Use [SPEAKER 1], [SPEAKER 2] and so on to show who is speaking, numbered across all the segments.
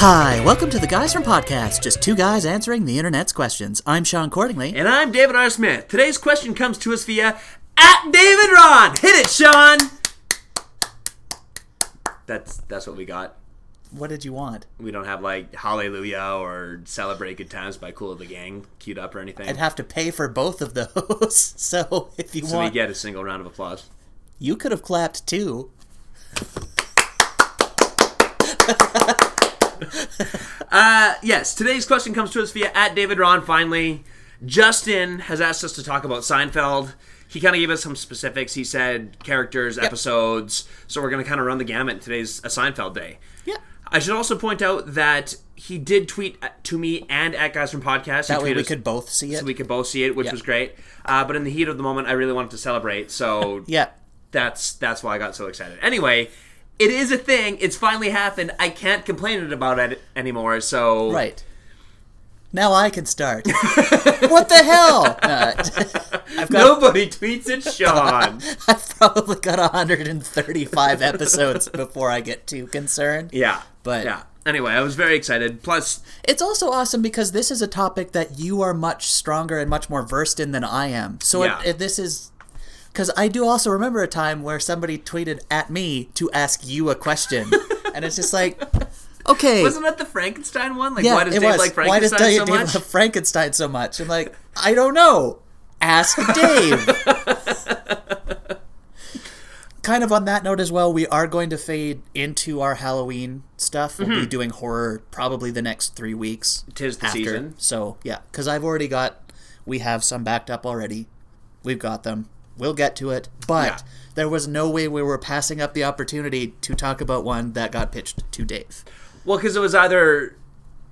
[SPEAKER 1] Hi, welcome to the Guys from Podcast, just two guys answering the internet's questions. I'm Sean Cordingly.
[SPEAKER 2] And I'm David R. Smith. Today's question comes to us via at David Ron. Hit it, Sean. That's that's what we got.
[SPEAKER 1] What did you want?
[SPEAKER 2] We don't have like Hallelujah or Celebrate Good Times by Cool of the Gang queued up or anything.
[SPEAKER 1] I'd have to pay for both of those. So if you
[SPEAKER 2] so we
[SPEAKER 1] want,
[SPEAKER 2] get a single round of applause.
[SPEAKER 1] you could have clapped too.
[SPEAKER 2] Uh, yes, today's question comes to us via at David Ron. Finally, Justin has asked us to talk about Seinfeld. He kind of gave us some specifics. He said characters, episodes. So we're going to kind of run the gamut. Today's a Seinfeld day.
[SPEAKER 1] Yeah.
[SPEAKER 2] I should also point out that he did tweet at- to me and at Guys from Podcast.
[SPEAKER 1] That way we could both see it.
[SPEAKER 2] we could both see it, which was great. Uh, but in the heat of the moment, I really wanted to celebrate, so
[SPEAKER 1] yeah.
[SPEAKER 2] that's that's why I got so excited. Anyway, it is a thing. It's finally happened. I can't complain about it anymore. So
[SPEAKER 1] Right. Now I can start. what the hell? Uh, No, I've got
[SPEAKER 2] nobody tweets at Sean.
[SPEAKER 1] I've probably got 135 episodes before I get too concerned.
[SPEAKER 2] yeah,
[SPEAKER 1] But-
[SPEAKER 2] yeah. Anyway, I was very excited. Plus,
[SPEAKER 1] It's also awesome because this is a topic that you are much stronger and much more versed in than I am. So
[SPEAKER 2] Yeah.
[SPEAKER 1] if, if this is because I do also remember a time where somebody tweeted at me to ask you a question, and it's just like, okay,
[SPEAKER 2] wasn't that the Frankenstein one? Like,
[SPEAKER 1] yeah,
[SPEAKER 2] why does
[SPEAKER 1] it
[SPEAKER 2] Dave
[SPEAKER 1] was.
[SPEAKER 2] like
[SPEAKER 1] Why does
[SPEAKER 2] Frankenstein
[SPEAKER 1] Dave,
[SPEAKER 2] so
[SPEAKER 1] Dave
[SPEAKER 2] much?
[SPEAKER 1] love Frankenstein so much? I'm like, I don't know. Ask Dave. kind of on that note as well, we are going to fade into our Halloween stuff. We'll be doing horror probably the next three weeks.
[SPEAKER 2] Mm-hmm. Tis the season.
[SPEAKER 1] So yeah, because I've already got, we have some backed up already. We've got them. We'll get to it, but
[SPEAKER 2] Yeah.
[SPEAKER 1] there was no way we were passing up the opportunity to talk about one that got pitched to Dave.
[SPEAKER 2] Well, because it was either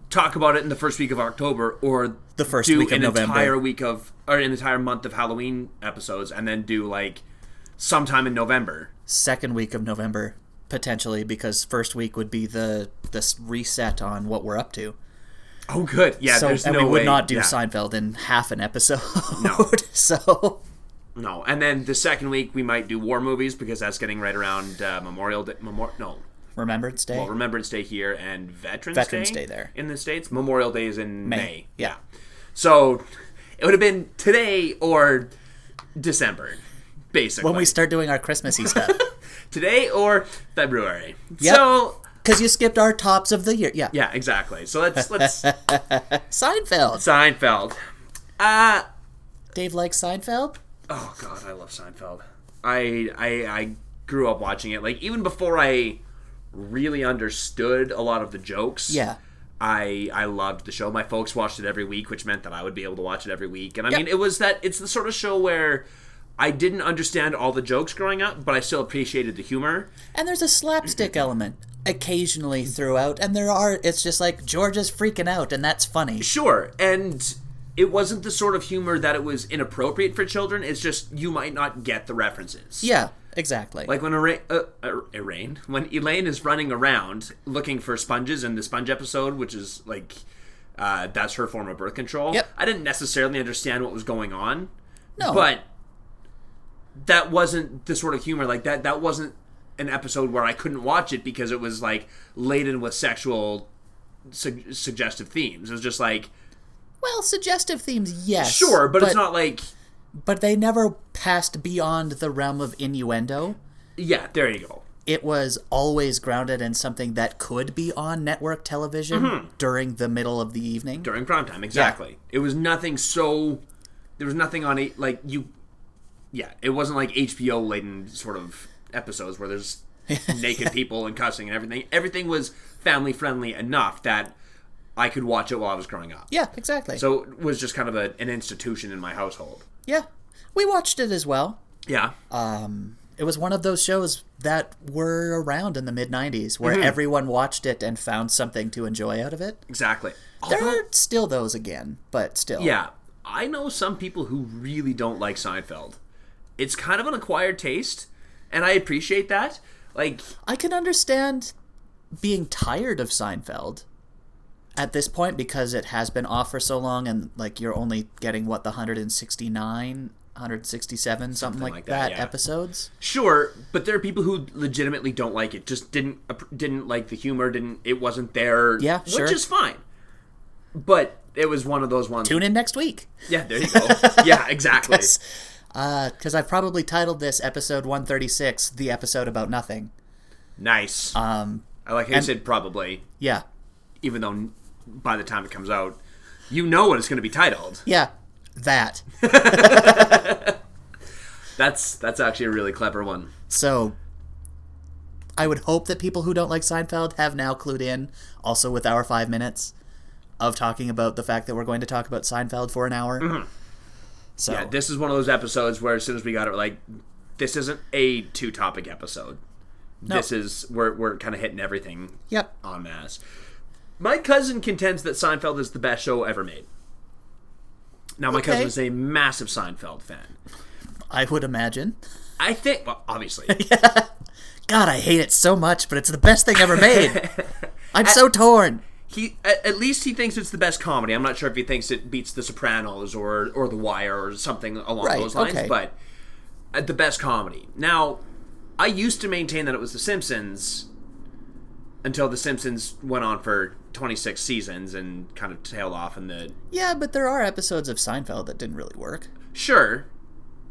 [SPEAKER 2] talk about it in the first week of October or
[SPEAKER 1] The first
[SPEAKER 2] do
[SPEAKER 1] week of
[SPEAKER 2] an
[SPEAKER 1] November.
[SPEAKER 2] entire week of or an entire month of Halloween episodes, and then do like sometime in November.
[SPEAKER 1] second week of November potentially because first week would be the this reset on what we're up to.
[SPEAKER 2] Oh, good. Yeah,
[SPEAKER 1] so
[SPEAKER 2] there's
[SPEAKER 1] and
[SPEAKER 2] no
[SPEAKER 1] we would
[SPEAKER 2] way.
[SPEAKER 1] not do
[SPEAKER 2] yeah.
[SPEAKER 1] Seinfeld in half an episode.
[SPEAKER 2] No.
[SPEAKER 1] so
[SPEAKER 2] No, and then the second week we might do war movies because that's getting right around uh, Memorial Day. Memor- no,
[SPEAKER 1] Remembrance Day.
[SPEAKER 2] well, Remembrance Day here and Veterans
[SPEAKER 1] Veterans
[SPEAKER 2] Day
[SPEAKER 1] Day there.
[SPEAKER 2] in the states. Memorial Day is in May.
[SPEAKER 1] Yeah.
[SPEAKER 2] So it would have been today or December, basically.
[SPEAKER 1] When we start doing our Christmassy stuff.
[SPEAKER 2] today or February.
[SPEAKER 1] Yep.
[SPEAKER 2] So
[SPEAKER 1] Cuz you skipped our tops of the year. Yeah.
[SPEAKER 2] yeah, exactly. So let's let's
[SPEAKER 1] Seinfeld.
[SPEAKER 2] Seinfeld. Uh
[SPEAKER 1] Dave likes Seinfeld?
[SPEAKER 2] oh god, I love Seinfeld. I I I grew up watching it. Like even before I really understood a lot of the jokes.
[SPEAKER 1] Yeah.
[SPEAKER 2] I I loved the show. My folks watched it every week, which meant that I would be able to watch it every week. And I mean, it was that it's the sort of show where I didn't understand all the jokes growing up, but I still appreciated the humor.
[SPEAKER 1] And there's a slapstick element occasionally throughout and there are it's just like George is freaking out and that's funny.
[SPEAKER 2] Sure, and it wasn't the sort of humor that it was inappropriate for children. It's just you might not get the references.
[SPEAKER 1] Yeah, exactly.
[SPEAKER 2] Like when Elaine, uh, Er- Elaine, when Elaine is running around looking for sponges in the sponge episode, which is like uh, that's her form of birth control.
[SPEAKER 1] Yep.
[SPEAKER 2] I didn't necessarily understand what was going on,
[SPEAKER 1] no.
[SPEAKER 2] but that wasn't the sort of humor like that. That wasn't an episode where I couldn't watch it because it was like laden with sexual sug- suggestive themes. It was just like
[SPEAKER 1] well, suggestive themes, yes.
[SPEAKER 2] Sure, but, it's not like
[SPEAKER 1] but they never passed beyond the realm of innuendo.
[SPEAKER 2] yeah. There you go.
[SPEAKER 1] It was always grounded in something that could be on network television during the middle of the evening.
[SPEAKER 2] During prime time, exactly. It was nothing so. There was nothing on it like you. Yeah, it wasn't like HBO laden sort of episodes where there's naked people and cussing and everything. Everything was family friendly enough that I could watch it while I was growing up.
[SPEAKER 1] yeah, exactly.
[SPEAKER 2] So it was just kind of a, an institution in my household.
[SPEAKER 1] yeah, we watched it as well.
[SPEAKER 2] Yeah.
[SPEAKER 1] Uh, It was one of those shows that were around in the mid 90s where everyone watched it and found something to enjoy out of it.
[SPEAKER 2] exactly.
[SPEAKER 1] There
[SPEAKER 2] Although-
[SPEAKER 1] are still those again, but still.
[SPEAKER 2] Yeah, I know some people who really don't like Seinfeld. It's kind of an acquired taste, and I appreciate that. Like,
[SPEAKER 1] I can understand being tired of Seinfeld at this point because it has been off for so long and like you're only getting what the 169 167 something, like,
[SPEAKER 2] like that,
[SPEAKER 1] that,
[SPEAKER 2] yeah.
[SPEAKER 1] episodes.
[SPEAKER 2] Sure, but there are people who legitimately don't like it. Just didn't didn't like the humor. Didn't it wasn't there.
[SPEAKER 1] Yeah,
[SPEAKER 2] which
[SPEAKER 1] sure.
[SPEAKER 2] is fine. But it was one of those ones.
[SPEAKER 1] Tune in next week.
[SPEAKER 2] Yeah, there you go. yeah, exactly.
[SPEAKER 1] Yes. Because Uh, I've probably titled this episode 136, The Episode About Nothing.
[SPEAKER 2] Nice.
[SPEAKER 1] Um,
[SPEAKER 2] I like how you said probably,
[SPEAKER 1] yeah.
[SPEAKER 2] even though n- by the time it comes out, you know what it's going to be titled.
[SPEAKER 1] Yeah. That.
[SPEAKER 2] That's that's actually a really clever one.
[SPEAKER 1] So I would hope that people who don't like Seinfeld have now clued in, also with our five minutes of talking about the fact that we're going to talk about Seinfeld for an hour. So
[SPEAKER 2] Mm-hmm. Yeah, this is one of those episodes where as soon as we got it, we're like, this isn't a two-topic episode. This is we're we're kind of hitting everything
[SPEAKER 1] yep.
[SPEAKER 2] en masse. My cousin contends that Seinfeld is the best show ever made. Now, my
[SPEAKER 1] Okay.
[SPEAKER 2] cousin is a massive Seinfeld fan.
[SPEAKER 1] I would imagine.
[SPEAKER 2] I think, well, obviously,
[SPEAKER 1] God, I hate it so much, but it's the best thing ever made. I'm so torn.
[SPEAKER 2] he at, at least he thinks it's the best comedy. I'm not sure if he thinks it beats The Sopranos or or The Wire or something along
[SPEAKER 1] Right,
[SPEAKER 2] those lines,
[SPEAKER 1] okay.
[SPEAKER 2] but uh, the best comedy. Now, I used to maintain that it was The Simpsons until The Simpsons went on for 26 seasons and kind of tailed off in the
[SPEAKER 1] Yeah, but there are episodes of Seinfeld that didn't really work.
[SPEAKER 2] sure,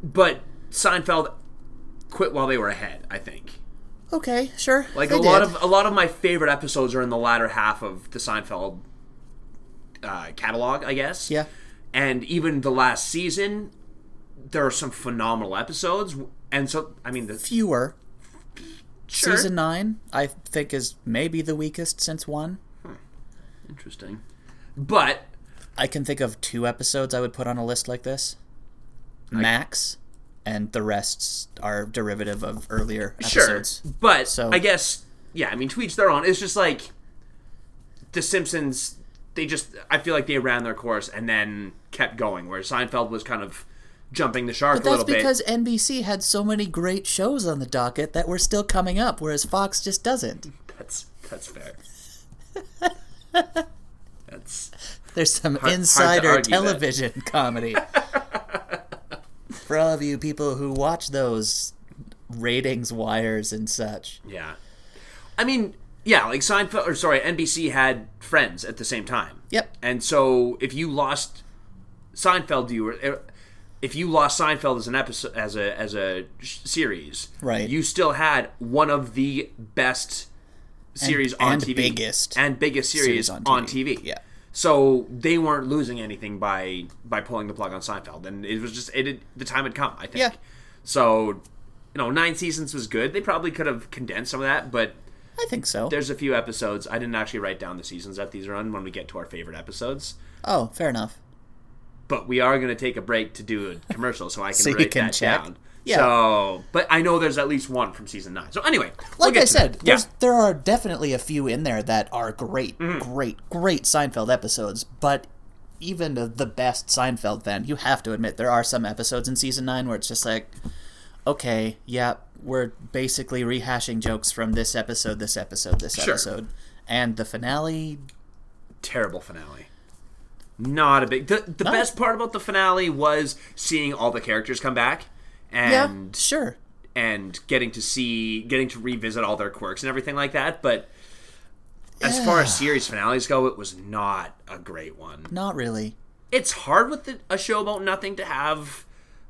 [SPEAKER 2] but Seinfeld quit while they were ahead. I think.
[SPEAKER 1] Okay, sure.
[SPEAKER 2] Like
[SPEAKER 1] they
[SPEAKER 2] a lot
[SPEAKER 1] did.
[SPEAKER 2] of a lot of my favorite episodes are in the latter half of the Seinfeld uh, catalog, I guess.
[SPEAKER 1] Yeah.
[SPEAKER 2] And even the last season, there are some phenomenal episodes, and so I mean the
[SPEAKER 1] fewer.
[SPEAKER 2] sure.
[SPEAKER 1] Season 9, I think, is maybe the weakest since 1.
[SPEAKER 2] Interesting, but
[SPEAKER 1] I can think of two episodes I would put on a list like this. Max, and the rests are derivative of earlier episodes.
[SPEAKER 2] sure. But
[SPEAKER 1] So-
[SPEAKER 2] I guess yeah. I mean, to each their own. It's just like the Simpsons. They just I feel like they ran their course and then kept going, where Seinfeld was kind of jumping the shark a
[SPEAKER 1] That's
[SPEAKER 2] little bit.
[SPEAKER 1] because NBC had so many great shows on the docket that were still coming up, whereas Fox just doesn't.
[SPEAKER 2] That's that's fair. that's
[SPEAKER 1] There's some
[SPEAKER 2] to
[SPEAKER 1] insider
[SPEAKER 2] argue that.
[SPEAKER 1] television comedy. For all of you people who watch those ratings wires and such.
[SPEAKER 2] yeah. I mean, yeah, like Seinfeld or sorry, NBC had Friends at the same time.
[SPEAKER 1] Yep.
[SPEAKER 2] And so if you lost Seinfeld, you were er, if you lost Seinfeld as an episode as a as a sh- series,
[SPEAKER 1] Right.
[SPEAKER 2] You still had one of the best series on
[SPEAKER 1] and
[SPEAKER 2] TV
[SPEAKER 1] biggest
[SPEAKER 2] and biggest series,
[SPEAKER 1] series
[SPEAKER 2] on
[SPEAKER 1] on
[SPEAKER 2] TV.
[SPEAKER 1] TV. Yeah.
[SPEAKER 2] So they weren't losing anything by by pulling the plug on Seinfeld, and it was just it had, the time had come. I think.
[SPEAKER 1] Yeah.
[SPEAKER 2] So, you know, nine seasons was good. They probably could have condensed some of that, but
[SPEAKER 1] I think so.
[SPEAKER 2] there's a few episodes. I didn't actually write down the seasons that these are on when we get to our favorite episodes.
[SPEAKER 1] Oh, fair enough.
[SPEAKER 2] But we are going to take a break to do a commercial, so I can
[SPEAKER 1] So you
[SPEAKER 2] write
[SPEAKER 1] can
[SPEAKER 2] that
[SPEAKER 1] check.
[SPEAKER 2] down.
[SPEAKER 1] Yeah.
[SPEAKER 2] So, but I know there's at least one from season nine. So anyway, we'll
[SPEAKER 1] like
[SPEAKER 2] get
[SPEAKER 1] I
[SPEAKER 2] to
[SPEAKER 1] said,
[SPEAKER 2] that. yeah. Mm-hmm.
[SPEAKER 1] there's there are definitely a few in there that are great, great, great Seinfeld episodes. But even the- the best Seinfeld fan, you have to admit there are some episodes in season nine where it's just like, okay, yeah, we're basically rehashing jokes from this episode, this episode, this
[SPEAKER 2] Sure.
[SPEAKER 1] episode, and the finale.
[SPEAKER 2] terrible finale. Not a big. The, the best part about the finale was seeing all the characters come back and
[SPEAKER 1] sure.
[SPEAKER 2] and getting to see, getting to revisit all their quirks and everything like that. But as far as series finales go, it was not a great one.
[SPEAKER 1] Not really.
[SPEAKER 2] It's hard with the, a show about nothing to have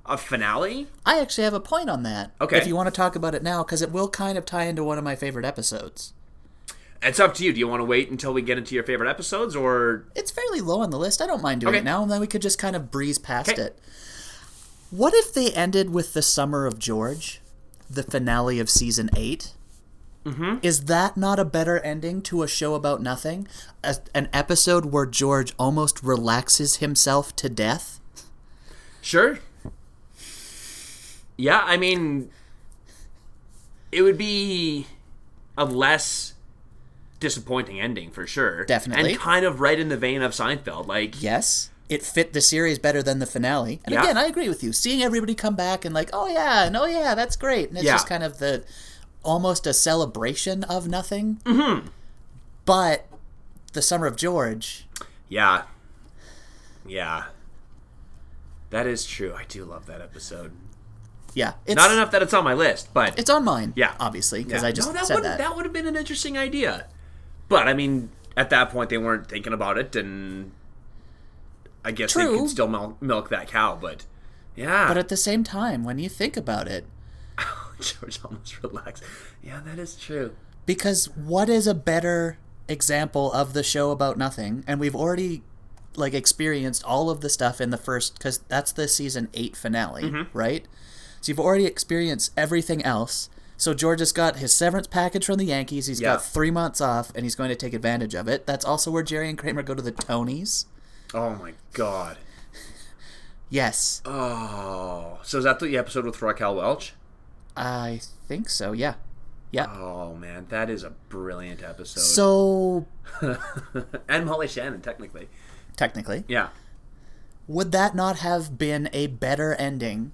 [SPEAKER 2] a finale.
[SPEAKER 1] I actually have a point on that.
[SPEAKER 2] Okay.
[SPEAKER 1] If you want to talk about it now, because it will kind of tie into one of my favorite episodes.
[SPEAKER 2] It's up to you. Do you want to wait until we get into your favorite episodes, or
[SPEAKER 1] It's fairly low on the list. I don't mind doing
[SPEAKER 2] Okay.
[SPEAKER 1] it now, and then we could just kind of breeze past
[SPEAKER 2] Okay.
[SPEAKER 1] it. What if they ended with the Summer of George, the finale of season 8 Mm-hmm. Is that not a better ending to a show about nothing? A, an episode where George almost relaxes himself to death?
[SPEAKER 2] Sure. Yeah, I mean, it would be a less disappointing ending for sure.
[SPEAKER 1] Definitely.
[SPEAKER 2] And kind of right in the vein of Seinfeld. Like,
[SPEAKER 1] Yes. It fit the series better than the finale. And
[SPEAKER 2] Yeah.
[SPEAKER 1] again, I agree with you. Seeing everybody come back and like, oh yeah, and oh yeah, that's great. And it's
[SPEAKER 2] Yeah.
[SPEAKER 1] just kind of the almost a celebration of nothing. Mm-hmm. But the Summer of George,
[SPEAKER 2] yeah. Yeah. That is true. I do love that episode.
[SPEAKER 1] Yeah, it's
[SPEAKER 2] Not enough that it's on my list, but
[SPEAKER 1] It's on mine.
[SPEAKER 2] Yeah.
[SPEAKER 1] obviously,
[SPEAKER 2] Yeah.
[SPEAKER 1] because I just
[SPEAKER 2] no, that
[SPEAKER 1] said
[SPEAKER 2] would
[SPEAKER 1] that.
[SPEAKER 2] that would have been an interesting idea. But I mean, at that point they weren't thinking about it, and I guess they
[SPEAKER 1] True.
[SPEAKER 2] could still milk, milk that cow. But yeah,
[SPEAKER 1] But at the same time, when you think about it,
[SPEAKER 2] George almost relaxed. Yeah, that is true.
[SPEAKER 1] because what is a better example of the show about nothing? And we've already like experienced all of the stuff in the first because that's the season eight finale, right? So you've already experienced everything else. So George has got his severance package from the Yankees. He's
[SPEAKER 2] Yeah.
[SPEAKER 1] got three months off, and he's going to take advantage of it. That's also where Jerry and Kramer go to the Tonys.
[SPEAKER 2] Oh my god.
[SPEAKER 1] Yes,
[SPEAKER 2] Oh, so is that the episode with Raquel Welch?
[SPEAKER 1] I think so. Yeah, yeah.
[SPEAKER 2] Oh man, that is a brilliant episode.
[SPEAKER 1] so
[SPEAKER 2] and Molly Shannon, technically.
[SPEAKER 1] technically,
[SPEAKER 2] Yeah.
[SPEAKER 1] would that not have been a better ending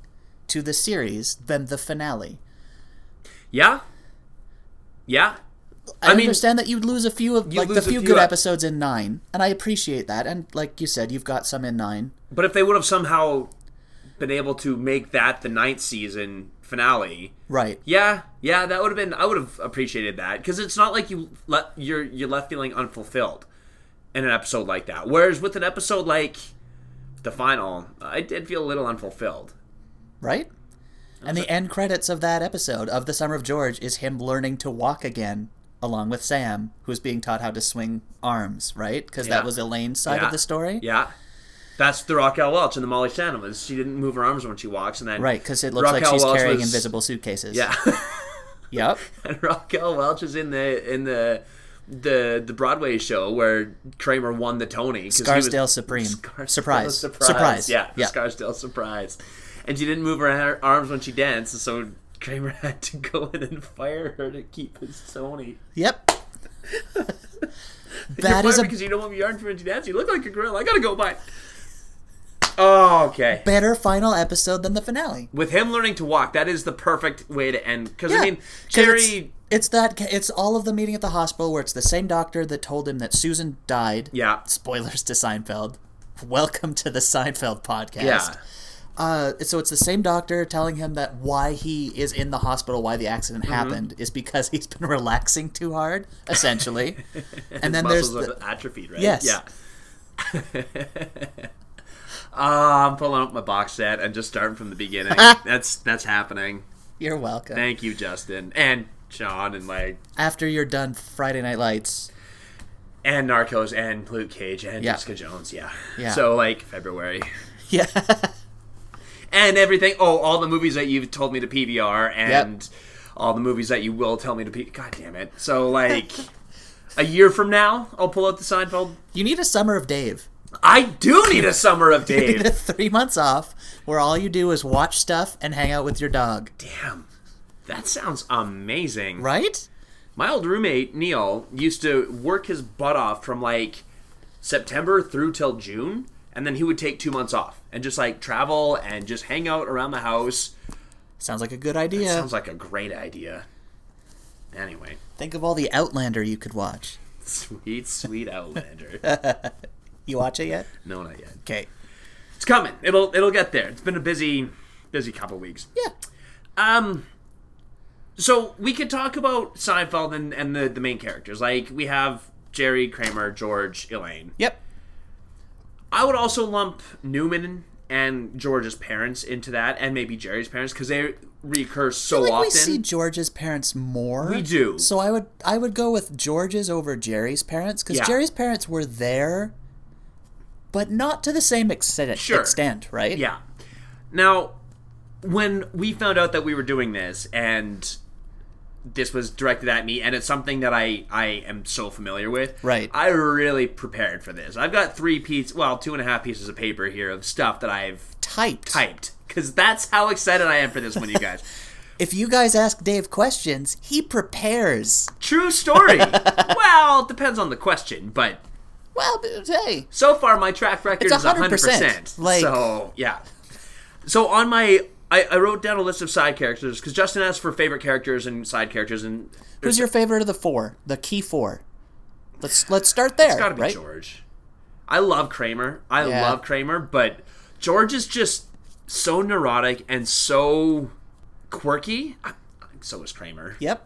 [SPEAKER 1] to the series than the finale?
[SPEAKER 2] Yeah. Yeah.
[SPEAKER 1] I,
[SPEAKER 2] I mean-
[SPEAKER 1] understand that you'd lose a few of like the
[SPEAKER 2] lose a
[SPEAKER 1] few,
[SPEAKER 2] few
[SPEAKER 1] good
[SPEAKER 2] ep-
[SPEAKER 1] episodes in nine, and I appreciate that. And like you said, you've got some in nine.
[SPEAKER 2] But if they would have somehow been able to make that the ninth season finale,
[SPEAKER 1] Right.
[SPEAKER 2] yeah, yeah, that would have been. I would have appreciated that because it's not like you let you're you're left feeling unfulfilled in an episode like that. Whereas with an episode like the final, I did feel a little unfulfilled.
[SPEAKER 1] Right? And the end credits of that episode of The Summer of George is him learning to walk again along with Sam, who's being taught how to swing arms, right? Because
[SPEAKER 2] Yeah.
[SPEAKER 1] that was Elaine's side
[SPEAKER 2] Yeah.
[SPEAKER 1] of the story.
[SPEAKER 2] Yeah. That's the Raquel Welch and the Molly Shannon was she didn't move her arms when she walks and then
[SPEAKER 1] Right, because it looks like
[SPEAKER 2] Raquel
[SPEAKER 1] she's
[SPEAKER 2] Welch
[SPEAKER 1] carrying
[SPEAKER 2] was-
[SPEAKER 1] invisible suitcases.
[SPEAKER 2] Yeah.
[SPEAKER 1] Yep.
[SPEAKER 2] and Raquel Welch is in the in the the the Broadway show where Kramer won the Tony. 'cause he was-
[SPEAKER 1] Scarsdale Supreme. Surprise. Surprise.
[SPEAKER 2] Yeah, the
[SPEAKER 1] Yeah.
[SPEAKER 2] Scarsdale surprise. And she didn't move her ha- arms when she danced, so Kramer had to go in and fire her to keep his Tony.
[SPEAKER 1] Yep. that is a
[SPEAKER 2] because you don't want your arms when she danced. You look like a girl. I gotta go by. Oh, okay.
[SPEAKER 1] better final episode than the finale.
[SPEAKER 2] With him learning to walk, that is the perfect way to end. Because I mean,
[SPEAKER 1] 'cause it's-
[SPEAKER 2] Jerry.
[SPEAKER 1] It's, that. ca- It's all of the meeting at the hospital where it's the same doctor that told him that Susan died.
[SPEAKER 2] Yeah.
[SPEAKER 1] Spoilers to Seinfeld. Welcome to the Seinfeld podcast.
[SPEAKER 2] Yeah.
[SPEAKER 1] Uh, so it's the same doctor telling him that why he is in the hospital, why the accident
[SPEAKER 2] Mm-hmm.
[SPEAKER 1] happened, is because he's been relaxing too hard, essentially. and then there's
[SPEAKER 2] muscles
[SPEAKER 1] the,
[SPEAKER 2] are atrophied, right?
[SPEAKER 1] Yes.
[SPEAKER 2] Yeah. Ah, I'm pulling up my box set and just starting from the beginning. that's that's happening.
[SPEAKER 1] you're welcome.
[SPEAKER 2] Thank you, Justin and Sean and like
[SPEAKER 1] After you're done Friday Night Lights,
[SPEAKER 2] and Narcos and Luke Cage and
[SPEAKER 1] Yeah.
[SPEAKER 2] Jessica Jones. Yeah.
[SPEAKER 1] Yeah.
[SPEAKER 2] So like February
[SPEAKER 1] yeah,
[SPEAKER 2] and everything. Oh, all the movies that you've told me to PVR and all the movies that you will tell me to P. God damn it. So like a year from now, I'll pull out the Seinfeld.
[SPEAKER 1] you need a summer of Dave.
[SPEAKER 2] I do need a summer of
[SPEAKER 1] You
[SPEAKER 2] Dave.
[SPEAKER 1] need three months off where all you do is watch stuff and hang out with your dog,
[SPEAKER 2] Damn. That sounds amazing.
[SPEAKER 1] right?
[SPEAKER 2] My old roommate, Neil, used to work his butt off from like September through till June, and then he would take two months off and just like travel and just hang out around the house.
[SPEAKER 1] Sounds like a good idea.
[SPEAKER 2] Sounds like a great idea. Anyway,
[SPEAKER 1] Think of all the Outlander you could watch.
[SPEAKER 2] sweet, sweet Outlander.
[SPEAKER 1] You watch it yet?
[SPEAKER 2] no, not yet.
[SPEAKER 1] Okay.
[SPEAKER 2] It's coming. It'll it'll get there. It's been a busy busy couple weeks.
[SPEAKER 1] Yeah.
[SPEAKER 2] Um, so we could talk about Seinfeld and, and the, the main characters. Like we have Jerry, Kramer, George, Elaine.
[SPEAKER 1] Yep.
[SPEAKER 2] I would also lump Newman and George's parents into that, and maybe Jerry's parents because they recur so
[SPEAKER 1] Like
[SPEAKER 2] often.
[SPEAKER 1] we see George's parents more.
[SPEAKER 2] We do.
[SPEAKER 1] So I would I would go with George's over Jerry's parents because
[SPEAKER 2] Yeah.
[SPEAKER 1] Jerry's parents were there, but not to the same extent.
[SPEAKER 2] Sure.
[SPEAKER 1] Extent, right?
[SPEAKER 2] Yeah. Now, when we found out that we were doing this and this was directed at me and it's something that I, I am so familiar with.
[SPEAKER 1] Right.
[SPEAKER 2] I really prepared for this. I've got three pieces, well, two and a half pieces of paper here of stuff that I've
[SPEAKER 1] Typed.
[SPEAKER 2] typed because that's how excited I am for this one, you guys.
[SPEAKER 1] If you guys ask Dave questions, he prepares.
[SPEAKER 2] True story. well, it depends on the question, but
[SPEAKER 1] Well, but hey,
[SPEAKER 2] so far my track record
[SPEAKER 1] It's
[SPEAKER 2] is 100%.
[SPEAKER 1] 100%, like-
[SPEAKER 2] so, yeah. So on my I, I wrote down a list of side characters because Justin asked for favorite characters and side characters, and
[SPEAKER 1] who's your favorite of the four? The key four. Let's let's start there.
[SPEAKER 2] it's got to be
[SPEAKER 1] right?
[SPEAKER 2] George. I love Kramer. I
[SPEAKER 1] Yeah.
[SPEAKER 2] love Kramer, but George is just so neurotic and so quirky. So is Kramer.
[SPEAKER 1] Yep.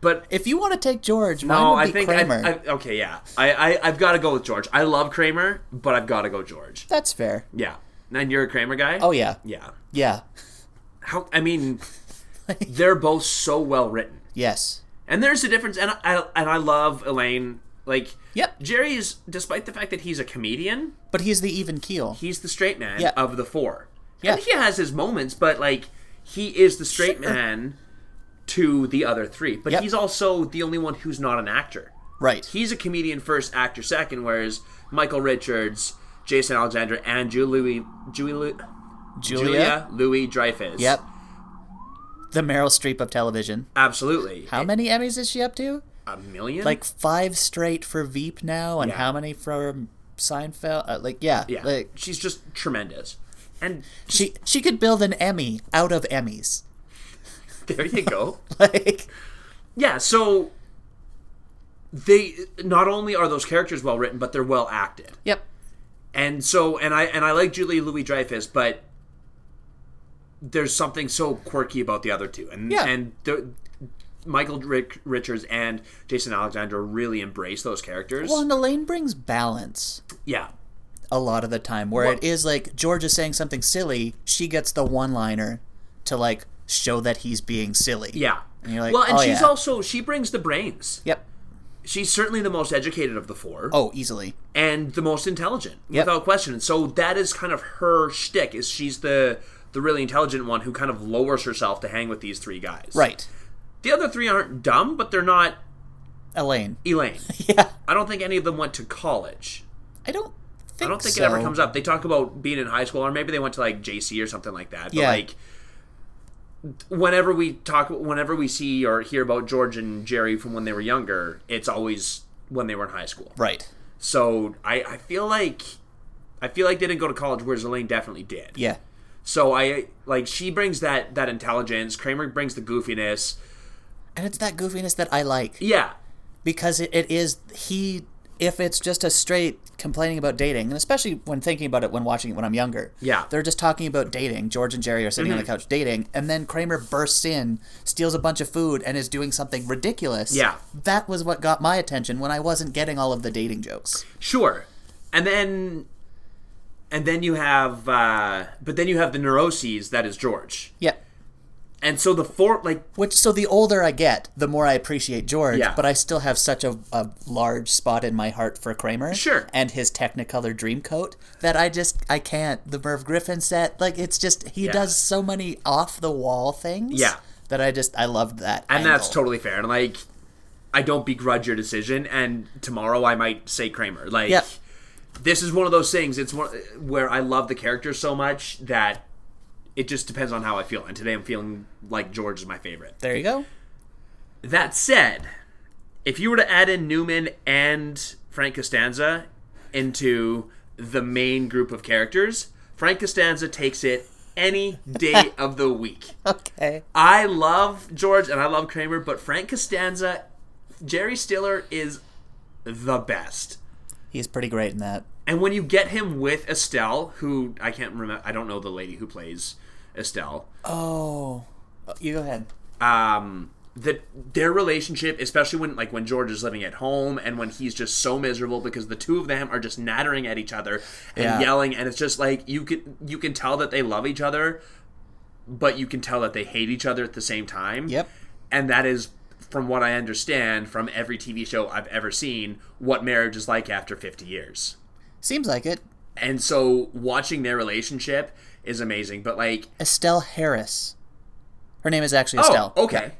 [SPEAKER 2] But
[SPEAKER 1] If you want to take George, mine
[SPEAKER 2] no,
[SPEAKER 1] would
[SPEAKER 2] I
[SPEAKER 1] be
[SPEAKER 2] think I,
[SPEAKER 1] Kramer.
[SPEAKER 2] I, okay, yeah. I, I I've got to go with George. I love Kramer, but I've got to go George.
[SPEAKER 1] That's fair.
[SPEAKER 2] Yeah. And you're a Kramer guy.
[SPEAKER 1] Oh yeah,
[SPEAKER 2] yeah.
[SPEAKER 1] yeah,
[SPEAKER 2] How I mean, they're both so well written.
[SPEAKER 1] yes,
[SPEAKER 2] And there's a difference, and I, I and I love Elaine. Like,
[SPEAKER 1] Yep.
[SPEAKER 2] Jerry is, despite the fact that he's a comedian,
[SPEAKER 1] but he's the even keel.
[SPEAKER 2] he's the straight man
[SPEAKER 1] Yeah.
[SPEAKER 2] of the four.
[SPEAKER 1] Yeah.
[SPEAKER 2] and he has his moments, but like he is the straight man to the other three. But
[SPEAKER 1] Yep.
[SPEAKER 2] he's also the only one who's not an actor.
[SPEAKER 1] Right.
[SPEAKER 2] He's a comedian first, actor second. Whereas Michael Richards, Jason Alexander, and Julie Julie
[SPEAKER 1] Julia.
[SPEAKER 2] Julia, Louis Dreyfus.
[SPEAKER 1] Yep. The Meryl Streep of television.
[SPEAKER 2] absolutely.
[SPEAKER 1] How many Emmys is she up to?
[SPEAKER 2] A million.
[SPEAKER 1] Like five straight for Veep now, and
[SPEAKER 2] Yeah.
[SPEAKER 1] how many for Seinfeld? Uh, like yeah,
[SPEAKER 2] yeah,
[SPEAKER 1] Like
[SPEAKER 2] she's just tremendous. And
[SPEAKER 1] she she could build an Emmy out of Emmys.
[SPEAKER 2] there you go.
[SPEAKER 1] Like
[SPEAKER 2] Yeah, so they not only are those characters well written, but they're well acted.
[SPEAKER 1] yep,
[SPEAKER 2] And so and I and I like Julie Louis Dreyfus, but there's something so quirky about the other two. And
[SPEAKER 1] Yeah.
[SPEAKER 2] and the, Michael Rick, Richards and Jason Alexander really embrace those characters.
[SPEAKER 1] Well, and Elaine brings balance
[SPEAKER 2] Yeah.
[SPEAKER 1] a lot of the time, where it is like George is saying something silly, she gets the one liner to like show that he's being silly.
[SPEAKER 2] Yeah.
[SPEAKER 1] And you're like,
[SPEAKER 2] well, and
[SPEAKER 1] "Oh,
[SPEAKER 2] she's
[SPEAKER 1] yeah."
[SPEAKER 2] also she brings the brains.
[SPEAKER 1] Yep.
[SPEAKER 2] She's certainly the most educated of the four.
[SPEAKER 1] Oh, easily.
[SPEAKER 2] and the most intelligent,
[SPEAKER 1] Yep.
[SPEAKER 2] without question. And so that is kind of her shtick. Is she's the the really intelligent one who kind of lowers herself to hang with these three guys.
[SPEAKER 1] Right.
[SPEAKER 2] The other three aren't dumb, but they're not
[SPEAKER 1] Elaine.
[SPEAKER 2] Elaine.
[SPEAKER 1] Yeah.
[SPEAKER 2] I don't think any of them went to college.
[SPEAKER 1] I don't think
[SPEAKER 2] I don't think
[SPEAKER 1] so.
[SPEAKER 2] it ever comes up. They talk about being in high school, or maybe they went to like JC or something like that. But
[SPEAKER 1] Yeah.
[SPEAKER 2] like whenever we talk whenever we see or hear about George and Jerry from when they were younger, it's always when they were in high school.
[SPEAKER 1] Right.
[SPEAKER 2] So I, I feel like I feel like they didn't go to college, whereas Elaine definitely did.
[SPEAKER 1] Yeah.
[SPEAKER 2] So I like she brings that that intelligence. Kramer brings the goofiness.
[SPEAKER 1] And it's that goofiness that I like
[SPEAKER 2] Yeah,
[SPEAKER 1] because it, it is he. If it's just a straight complaining about dating, and especially when thinking about it when watching it when I'm younger,
[SPEAKER 2] Yeah. Mm-hmm.
[SPEAKER 1] they're just talking about dating. George and Jerry are sitting on the couch dating, and then Kramer bursts in, steals a bunch of food, and is doing something ridiculous.
[SPEAKER 2] Yeah.
[SPEAKER 1] that was what got my attention when I wasn't getting all of the dating jokes.
[SPEAKER 2] sure. And then and then you have uh but then you have the neuroses that is George.
[SPEAKER 1] Yeah,
[SPEAKER 2] And so the four like
[SPEAKER 1] which so the older I get, the more I appreciate George.
[SPEAKER 2] Yeah.
[SPEAKER 1] but I still have such a, a large spot in my heart for Kramer.
[SPEAKER 2] Sure.
[SPEAKER 1] and his Technicolor Dreamcoat that I just I can't. The Merv Griffin set, like it's just he
[SPEAKER 2] Yeah.
[SPEAKER 1] does so many off the wall things.
[SPEAKER 2] Yeah.
[SPEAKER 1] that I just I loved that.
[SPEAKER 2] and that's
[SPEAKER 1] angle.
[SPEAKER 2] totally fair. And like I don't begrudge your decision and tomorrow I might say Kramer. Like
[SPEAKER 1] Yeah.
[SPEAKER 2] this is one of those things it's one where I love the character so much that it just depends on how I feel. And today I'm feeling like George is my favorite.
[SPEAKER 1] there you go.
[SPEAKER 2] That said, if you were to add in Newman and Frank Costanza into the main group of characters, Frank Costanza takes it any day of the week.
[SPEAKER 1] Okay,
[SPEAKER 2] I love George and I love Kramer, but Frank Costanza, Jerry Stiller is the best.
[SPEAKER 1] he's pretty great in that.
[SPEAKER 2] And when you get him with Estelle, who I can't remember, I don't know the lady who plays Estelle.
[SPEAKER 1] Oh, you go ahead.
[SPEAKER 2] um that their relationship especially when like when george is living at home and when he's just so miserable because the two of them are just nattering at each other and
[SPEAKER 1] Yeah.
[SPEAKER 2] yelling and it's just like you can you can tell that they love each other but you can tell that they hate each other at the same time
[SPEAKER 1] Yep.
[SPEAKER 2] and that is from what i understand from every tv show i've ever seen what marriage is like after 50 years
[SPEAKER 1] Seems like it.
[SPEAKER 2] and so watching their relationship is amazing but like
[SPEAKER 1] Estelle Harris. Her name is actually
[SPEAKER 2] Oh,
[SPEAKER 1] Estelle.
[SPEAKER 2] okay.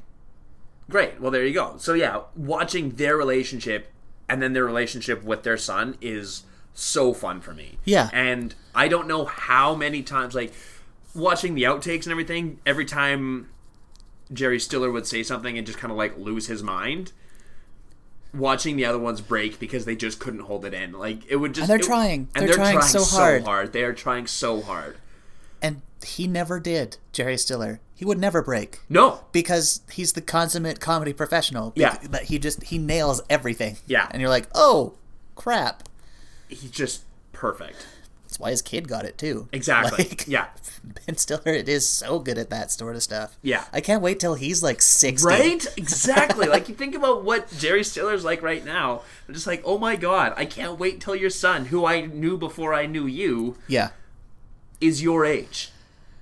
[SPEAKER 2] Great. Well, there you go. So yeah, watching their relationship and then their relationship with their son is so fun for me.
[SPEAKER 1] Yeah.
[SPEAKER 2] And I don't know how many times like watching the outtakes and everything, every time Jerry Stiller would say something and just kind of like lose his mind. Watching the other ones break because they just couldn't hold it in. Like it would just
[SPEAKER 1] And they're
[SPEAKER 2] it-
[SPEAKER 1] trying.
[SPEAKER 2] And
[SPEAKER 1] They're trying so hard.
[SPEAKER 2] They are trying so hard.
[SPEAKER 1] And he never did, Jerry Stiller. He would never break.
[SPEAKER 2] No.
[SPEAKER 1] because he's the consummate comedy professional.
[SPEAKER 2] Yeah.
[SPEAKER 1] but he just he nails everything.
[SPEAKER 2] Yeah.
[SPEAKER 1] and you're like, oh crap,
[SPEAKER 2] He's just perfect.
[SPEAKER 1] it's why his kid got it too.
[SPEAKER 2] Exactly.
[SPEAKER 1] Like,
[SPEAKER 2] yeah.
[SPEAKER 1] Ben Stiller it is so good at that sort of stuff.
[SPEAKER 2] Yeah.
[SPEAKER 1] I can't wait till he's like sixty.
[SPEAKER 2] Right? Exactly. like you think about what Jerry Stiller's like right now. I'm just like, oh my god, I can't wait till your son, who I knew before I knew you,
[SPEAKER 1] Yeah.
[SPEAKER 2] is your age.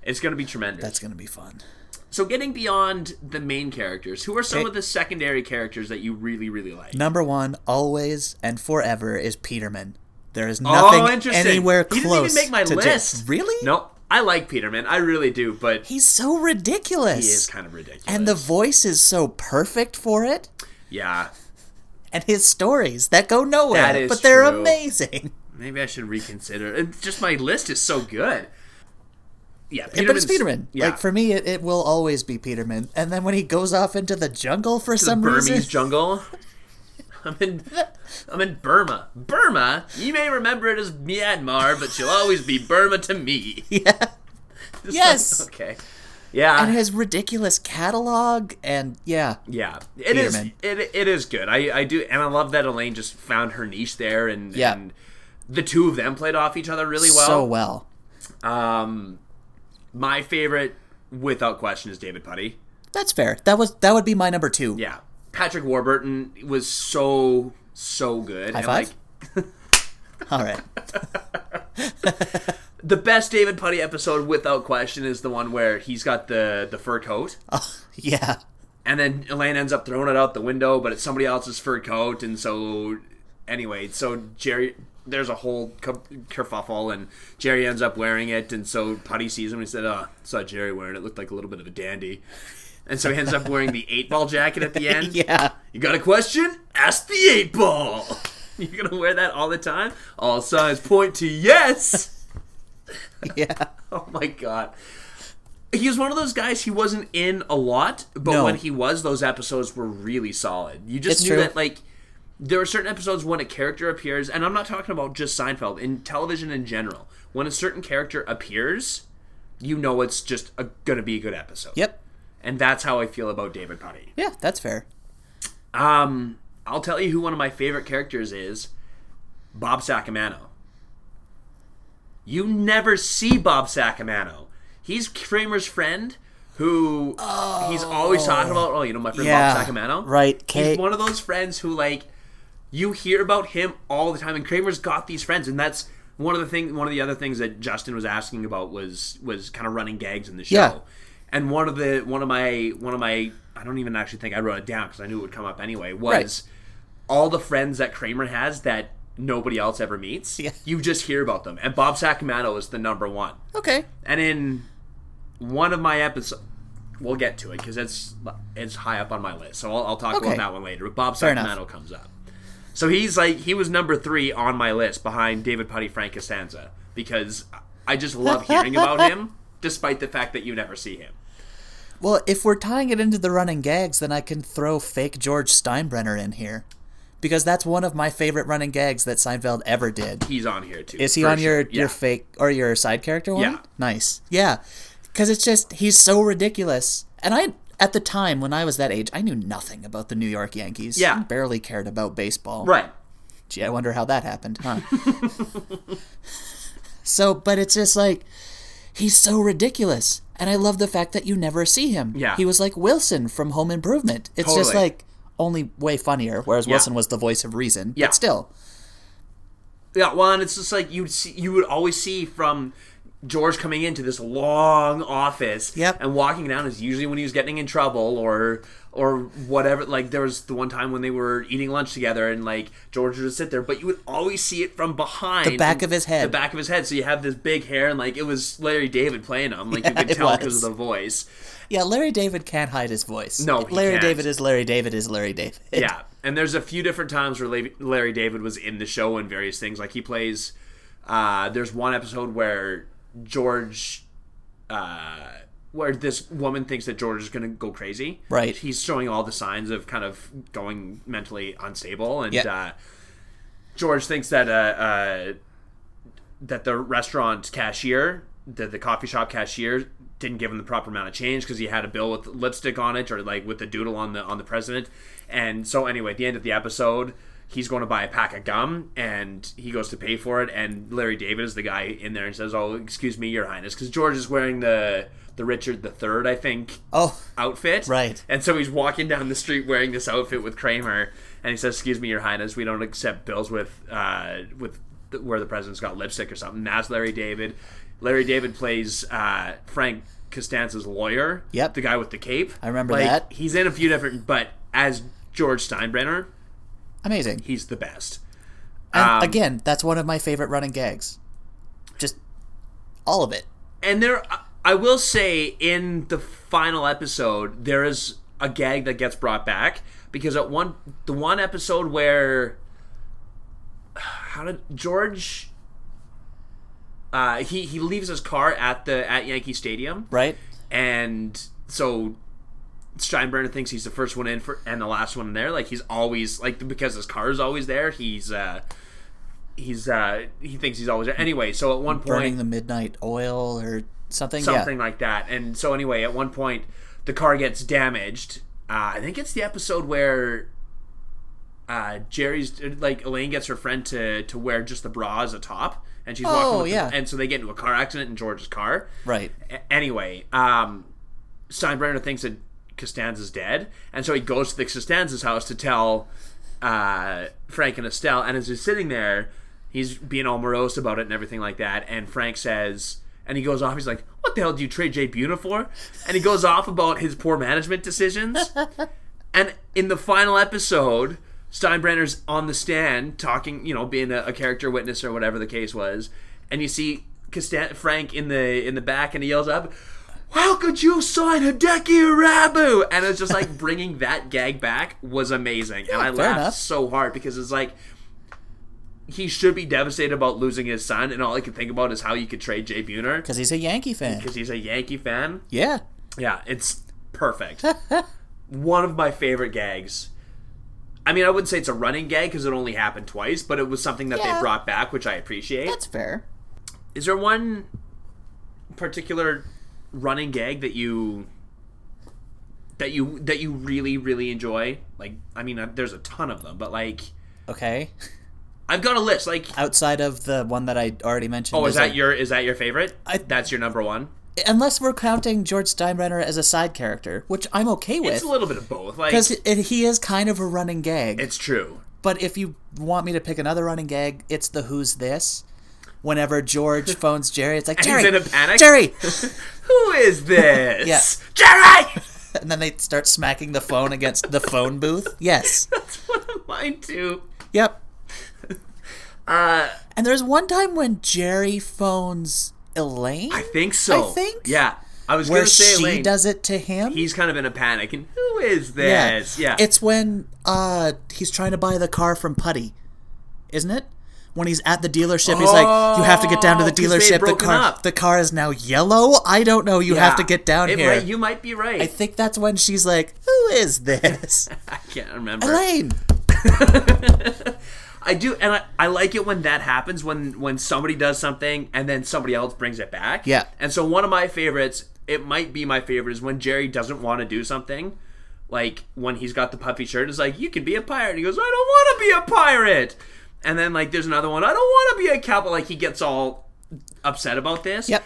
[SPEAKER 2] It's going to be tremendous.
[SPEAKER 1] That's gonna be fun.
[SPEAKER 2] so, getting beyond the main characters, who are some
[SPEAKER 1] Okay.
[SPEAKER 2] of the secondary characters that you really, really like?
[SPEAKER 1] Number one, always and forever is Peterman. There is nothing anywhere
[SPEAKER 2] Oh, he
[SPEAKER 1] close.
[SPEAKER 2] didn't even make my
[SPEAKER 1] to Jer-
[SPEAKER 2] list.
[SPEAKER 1] really?
[SPEAKER 2] No, I like Peterman. I really do, but he
[SPEAKER 1] He's so ridiculous.
[SPEAKER 2] is kind of ridiculous.
[SPEAKER 1] and the voice is so perfect for it.
[SPEAKER 2] yeah,
[SPEAKER 1] And his stories that go nowhere.
[SPEAKER 2] That is
[SPEAKER 1] but they're
[SPEAKER 2] true.
[SPEAKER 1] amazing.
[SPEAKER 2] maybe I should reconsider. It's just my list is so good. Yeah,
[SPEAKER 1] but
[SPEAKER 2] Peterman's-
[SPEAKER 1] it's Peterman.
[SPEAKER 2] Yeah,
[SPEAKER 1] Like for me, it, it will always be Peterman. And then when he goes off into the jungle for
[SPEAKER 2] the
[SPEAKER 1] some
[SPEAKER 2] Burmese
[SPEAKER 1] reason,
[SPEAKER 2] jungle. I'm in, I'm in Burma. Burma. You may remember it as Myanmar, but you'll always be Burma to me.
[SPEAKER 1] yeah,
[SPEAKER 2] Just
[SPEAKER 1] Yes.
[SPEAKER 2] like, okay. Yeah.
[SPEAKER 1] and his ridiculous catalog, and yeah,
[SPEAKER 2] Yeah, it is.
[SPEAKER 1] Peterman.
[SPEAKER 2] It, it is good. I, I do, and I love that Elaine just found her niche there, and
[SPEAKER 1] Yeah.
[SPEAKER 2] and the two of them played off each other really
[SPEAKER 1] so
[SPEAKER 2] well.
[SPEAKER 1] well.
[SPEAKER 2] um, my favorite, without question, is David Putty.
[SPEAKER 1] That's fair. That was that would be my number two.
[SPEAKER 2] Yeah, Patrick Warburton was so so good. and
[SPEAKER 1] five?
[SPEAKER 2] like
[SPEAKER 1] All right.
[SPEAKER 2] the best David Putty episode, without question, is the one where he's got the the fur coat.
[SPEAKER 1] Yeah.
[SPEAKER 2] and then Elaine ends up throwing it out the window, but it's somebody else's fur coat, and so anyway, so Jerry, there's a whole cu- kerfuffle, and Jerry ends up wearing it, and so Putty sees him and he said, "Oh, saw Jerry wearing it, looked like a little bit of a dandy," and so he ends up wearing the eight ball jacket at the end.
[SPEAKER 1] Yeah.
[SPEAKER 2] You got a question? Ask the eight ball. You're gonna wear that all the time. All signs point to yes.
[SPEAKER 1] Yeah.
[SPEAKER 2] Oh my god. He was one of those guys he wasn't in a lot, but
[SPEAKER 1] No.
[SPEAKER 2] when he was, those episodes were really solid. You just
[SPEAKER 1] It's
[SPEAKER 2] knew
[SPEAKER 1] true.
[SPEAKER 2] that like there are certain episodes when a character appears, and I'm not talking about just Seinfeld, in television in general. When a certain character appears, you know it's just a, gonna be a good episode.
[SPEAKER 1] Yep.
[SPEAKER 2] And that's how I feel about David Putty.
[SPEAKER 1] Yeah, that's fair.
[SPEAKER 2] Um, I'll tell you who one of my favorite characters is Bob Sacamano. You never see Bob Sacamano. He's Kramer's friend who he's always talking about. Oh, you know, my friend
[SPEAKER 1] Yeah.
[SPEAKER 2] Bob Sacamano?
[SPEAKER 1] Right.
[SPEAKER 2] He's
[SPEAKER 1] Kate.
[SPEAKER 2] one of those friends who, like, you hear about him all the time, and Kramer's got these friends, and that's. One of the thing, one of the other things that Justin was asking about was was kind of running gags in the show,
[SPEAKER 1] Yeah.
[SPEAKER 2] and one of the one of my one of my I don't even actually think I wrote it down because I knew it would come up anyway was
[SPEAKER 1] Right.
[SPEAKER 2] all the friends that Kramer has that nobody else ever meets.
[SPEAKER 1] Yeah.
[SPEAKER 2] You just hear about them, and Bob Sacramento is the number one.
[SPEAKER 1] Okay.
[SPEAKER 2] And in one of my episodes, we'll get to it because it's it's high up on my list. So I'll, I'll talk
[SPEAKER 1] Okay.
[SPEAKER 2] about that one later. But Bob
[SPEAKER 1] enough.
[SPEAKER 2] Sacramento comes up. So he's like he was number three on my list behind David Putty, Frank Costanza, because I just love hearing about him, despite the fact that you never see him.
[SPEAKER 1] Well, if we're tying it into the running gags, then I can throw fake George Steinbrenner in here. Because that's one of my favorite running gags that Seinfeld ever did.
[SPEAKER 2] He's on here too.
[SPEAKER 1] Is he
[SPEAKER 2] for
[SPEAKER 1] on your,
[SPEAKER 2] sure. Yeah.
[SPEAKER 1] your fake or your side character one?
[SPEAKER 2] Yeah.
[SPEAKER 1] Nice. Yeah. Because it's just, he's so ridiculous. And I, at the time when I was that age, I knew nothing about the New York Yankees.
[SPEAKER 2] Yeah.
[SPEAKER 1] I barely cared about baseball.
[SPEAKER 2] right?
[SPEAKER 1] Gee, I wonder how that happened, huh? so, but it's just like he's so ridiculous, and I love the fact that you never see him.
[SPEAKER 2] Yeah.
[SPEAKER 1] he was like Wilson from Home Improvement. It's just
[SPEAKER 2] Totally.
[SPEAKER 1] like only way funnier. Whereas Wilson was the voice of reason.
[SPEAKER 2] Yeah.
[SPEAKER 1] but still,
[SPEAKER 2] Yeah, well, and it's just like you see, you would always see from George coming into this long office,
[SPEAKER 1] Yep.
[SPEAKER 2] and walking down is usually when he was getting in trouble or or whatever. Like there was the one time when they were eating lunch together, and like George would just sit there, but you would always see it from behind, the
[SPEAKER 1] back of his head.
[SPEAKER 2] the back of his head. So you have this big hair, and like it was Larry David playing him, like you
[SPEAKER 1] Yeah,
[SPEAKER 2] could
[SPEAKER 1] it
[SPEAKER 2] tell
[SPEAKER 1] was.
[SPEAKER 2] because of the voice.
[SPEAKER 1] yeah, Larry David can't hide his voice.
[SPEAKER 2] No, he
[SPEAKER 1] Larry
[SPEAKER 2] can't.
[SPEAKER 1] David is Larry David is Larry David.
[SPEAKER 2] Yeah, and there's a few different times where Larry- Larry David was in the show and various things. Like he plays. Uh, there's one episode where George, uh, where this woman thinks that George is gonna go crazy.
[SPEAKER 1] Right.
[SPEAKER 2] He's showing all the signs of kind of going mentally unstable, and
[SPEAKER 1] Yeah.
[SPEAKER 2] uh, George thinks that uh, uh, that the restaurant cashier, the the coffee shop cashier, didn't give him the proper amount of change because he had a bill with lipstick on it or like with the doodle on the on the president. And so anyway, at the end of the episode, he's going to buy a pack of gum and he goes to pay for it and larry david is the guy in there and says oh excuse me your highness because george is wearing the the richard the third i think
[SPEAKER 1] Oh,
[SPEAKER 2] outfit
[SPEAKER 1] Right.
[SPEAKER 2] and so he's walking down the street wearing this outfit with kramer and he says excuse me your highness we don't accept bills with uh with th- where the president's got lipstick or something that's larry david larry david plays uh frank costanza's lawyer
[SPEAKER 1] Yep.
[SPEAKER 2] the guy with the cape
[SPEAKER 1] I remember
[SPEAKER 2] Like,
[SPEAKER 1] that.
[SPEAKER 2] he's in a few different but as george steinbrenner
[SPEAKER 1] amazing.
[SPEAKER 2] he's the best
[SPEAKER 1] And
[SPEAKER 2] Um,
[SPEAKER 1] again, that's one of my favorite running gags. Just all of it.
[SPEAKER 2] And there, I will say, in the final episode, there is a gag that gets brought back because at one, the one episode where, how did George? Uh, he he leaves his car at the at Yankee Stadium,
[SPEAKER 1] Right?
[SPEAKER 2] and so Steinbrenner thinks he's the first one in for and the last one in there. Like he's always like because his car is always there. He's uh, he's uh, he thinks he's always there. Anyway, so at one point,
[SPEAKER 1] Burning the midnight oil or something.
[SPEAKER 2] something
[SPEAKER 1] Yeah.
[SPEAKER 2] like that. And so anyway, at one point, the car gets damaged. Uh, I think it's the episode where uh, Jerry's like Elaine gets her friend to to wear just the bra as a top, and she's
[SPEAKER 1] Oh,
[SPEAKER 2] walking. with the-
[SPEAKER 1] yeah.
[SPEAKER 2] and so they get into a car accident in George's car.
[SPEAKER 1] Right.
[SPEAKER 2] A- anyway, um, Steinbrenner thinks that Costanza's dead, and so he goes to the Costanza's house to tell uh, Frank and Estelle. And as he's sitting there, he's being all morose about it and everything like that. And Frank says, and he goes off. He's like, "What the hell do you trade Jay Buna for?" And he goes off about his poor management decisions. And in the final episode, Steinbrenner's on the stand talking, you know, being a, a character witness or whatever the case was, and you see Castan- Frank in the in the back, and he yells up, "How could you sign Hideki Rabu?" And it's just like bringing that gag back was amazing, and I
[SPEAKER 1] fair
[SPEAKER 2] laughed
[SPEAKER 1] enough.
[SPEAKER 2] so hard because it's like he should be devastated about losing his son, and all he can think about is how you could trade Jay Buhner
[SPEAKER 1] Because he's a Yankee fan.
[SPEAKER 2] because he's a Yankee fan.
[SPEAKER 1] Yeah.
[SPEAKER 2] Yeah, it's perfect. One of my favorite gags. I mean, I wouldn't say it's a running gag because it only happened twice, but it was something that
[SPEAKER 1] Yeah.
[SPEAKER 2] they brought back, which I appreciate.
[SPEAKER 1] That's fair.
[SPEAKER 2] Is there one particular running gag that you that you that you really really enjoy? Like, I mean, uh, there's a ton of them, but like,
[SPEAKER 1] Okay.
[SPEAKER 2] I've got a list. Like,
[SPEAKER 1] Outside of the one that I already mentioned.
[SPEAKER 2] oh, is
[SPEAKER 1] there's,
[SPEAKER 2] that
[SPEAKER 1] like-
[SPEAKER 2] your is that your favorite?
[SPEAKER 1] I-
[SPEAKER 2] That's your number one.
[SPEAKER 1] Unless we're counting George Steinbrenner as a side character, which I'm okay with.
[SPEAKER 2] It's a little bit of both. Like,
[SPEAKER 1] Because he is kind of a running gag.
[SPEAKER 2] it's true.
[SPEAKER 1] But if you want me to pick another running gag, it's the who's this. Whenever George phones Jerry, it's like Jerry,
[SPEAKER 2] he's in a panic?
[SPEAKER 1] Jerry,
[SPEAKER 2] Who is this? Jerry.
[SPEAKER 1] and then they start smacking the phone against the phone booth. Yes,
[SPEAKER 2] That's one of mine too.
[SPEAKER 1] yep.
[SPEAKER 2] Uh,
[SPEAKER 1] And there's one time when Jerry phones Elaine,
[SPEAKER 2] I think so.
[SPEAKER 1] I think?
[SPEAKER 2] Yeah, I was
[SPEAKER 1] where
[SPEAKER 2] gonna say
[SPEAKER 1] she
[SPEAKER 2] Elaine.
[SPEAKER 1] does it to him.
[SPEAKER 2] He's kind of in a panic, and who is this? Yeah,
[SPEAKER 1] It's when uh he's trying to buy the car from Putty, isn't it? When he's at the dealership, he's like, "You have to get down to the
[SPEAKER 2] Oh, 'cause they
[SPEAKER 1] dealership. The
[SPEAKER 2] had broken
[SPEAKER 1] car,
[SPEAKER 2] up.
[SPEAKER 1] the car is now yellow. I don't know. You have
[SPEAKER 2] Yeah.
[SPEAKER 1] to get down
[SPEAKER 2] It
[SPEAKER 1] here."
[SPEAKER 2] might- you might be right. I,
[SPEAKER 1] I think that's when she's like, "Who is this?"
[SPEAKER 2] can't remember.
[SPEAKER 1] Elaine.
[SPEAKER 2] I do, and I, I like it when that happens when when somebody does something and then somebody else brings it back.
[SPEAKER 1] Yeah.
[SPEAKER 2] And so one of my favorites, it might be my favorite, is when Jerry doesn't want to do something. Like when he's got the puffy shirt, it's like you can be a pirate. He goes, I don't want to be a pirate. And then like there's another one, I don't want to be a cowboy. Like he gets all upset about this.
[SPEAKER 1] Yep.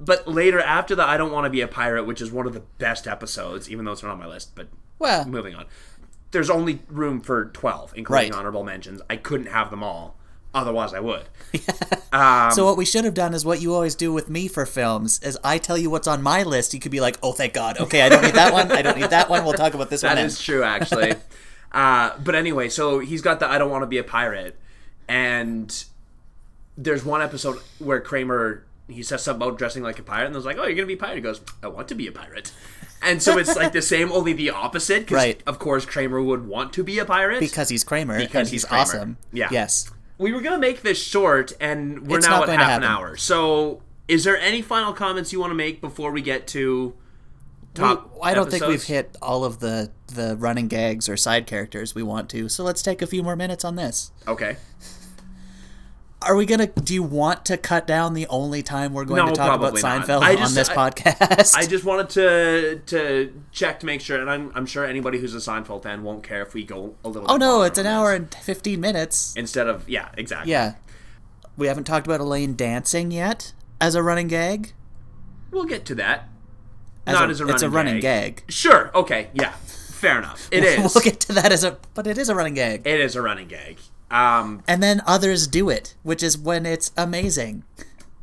[SPEAKER 2] But later after the I don't want to be a pirate, which is one of the best episodes, even though it's not on my list, but
[SPEAKER 1] Well,
[SPEAKER 2] moving on. There's only room for 12, including
[SPEAKER 1] Right.
[SPEAKER 2] honorable mentions. I couldn't have them all. Otherwise, I would. um,
[SPEAKER 1] so what we should have done is what you always do with me for films is I tell you what's on my list. You could be like, "Oh, thank God. Okay, I don't need that one. I don't need that one. We'll talk about this one."
[SPEAKER 2] That
[SPEAKER 1] then."
[SPEAKER 2] is true, actually. uh, but anyway, so he's got the I don't want to be a pirate. And there's one episode where Kramer, he says something about dressing like a pirate. And I was like, oh, you're going to be a pirate. He goes, I want to be a pirate. And so it's like the same, only the opposite. Because,
[SPEAKER 1] Right.
[SPEAKER 2] of course, Kramer would want to be a pirate.
[SPEAKER 1] because he's Kramer and
[SPEAKER 2] Because
[SPEAKER 1] he's,
[SPEAKER 2] he's Kramer.
[SPEAKER 1] awesome.
[SPEAKER 2] Yeah.
[SPEAKER 1] Yes.
[SPEAKER 2] we were gonna make this short, and we're
[SPEAKER 1] It's
[SPEAKER 2] now
[SPEAKER 1] not
[SPEAKER 2] at
[SPEAKER 1] going to
[SPEAKER 2] half an
[SPEAKER 1] happen.
[SPEAKER 2] hour. So, is there any final comments you want to make before we get to top?
[SPEAKER 1] I don't think we've
[SPEAKER 2] episodes?
[SPEAKER 1] hit all of the the running gags or side characters we want to. So let's take a few more minutes on this.
[SPEAKER 2] Okay.
[SPEAKER 1] Are we gonna? Do you want to cut down the only time we're going
[SPEAKER 2] No,
[SPEAKER 1] to talk about
[SPEAKER 2] probably not.
[SPEAKER 1] Seinfeld
[SPEAKER 2] I
[SPEAKER 1] on
[SPEAKER 2] just-
[SPEAKER 1] this
[SPEAKER 2] I-
[SPEAKER 1] podcast?
[SPEAKER 2] I just wanted to to check to make sure, and I'm I'm sure anybody who's a Seinfeld fan won't care if we go a little.
[SPEAKER 1] oh
[SPEAKER 2] bit
[SPEAKER 1] no,
[SPEAKER 2] longer
[SPEAKER 1] it's an
[SPEAKER 2] on
[SPEAKER 1] hour
[SPEAKER 2] this.
[SPEAKER 1] and fifteen minutes.
[SPEAKER 2] instead of yeah, exactly.
[SPEAKER 1] Yeah, we haven't talked about Elaine dancing yet as a running gag.
[SPEAKER 2] we'll get to that.
[SPEAKER 1] As
[SPEAKER 2] Not as a
[SPEAKER 1] it's a
[SPEAKER 2] running
[SPEAKER 1] running gag.
[SPEAKER 2] gag. Sure. Okay. Yeah. Fair enough. It is.
[SPEAKER 1] We'll get to that as a, but it is a running gag.
[SPEAKER 2] It is a running gag. Um.
[SPEAKER 1] And then others do it, which is when it's amazing.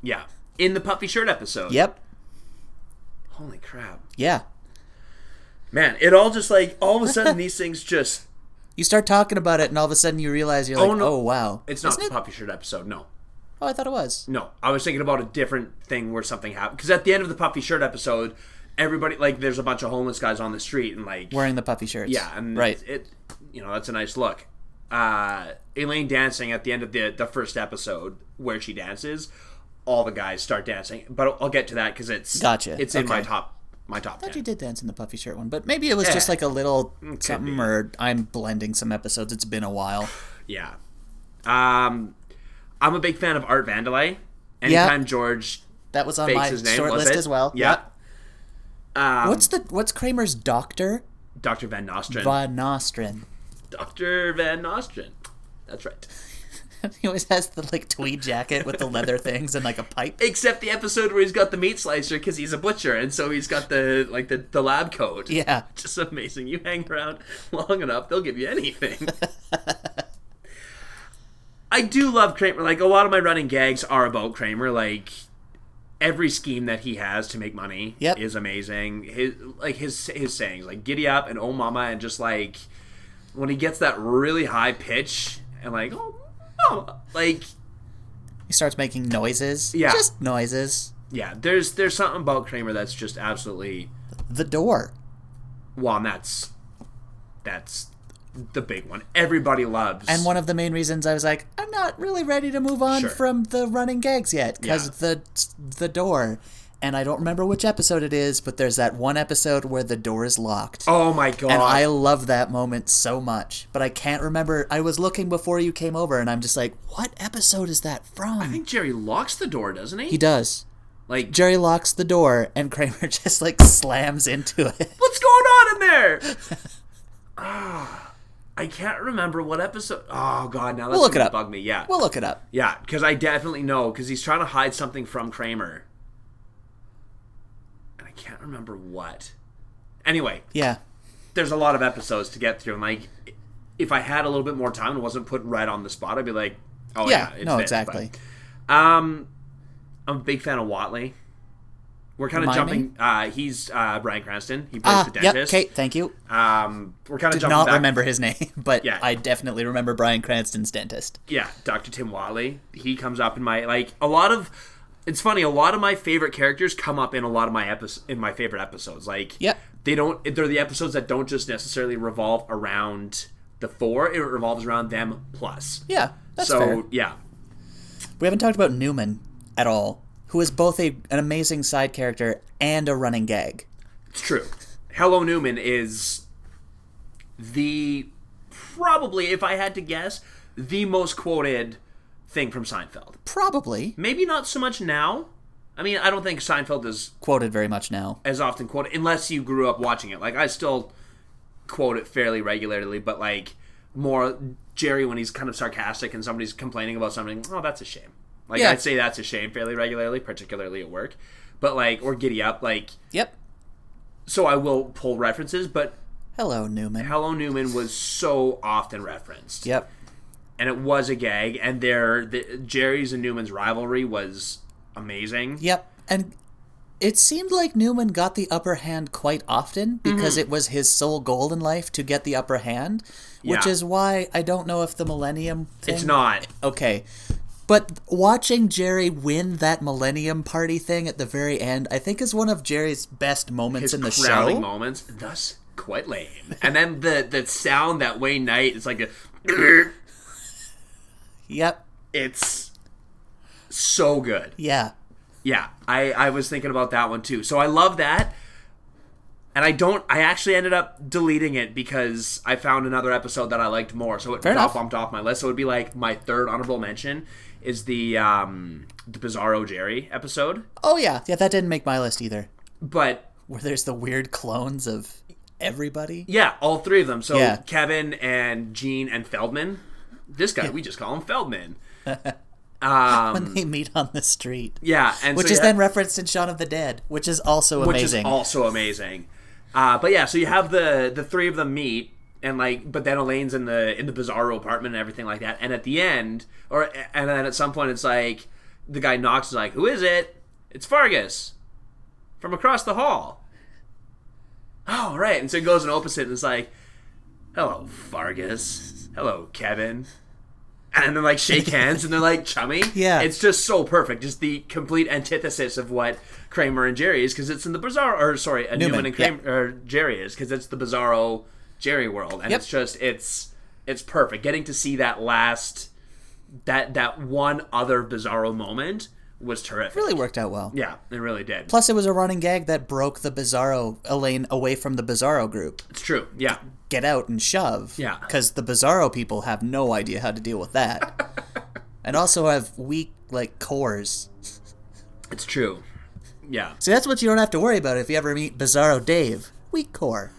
[SPEAKER 2] Yeah. In the puffy shirt episode.
[SPEAKER 1] Yep.
[SPEAKER 2] Holy crap,
[SPEAKER 1] Yeah.
[SPEAKER 2] man! It all just like all of a sudden these things just.
[SPEAKER 1] You start talking about it, and all of a sudden you realize you're like, oh,
[SPEAKER 2] no.
[SPEAKER 1] wow,
[SPEAKER 2] It's not
[SPEAKER 1] Isn't
[SPEAKER 2] the
[SPEAKER 1] it?
[SPEAKER 2] puffy shirt episode. No.
[SPEAKER 1] Oh, I thought it was.
[SPEAKER 2] No, I was thinking about a different thing where something happened. Because at the end of the puffy shirt episode, everybody like there's a bunch of homeless guys on the street and like
[SPEAKER 1] Wearing the puffy shirts.
[SPEAKER 2] yeah, and
[SPEAKER 1] right.
[SPEAKER 2] it, it- you know that's a nice look. Uh, Elaine dancing at the end of the the first episode where she dances, all the guys start dancing. But I'll get to that because it's
[SPEAKER 1] Gotcha.
[SPEAKER 2] It's in my
[SPEAKER 1] Okay.
[SPEAKER 2] top my top
[SPEAKER 1] I thought you
[SPEAKER 2] ten.
[SPEAKER 1] did dance in the puffy shirt one, but maybe it was just
[SPEAKER 2] Yeah.
[SPEAKER 1] like a little something, or I'm blending some episodes. It's been a while.
[SPEAKER 2] Yeah, um, I'm a big fan of Art Vandelay. Anytime George
[SPEAKER 1] That was on
[SPEAKER 2] fakes
[SPEAKER 1] my
[SPEAKER 2] his name,
[SPEAKER 1] short
[SPEAKER 2] was
[SPEAKER 1] list
[SPEAKER 2] it?
[SPEAKER 1] as well.
[SPEAKER 2] Yeah. Um,
[SPEAKER 1] What's the what's Kramer's doctor?
[SPEAKER 2] Dr. Van Nostrand?
[SPEAKER 1] Von Nostrin.
[SPEAKER 2] Dr. Van Nostrand. That's right.
[SPEAKER 1] he always has the like tweed jacket with the leather things and like a pipe.
[SPEAKER 2] Except the episode where he's got the meat slicer because he's a butcher, and so he's got the like the, the lab coat.
[SPEAKER 1] Yeah.
[SPEAKER 2] just amazing. You hang around long enough, they'll give you anything. I do love Kramer. Like a lot of my running gags are about Kramer. Like every scheme that he has to make money
[SPEAKER 1] Yep.
[SPEAKER 2] is amazing. His like his his sayings like "giddy up" and "oh mama" and just like when he gets that really high pitch and like "oh mama," like
[SPEAKER 1] He starts making noises.
[SPEAKER 2] Yeah.
[SPEAKER 1] Just noises.
[SPEAKER 2] yeah. There's there's something about Kramer that's just absolutely
[SPEAKER 1] The door.
[SPEAKER 2] well. And that's that's the big one. Everybody loves
[SPEAKER 1] And one of the main reasons I was like, I'm not really ready to move on
[SPEAKER 2] Sure.
[SPEAKER 1] from the running gags yet because the the door. And I don't remember which episode it is, but there's that one episode where the door is locked.
[SPEAKER 2] Oh my god!
[SPEAKER 1] And I love that moment so much, but I can't remember. I was looking before you came over, and I'm just like, "What episode is that from?"
[SPEAKER 2] I think Jerry locks the door, doesn't he?
[SPEAKER 1] he does.
[SPEAKER 2] like,
[SPEAKER 1] Jerry locks the door, and Kramer just like slams into it.
[SPEAKER 2] what's going on in there? Ah, I can't remember what episode. Oh god, now that's
[SPEAKER 1] look it
[SPEAKER 2] gonna
[SPEAKER 1] up.
[SPEAKER 2] Bug me, yeah,
[SPEAKER 1] We'll look it up.
[SPEAKER 2] yeah, because I definitely know because he's trying to hide something from Kramer, and I can't remember what. Anyway,
[SPEAKER 1] Yeah,
[SPEAKER 2] there's a lot of episodes to get through, and like, if I had a little bit more time and wasn't put right on the spot, I'd be like, oh yeah,
[SPEAKER 1] yeah.
[SPEAKER 2] it's
[SPEAKER 1] no,
[SPEAKER 2] this, but-
[SPEAKER 1] exactly.
[SPEAKER 2] Um, I'm a big fan of Watley. We're kind of
[SPEAKER 1] Remind me?
[SPEAKER 2] jumping. Uh, he's uh, Brian Cranston. He plays
[SPEAKER 1] Ah,
[SPEAKER 2] the
[SPEAKER 1] yep.
[SPEAKER 2] dentist.
[SPEAKER 1] Kate, thank you.
[SPEAKER 2] Um, we're kind of jumping
[SPEAKER 1] Not
[SPEAKER 2] back.
[SPEAKER 1] remember his name, but
[SPEAKER 2] Yeah.
[SPEAKER 1] I definitely remember Brian Cranston's dentist.
[SPEAKER 2] Yeah, Dr. Tim Watley. He comes up in my like a lot of. It's funny. A lot of my favorite characters come up in a lot of my episodes in my favorite episodes. Like,
[SPEAKER 1] Yep.
[SPEAKER 2] they don't. They're the episodes that don't just necessarily revolve around the four. It revolves around them plus.
[SPEAKER 1] Yeah, that's
[SPEAKER 2] so
[SPEAKER 1] fair.
[SPEAKER 2] yeah,
[SPEAKER 1] We haven't talked about Newman at all, who is both a, an amazing side character and a running gag.
[SPEAKER 2] It's true. Hello Newman is the probably, if I had to guess, the most quoted thing from Seinfeld.
[SPEAKER 1] Probably
[SPEAKER 2] Maybe not so much now. I mean, I don't think Seinfeld is
[SPEAKER 1] quoted very much now.
[SPEAKER 2] as often quoted unless you grew up watching it. Like I still quote it fairly regularly, but like more Jerry when he's kind of sarcastic and somebody's complaining about something, oh that's a shame. Like
[SPEAKER 1] Yeah.
[SPEAKER 2] I'd say that's a shame fairly regularly, particularly at work. But like or giddy up, like
[SPEAKER 1] Yep.
[SPEAKER 2] so I will pull references, but
[SPEAKER 1] Hello, Newman.
[SPEAKER 2] Hello Newman was so often referenced,
[SPEAKER 1] Yep.
[SPEAKER 2] and it was a gag. And their the, Jerry's and Newman's rivalry was amazing.
[SPEAKER 1] Yep. And it seemed like Newman got the upper hand quite often
[SPEAKER 2] Mm-hmm.
[SPEAKER 1] because it was his sole goal in life to get the upper hand, which
[SPEAKER 2] Yeah.
[SPEAKER 1] is why I don't know if the Millennium thing.
[SPEAKER 2] It's not
[SPEAKER 1] Okay. But watching Jerry win that Millennium Party thing at the very end, I think is one of Jerry's best moments
[SPEAKER 2] his
[SPEAKER 1] in the
[SPEAKER 2] crowning
[SPEAKER 1] show.
[SPEAKER 2] moments, thus quite lame. and then the the sound that Wayne Knight is like a,
[SPEAKER 1] Yep.
[SPEAKER 2] it's so good.
[SPEAKER 1] Yeah.
[SPEAKER 2] Yeah, I I was thinking about that one too. So I love that. And I don't. I actually ended up deleting it because I found another episode that I liked more, so it got
[SPEAKER 1] enough.
[SPEAKER 2] bumped off my list. So it would be like my third honorable mention is the um, the Bizarro Jerry episode.
[SPEAKER 1] Oh yeah, yeah, that didn't make my list either.
[SPEAKER 2] But
[SPEAKER 1] Where there's the weird clones of everybody.
[SPEAKER 2] yeah, all three of them. So
[SPEAKER 1] Yeah.
[SPEAKER 2] Kevin and Gene and Feldman. This guy, we just call him Feldman.
[SPEAKER 1] when they meet on the street.
[SPEAKER 2] Um, Yeah, and
[SPEAKER 1] Which
[SPEAKER 2] so
[SPEAKER 1] is
[SPEAKER 2] yeah,
[SPEAKER 1] then referenced in Shaun of the Dead, which is also
[SPEAKER 2] which
[SPEAKER 1] amazing.
[SPEAKER 2] is also amazing. Uh, but yeah, so you have the the three of them meet, and like, but then Elaine's in the in the Bizarro apartment and everything like that. And at the end, or and then at some point, it's like the guy knocks, is like, "Who is it?" It's Fargus from across the hall. Oh right, and so he goes and opens it, and it's like, "Hello, Fargus. Hello, Kevin." And then like shake hands, and they're like chummy.
[SPEAKER 1] Yeah.
[SPEAKER 2] it's just so perfect. Just the complete antithesis of what Kramer and Jerry is, because it's in the bizarro. Or sorry, a Newman,
[SPEAKER 1] Newman,
[SPEAKER 2] and Kramer or Jerry is, because it's the bizarro Jerry world, and
[SPEAKER 1] Yep.
[SPEAKER 2] it's just it's it's perfect. Getting to see that last that that one other bizarro moment was terrific.
[SPEAKER 1] really worked out well.
[SPEAKER 2] Yeah, it really did.
[SPEAKER 1] Plus, it was a running gag that broke the Bizarro Elaine away from the Bizarro group.
[SPEAKER 2] it's true. Yeah,
[SPEAKER 1] Get out and shove.
[SPEAKER 2] Yeah.
[SPEAKER 1] Because the Bizarro people have no idea how to deal with that, and also have weak like cores.
[SPEAKER 2] it's true. Yeah,
[SPEAKER 1] See, that's what you don't have to worry about if you ever meet Bizarro Dave. Weak core.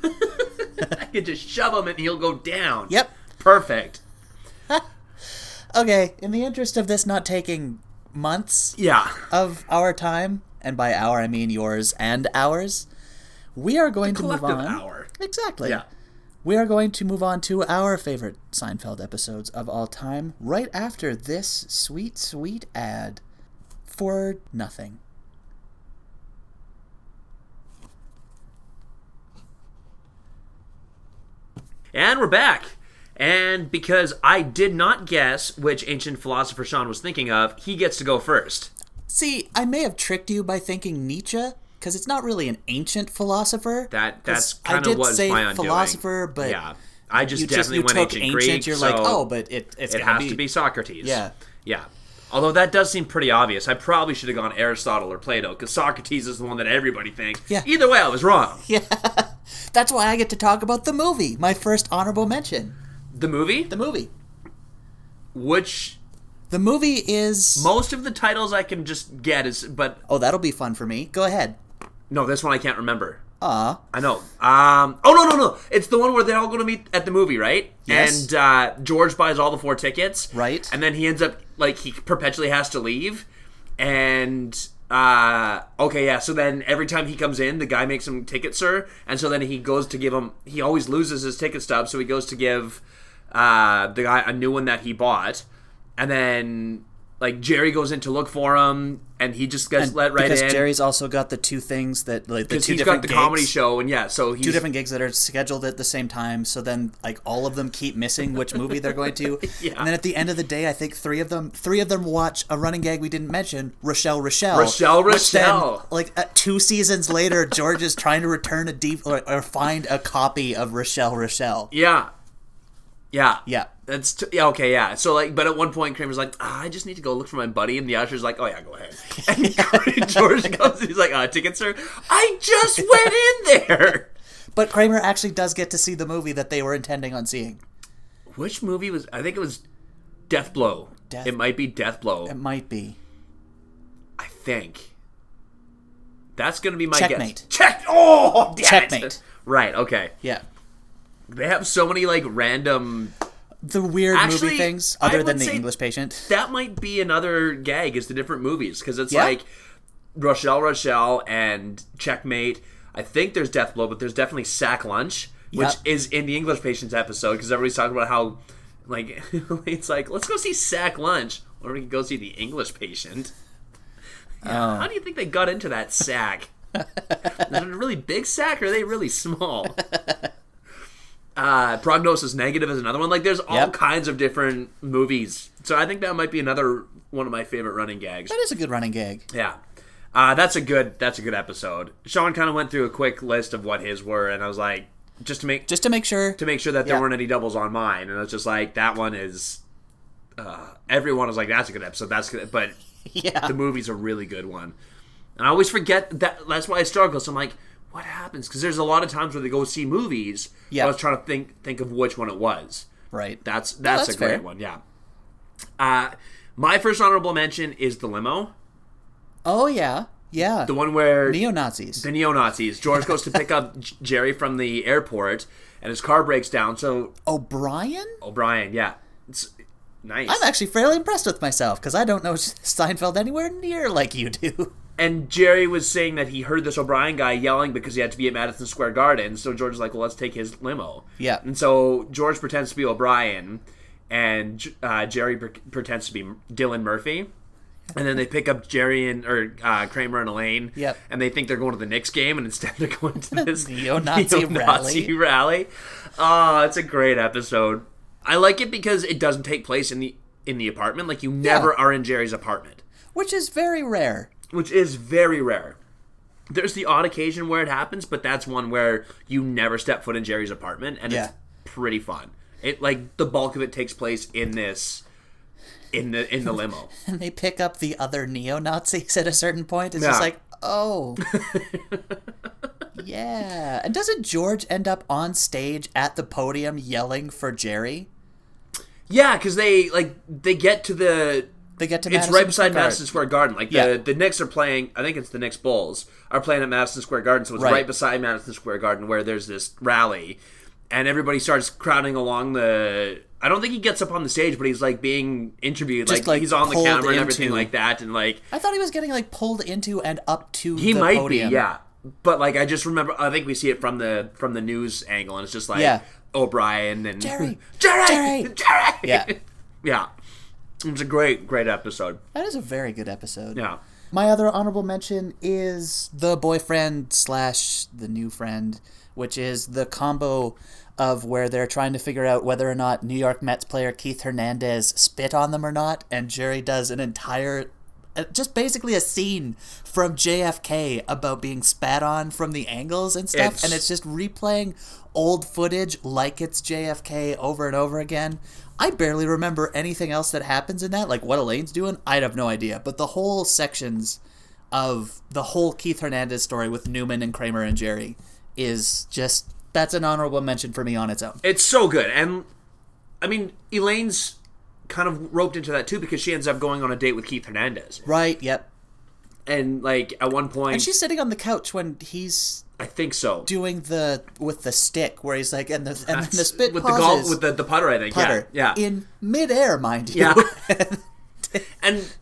[SPEAKER 2] I could just shove him and he'll go down.
[SPEAKER 1] Yep.
[SPEAKER 2] Perfect.
[SPEAKER 1] Okay. In the interest of this not taking months
[SPEAKER 2] Yeah.
[SPEAKER 1] of our time, and by our I mean yours and ours, we are going to move
[SPEAKER 2] Collective
[SPEAKER 1] on.
[SPEAKER 2] hour.
[SPEAKER 1] Exactly.
[SPEAKER 2] Yeah.
[SPEAKER 1] We are going to move on to our favorite Seinfeld episodes of all time right after this sweet, sweet ad for nothing.
[SPEAKER 2] And we're back. And because I did not guess which ancient philosopher Sean was thinking of, he gets to go first.
[SPEAKER 1] See, I may have tricked you by thinking Nietzsche, because it's not really an ancient philosopher.
[SPEAKER 2] That that's
[SPEAKER 1] 'Cause I
[SPEAKER 2] kind of
[SPEAKER 1] did
[SPEAKER 2] was
[SPEAKER 1] say
[SPEAKER 2] my undoing.
[SPEAKER 1] philosopher, but
[SPEAKER 2] yeah, I just
[SPEAKER 1] you just
[SPEAKER 2] definitely
[SPEAKER 1] you
[SPEAKER 2] went
[SPEAKER 1] took
[SPEAKER 2] ancient, Greek.
[SPEAKER 1] You're
[SPEAKER 2] so
[SPEAKER 1] like, oh, but it it's
[SPEAKER 2] it
[SPEAKER 1] gonna
[SPEAKER 2] has to be Socrates.
[SPEAKER 1] Yeah.
[SPEAKER 2] yeah. Although that does seem pretty obvious, I probably should have gone Aristotle or Plato because Socrates is the one that everybody thinks.
[SPEAKER 1] Yeah.
[SPEAKER 2] Either way, I was wrong.
[SPEAKER 1] That's why I get to talk about the movie. My first honorable mention.
[SPEAKER 2] The movie,
[SPEAKER 1] The movie.
[SPEAKER 2] which
[SPEAKER 1] The movie is.
[SPEAKER 2] most of the titles I can just get is, but
[SPEAKER 1] oh, that'll be fun for me. Go ahead.
[SPEAKER 2] no, this one I can't remember.
[SPEAKER 1] Ah,
[SPEAKER 2] I know. Um, oh no, no, no! It's the one where they're all going to meet at the movie, right?
[SPEAKER 1] Yes.
[SPEAKER 2] And uh, George buys all the four tickets,
[SPEAKER 1] Right.
[SPEAKER 2] And then he ends up like he perpetually has to leave. And uh, okay, yeah. So then every time he comes in, the guy makes him ticket, sir. And so then he goes to give him. He always loses his ticket stub, so he goes to give uh, the guy a new one that he bought. And then like Jerry goes in to look for him, and he just gets let right
[SPEAKER 1] because
[SPEAKER 2] in.
[SPEAKER 1] Jerry's also got the two things that like the
[SPEAKER 2] because
[SPEAKER 1] two
[SPEAKER 2] he's
[SPEAKER 1] different
[SPEAKER 2] got the
[SPEAKER 1] gigs,
[SPEAKER 2] comedy show, and yeah, so he's
[SPEAKER 1] two different gigs that are scheduled at the same time. So then like all of them keep missing which movie they're going to.
[SPEAKER 2] Yeah.
[SPEAKER 1] And then at the end of the day, I think three of them three of them watch a running gag we didn't mention, Rochelle Rochelle.
[SPEAKER 2] Rochelle
[SPEAKER 1] which then,
[SPEAKER 2] Rochelle.
[SPEAKER 1] like uh, two seasons later, George is trying to return a deep or, or find a copy of Rochelle Rochelle.
[SPEAKER 2] Yeah. Yeah.
[SPEAKER 1] Yeah.
[SPEAKER 2] That's t- yeah, okay, yeah. So like, but at one point, Kramer's like, ah, I just need to go look for my buddy, and the usher's like, Oh yeah, go ahead. And George comes, and he's like, uh, ticket, sir. I just went in there.
[SPEAKER 1] But Kramer actually does get to see the movie that they were intending on seeing.
[SPEAKER 2] Which movie was? I think it was Death Blow.
[SPEAKER 1] Death-
[SPEAKER 2] It might be Death Blow.
[SPEAKER 1] It might be.
[SPEAKER 2] I think. That's gonna be my
[SPEAKER 1] Checkmate.
[SPEAKER 2] guess. Check. Oh, damn it.
[SPEAKER 1] Checkmate.
[SPEAKER 2] Right. Okay.
[SPEAKER 1] Yeah.
[SPEAKER 2] They have so many like random
[SPEAKER 1] The weird
[SPEAKER 2] Actually,
[SPEAKER 1] movie things
[SPEAKER 2] I
[SPEAKER 1] other
[SPEAKER 2] would
[SPEAKER 1] than the
[SPEAKER 2] say-
[SPEAKER 1] English patient.
[SPEAKER 2] that might be another gag is the different movies because it's
[SPEAKER 1] Yeah.
[SPEAKER 2] like Rochelle Rochelle and Checkmate. I think there's Death Blow, but there's definitely Sack Lunch, which
[SPEAKER 1] Yep.
[SPEAKER 2] is in the English Patients episode because everybody's talking about how like it's like let's go see Sack Lunch or we can go see the English Patient. Yeah, How do you think they got into that sack? is it a really big sack or are they really small? Uh, prognosis negative is another one. Like there's all
[SPEAKER 1] Yep.
[SPEAKER 2] kinds of different movies. So I think that might be another one of my favorite running gags.
[SPEAKER 1] That is a good running gag.
[SPEAKER 2] Yeah. Uh, that's a good that's a good episode. Sean kind of went through a quick list of what his were and I was like just to make
[SPEAKER 1] Just to make sure.
[SPEAKER 2] to make sure that there
[SPEAKER 1] Yeah.
[SPEAKER 2] weren't any doubles on mine and I was just like that one is uh, everyone was like that's a good episode. That's good but
[SPEAKER 1] yeah.
[SPEAKER 2] the movie's a really good one. And I always forget that. That's why I struggle. So I'm like, what happens? Because there's a lot of times where they go see movies.
[SPEAKER 1] Yeah.
[SPEAKER 2] I was trying to think think of which one it was.
[SPEAKER 1] right.
[SPEAKER 2] That's that's,
[SPEAKER 1] that's
[SPEAKER 2] a great
[SPEAKER 1] fair.
[SPEAKER 2] one. Yeah. Uh, My first honorable mention is the limo,
[SPEAKER 1] Oh yeah, yeah.
[SPEAKER 2] the one where
[SPEAKER 1] Neo Nazis.
[SPEAKER 2] the neo Nazis. George goes to pick up J- Jerry from the airport, and his car breaks down. So
[SPEAKER 1] Oh, O'Brien.
[SPEAKER 2] O'Brien, yeah, it's nice.
[SPEAKER 1] I'm actually fairly impressed with myself because I don't know Steinfeld anywhere near like you do.
[SPEAKER 2] and Jerry was saying that he heard this O'Brien guy yelling because he had to be at Madison Square Garden. So George is like, "Well, let's take his limo."
[SPEAKER 1] Yeah.
[SPEAKER 2] And so George pretends to be O'Brien, and uh, Jerry pre- pretends to be Dylan Murphy. And then they pick up Jerry and or uh, Kramer and Elaine.
[SPEAKER 1] Yep.
[SPEAKER 2] And they think they're going to the Knicks game, and instead they're going to this
[SPEAKER 1] Neo-Nazi
[SPEAKER 2] neo-Nazi rally. Ah, it's a great episode. I like it because it doesn't take place in the in the apartment. Like you never are in Jerry's apartment
[SPEAKER 1] which is very rare.
[SPEAKER 2] which is very rare. There's the odd occasion where it happens, but that's one where you never step foot in Jerry's apartment, and
[SPEAKER 1] Yeah.
[SPEAKER 2] it's pretty fun. It like the bulk of it takes place in this, in the in the limo.
[SPEAKER 1] And they pick up the other neo Nazis at a certain point. It's
[SPEAKER 2] Yeah.
[SPEAKER 1] just like, oh. yeah. And doesn't George end up on stage at the podium yelling for Jerry?
[SPEAKER 2] yeah, because they like they get to the.
[SPEAKER 1] They get to
[SPEAKER 2] It's
[SPEAKER 1] Madison
[SPEAKER 2] right beside
[SPEAKER 1] Square Garden.
[SPEAKER 2] Madison Square Garden. Like
[SPEAKER 1] Yeah.
[SPEAKER 2] the the Knicks are playing. I think it's the Knicks Bulls are playing at Madison Square Garden. So it's
[SPEAKER 1] Right.
[SPEAKER 2] right, beside Madison Square Garden where there's this rally, and everybody starts crowding along the. I don't think he gets up on the stage, but he's like being interviewed.
[SPEAKER 1] Just,
[SPEAKER 2] like,
[SPEAKER 1] like,
[SPEAKER 2] he's on the
[SPEAKER 1] pulled
[SPEAKER 2] camera and
[SPEAKER 1] into-
[SPEAKER 2] everything like that, and like
[SPEAKER 1] I thought he was getting like pulled into and up to
[SPEAKER 2] he
[SPEAKER 1] the
[SPEAKER 2] might
[SPEAKER 1] podium.
[SPEAKER 2] be, yeah. But like I just remember, I think we see it from the from the news angle, and it's just like
[SPEAKER 1] Yeah.
[SPEAKER 2] O'Brien and
[SPEAKER 1] Jerry!
[SPEAKER 2] Jerry,
[SPEAKER 1] Jerry!
[SPEAKER 2] Jerry,
[SPEAKER 1] Yeah.
[SPEAKER 2] yeah. It's a great, great episode.
[SPEAKER 1] That is a very good episode.
[SPEAKER 2] Yeah.
[SPEAKER 1] My other honorable mention is the boyfriend slash the new friend, which is the combo of where they're trying to figure out whether or not New York Mets player Keith Hernandez spit on them or not, and Jerry does an entire, uh, just basically a scene from JFK about being spat on from the angles and stuff,
[SPEAKER 2] It's-
[SPEAKER 1] and it's just replaying old footage like it's JFK over and over again. I barely remember anything else that happens in that, like what Elaine's doing. I'd have no idea. But the whole sections of the whole Keith Hernandez story with Newman and Kramer and Jerry is just that's an honorable mention for me on its own.
[SPEAKER 2] It's so good. And I mean, Elaine's kind of roped into that too because she ends up going on a date with Keith Hernandez.
[SPEAKER 1] Right? Yep.
[SPEAKER 2] And like at one point,
[SPEAKER 1] And she's sitting on the couch when he's
[SPEAKER 2] I think so.
[SPEAKER 1] doing the with the stick, where he's like, and the and then the
[SPEAKER 2] That's-
[SPEAKER 1] spit
[SPEAKER 2] with the
[SPEAKER 1] pauses.
[SPEAKER 2] golf with the, the putter, I think.
[SPEAKER 1] putter
[SPEAKER 2] Yeah. Yeah.
[SPEAKER 1] in midair, mind you.
[SPEAKER 2] Yeah. and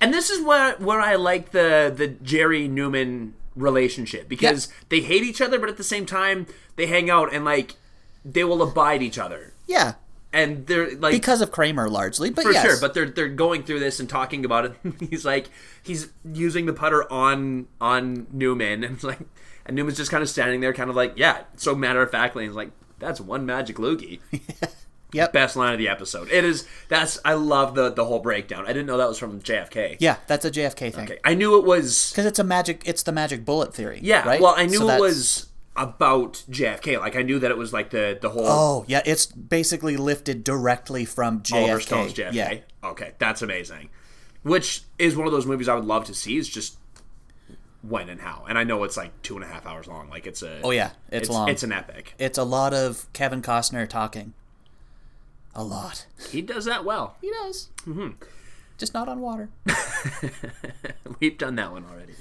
[SPEAKER 2] and this is where where I like the the Jerry Newman relationship because they hate each other, but at the same time they hang out and like they will abide each other.
[SPEAKER 1] yeah.
[SPEAKER 2] And they're like
[SPEAKER 1] Because of Kramer, largely, but
[SPEAKER 2] for
[SPEAKER 1] yes.
[SPEAKER 2] sure. But they're they're going through this and talking about it. he's like he's using the putter on on Newman, and it's like and Newman's just kind of standing there, kind of like yeah, so matter of factly. And he's like, that's one magic loogie.
[SPEAKER 1] Yep.
[SPEAKER 2] Best line of the episode. It is. That's. I love the the whole breakdown. I didn't know that was from JFK.
[SPEAKER 1] yeah, that's a JFK thing.
[SPEAKER 2] Okay. I knew it was.
[SPEAKER 1] Because it's a magic, it's the magic bullet theory.
[SPEAKER 2] Yeah.
[SPEAKER 1] right?
[SPEAKER 2] Well, I knew
[SPEAKER 1] So
[SPEAKER 2] it
[SPEAKER 1] that's-
[SPEAKER 2] was about JFK. Like I knew that it was like the the whole
[SPEAKER 1] Oh yeah, it's basically lifted directly from JFK.
[SPEAKER 2] Oliver Stone's JFK.
[SPEAKER 1] Yeah,
[SPEAKER 2] Okay, that's amazing. Which is one of those movies I would love to see. Is just when and how. And I know it's like two and a half hours long. Like it's a.
[SPEAKER 1] Oh yeah, it's, long.
[SPEAKER 2] It's an epic.
[SPEAKER 1] It's a lot of Kevin Costner talking. A lot.
[SPEAKER 2] He does that well.
[SPEAKER 1] He does. Mm-hmm. Just not on water.
[SPEAKER 2] We've done that one already.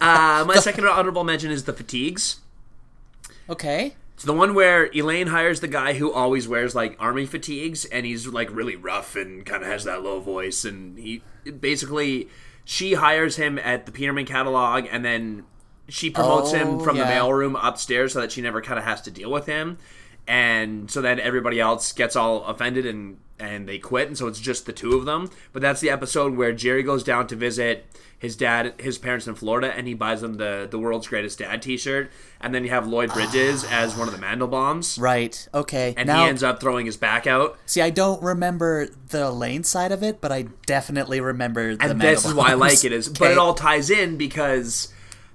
[SPEAKER 2] Uh, my second honorable mention is the fatigues.
[SPEAKER 1] Okay.
[SPEAKER 2] It's the one where Elaine hires the guy who always wears like army fatigues, and he's like really rough and kind of has that low voice. And he basically she hires him at the Peterman catalog, and then she promotes him
[SPEAKER 1] Oh,
[SPEAKER 2] from
[SPEAKER 1] yeah.
[SPEAKER 2] the mailroom upstairs so that she never kind of has to deal with him. And so then everybody else gets all offended and and they quit, and so it's just the two of them. But that's the episode where Jerry goes down to visit his dad, his parents in Florida, and he buys them the the world's greatest dad T-shirt. And then you have Lloyd Bridges as one of the Mandelbaums,
[SPEAKER 1] Right. Okay.
[SPEAKER 2] and
[SPEAKER 1] now,
[SPEAKER 2] he ends up throwing his back out.
[SPEAKER 1] see, I don't remember the Lane side of it, but I definitely remember the.
[SPEAKER 2] and this is why I like it is, but
[SPEAKER 1] Okay.
[SPEAKER 2] it all ties in because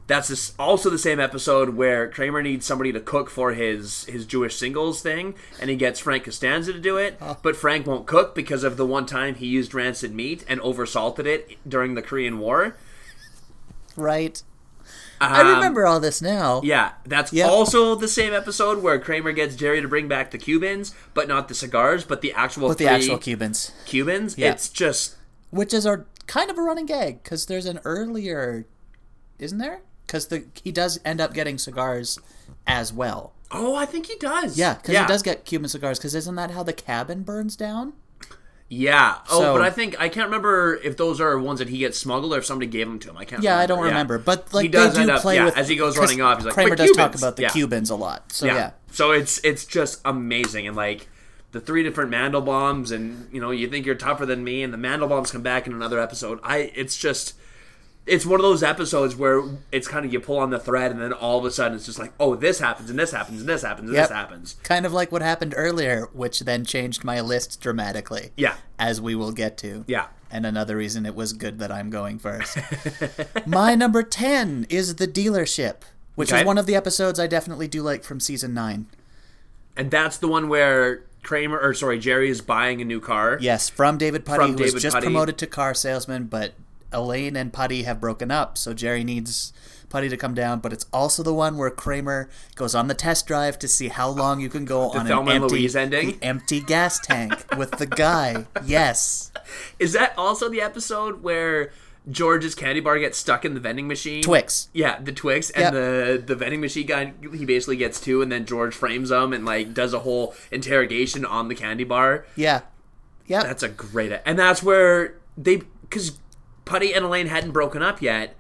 [SPEAKER 2] that's this, also the same episode where Kramer needs somebody to cook for his his Jewish singles thing, and he gets Frank Costanza to do it, but Frank won't cook because of the one time he used rancid meat and oversalted it during the Korean War.
[SPEAKER 1] right. I remember all this now.
[SPEAKER 2] Um, Yeah, that's
[SPEAKER 1] Yeah.
[SPEAKER 2] also the same episode where Kramer gets Jerry to bring back the Cubans, but not the cigars, but the actual
[SPEAKER 1] With the
[SPEAKER 2] three
[SPEAKER 1] actual Cubans.
[SPEAKER 2] Cubans. It's just
[SPEAKER 1] which is our kind of a running gag because there's an earlier, isn't there? Because the he does end up getting cigars as well.
[SPEAKER 2] Oh, I think he does.
[SPEAKER 1] Yeah, because he does get Cuban cigars. Because isn't that how the cabin burns down?
[SPEAKER 2] Yeah. Oh,
[SPEAKER 1] So-
[SPEAKER 2] but I think I can't remember if those are ones that he gets smuggled or if somebody gave them to him. I can't.
[SPEAKER 1] Yeah,
[SPEAKER 2] remember.
[SPEAKER 1] I don't remember, but like
[SPEAKER 2] he does
[SPEAKER 1] they do
[SPEAKER 2] end up,
[SPEAKER 1] play
[SPEAKER 2] yeah,
[SPEAKER 1] with
[SPEAKER 2] as he goes
[SPEAKER 1] 'cause
[SPEAKER 2] running off. He's like
[SPEAKER 1] Kramer
[SPEAKER 2] "We're
[SPEAKER 1] does talk
[SPEAKER 2] Cubans."
[SPEAKER 1] about the
[SPEAKER 2] yeah.
[SPEAKER 1] Cubans a lot. So
[SPEAKER 2] Yeah.
[SPEAKER 1] yeah.
[SPEAKER 2] So it's it's just amazing and like the three different Mandelbaums and you know you think you're tougher than me and the Mandelbaums come back in another episode. I it's just it's one of those episodes where it's kind of you pull on the thread and then all of a sudden it's just like oh this happens and this happens and this happens and
[SPEAKER 1] Yep.
[SPEAKER 2] this happens.
[SPEAKER 1] Kind of like what happened earlier, which then changed my list dramatically.
[SPEAKER 2] Yeah.
[SPEAKER 1] As we will get to.
[SPEAKER 2] Yeah.
[SPEAKER 1] And another reason it was good that I'm going first. my number 10 is The Dealership, which
[SPEAKER 2] Okay.
[SPEAKER 1] is one of the episodes I definitely do like from season 9.
[SPEAKER 2] And that's the one where Kramer or sorry Jerry is buying a new car.
[SPEAKER 1] Yes, from David Putty,
[SPEAKER 2] From
[SPEAKER 1] who was
[SPEAKER 2] David
[SPEAKER 1] just
[SPEAKER 2] Putty.
[SPEAKER 1] promoted to car salesman, but Elaine and Putty have broken up, so Jerry needs Putty to come down. But it's also the one where Kramer goes on the test drive to see how long you can go on an
[SPEAKER 2] Thelma and
[SPEAKER 1] empty,
[SPEAKER 2] Louise ending?
[SPEAKER 1] the empty gas tank with the guy. Yes,
[SPEAKER 2] Is that also the episode where George's candy bar gets stuck in the vending machine?
[SPEAKER 1] Twix.
[SPEAKER 2] Yeah, the Twix
[SPEAKER 1] Yep.
[SPEAKER 2] and the the vending machine guy. He basically gets two, and then George frames him and like does a whole interrogation on the candy bar.
[SPEAKER 1] Yeah, yeah.
[SPEAKER 2] That's a great, e, and that's where they because Putty and Elaine hadn't broken up yet.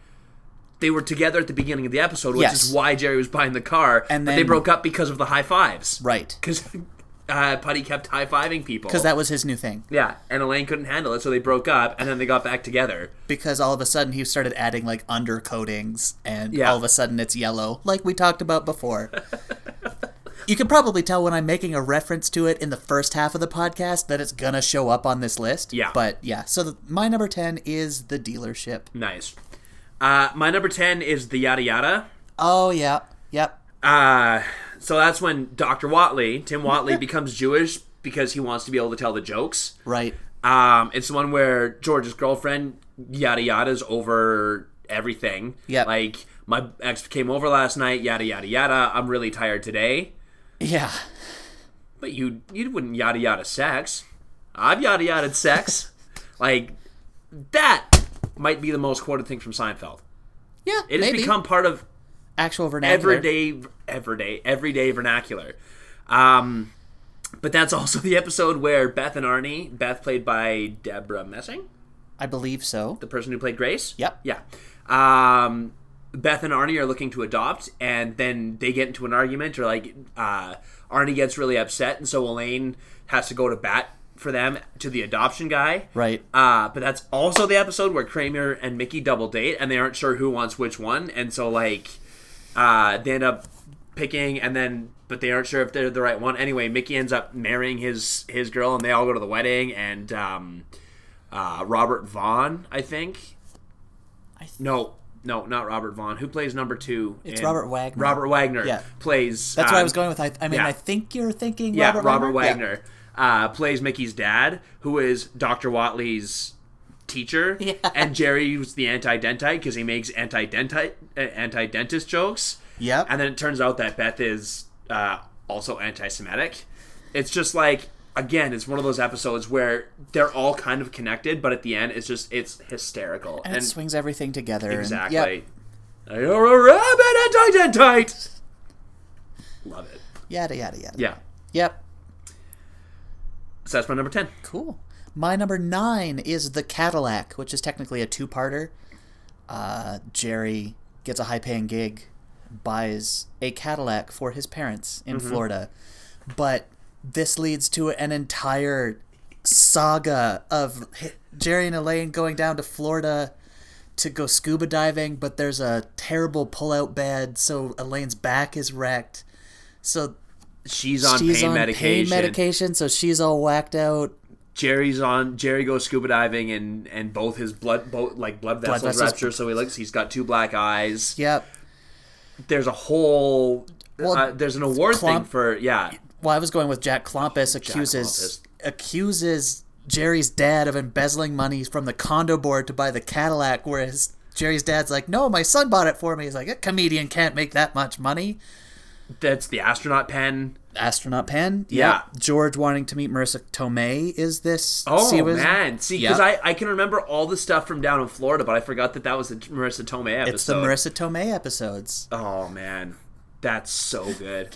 [SPEAKER 2] They were together at the beginning of the episode, which
[SPEAKER 1] Yes.
[SPEAKER 2] is why Jerry was buying the car,
[SPEAKER 1] And
[SPEAKER 2] but they
[SPEAKER 1] then-
[SPEAKER 2] broke up because of the high fives,
[SPEAKER 1] right.
[SPEAKER 2] Because uh, Putty kept high fiving people.
[SPEAKER 1] Because that was his new thing.
[SPEAKER 2] yeah, and Elaine couldn't handle it, so they broke up, and then they got back together.
[SPEAKER 1] Because all of a sudden he started adding like undercoatings, and
[SPEAKER 2] Yeah.
[SPEAKER 1] all of a sudden it's yellow, like we talked about before. you can probably tell when I'm making a reference to it in the first half of the podcast that it's gonna show up on this list.
[SPEAKER 2] Yeah.
[SPEAKER 1] But yeah, so the, my number ten is the dealership.
[SPEAKER 2] Nice. Uh, my number 10 is the yada yada.
[SPEAKER 1] Oh yeah, yep.
[SPEAKER 2] Uh, so that's when Dr. Watley, Tim Watley, becomes Jewish because he wants to be able to tell the jokes.
[SPEAKER 1] Right.
[SPEAKER 2] Um, it's the one where George's girlfriend yada yada's over everything.
[SPEAKER 1] Yep.
[SPEAKER 2] Like, my ex came over last night, yada yada yada. I'm really tired today.
[SPEAKER 1] Yeah.
[SPEAKER 2] But you you wouldn't yada yada sex. I've yada yada sex. like, that might be the most quoted thing from Seinfeld.
[SPEAKER 1] Yeah.
[SPEAKER 2] It has
[SPEAKER 1] maybe.
[SPEAKER 2] become part of
[SPEAKER 1] actual vernacular.
[SPEAKER 2] everyday everyday everyday vernacular um but that's also the episode where beth and arnie beth played by deborah messing
[SPEAKER 1] I believe so.
[SPEAKER 2] the person who played grace
[SPEAKER 1] Yep.
[SPEAKER 2] yeah um beth and arnie are looking to adopt and then they get into an argument or like uh arnie gets really upset and so elaine has to go to bat for them to the adoption guy
[SPEAKER 1] Right.
[SPEAKER 2] uh, but that's also the episode where Kramer and Mickey double date, and they aren't sure who wants which one, and so like, uh, they end up picking, and then but they aren't sure if they're the right one. Anyway, Mickey ends up marrying his his girl, and they all go to the wedding, and um, uh, Robert Vaughn, I think.
[SPEAKER 1] I th-
[SPEAKER 2] no, no, not Robert Vaughn. Who plays number two?
[SPEAKER 1] It's
[SPEAKER 2] in-
[SPEAKER 1] Robert Wagner.
[SPEAKER 2] Robert Wagner
[SPEAKER 1] Yeah.
[SPEAKER 2] plays.
[SPEAKER 1] That's what I
[SPEAKER 2] um,
[SPEAKER 1] was going with. I, I mean,
[SPEAKER 2] yeah.
[SPEAKER 1] I think you're thinking
[SPEAKER 2] yeah,
[SPEAKER 1] Robert,
[SPEAKER 2] Robert,
[SPEAKER 1] Yeah.
[SPEAKER 2] Wagner uh, plays Mickey's dad, who is Dr. Watley's teacher,
[SPEAKER 1] Yeah.
[SPEAKER 2] and Jerry was the anti-dentite because he makes anti-dentite uh, anti-dentist jokes.
[SPEAKER 1] Yep.
[SPEAKER 2] And then it turns out that Beth is uh, also anti-Semitic. It's just like again, it's one of those episodes where they're all kind of connected, but at the end, it's just it's hysterical
[SPEAKER 1] And, it swings everything together. and-
[SPEAKER 2] exactly.
[SPEAKER 1] yep.
[SPEAKER 2] You're a rabid anti-dentite. Love it.
[SPEAKER 1] Yada yada yada.
[SPEAKER 2] Yeah.
[SPEAKER 1] Yep.
[SPEAKER 2] So that's my number ten.
[SPEAKER 1] Cool. My number nine is the Cadillac, which is technically a two-parter. Uh, Jerry gets a high-paying gig, buys a Cadillac for his parents
[SPEAKER 2] Mm-hmm.
[SPEAKER 1] in Florida, but this leads to an entire saga of hi- Jerry and Elaine going down to Florida to go scuba diving, but there's a terrible pull-out bed, so Elaine's back is wrecked. So
[SPEAKER 2] She's on
[SPEAKER 1] she's
[SPEAKER 2] pain
[SPEAKER 1] on pain
[SPEAKER 2] medication.
[SPEAKER 1] medication, so she's all whacked out.
[SPEAKER 2] Jerry's on. Jerry goes scuba diving, and and both his blood, both like blood vessels,
[SPEAKER 1] vessels-
[SPEAKER 2] rupture. So he looks. He's got two black eyes.
[SPEAKER 1] Yep.
[SPEAKER 2] There's a whole.
[SPEAKER 1] Well,
[SPEAKER 2] uh, there's an award thing
[SPEAKER 1] Clump-
[SPEAKER 2] for yeah.
[SPEAKER 1] Well, I was going with Jack Klompus accuses accuses Jerry's dad of embezzling money from the condo board to buy the Cadillac, whereas Jerry's dad's like, "No, my son bought it for me." He's like, "A comedian can't make that much money."
[SPEAKER 2] That's the astronaut pen.
[SPEAKER 1] astronaut Pan.
[SPEAKER 2] Yeah.
[SPEAKER 1] Yep. George wanting to meet Marissa Tomei is this.
[SPEAKER 2] Oh
[SPEAKER 1] she was-
[SPEAKER 2] man, see,
[SPEAKER 1] Yeah.
[SPEAKER 2] because I, I can remember all the stuff from down in Florida, but I forgot that that was the Marissa Tomei episode.
[SPEAKER 1] It's the Marissa Tomei episodes.
[SPEAKER 2] oh man, that's so good.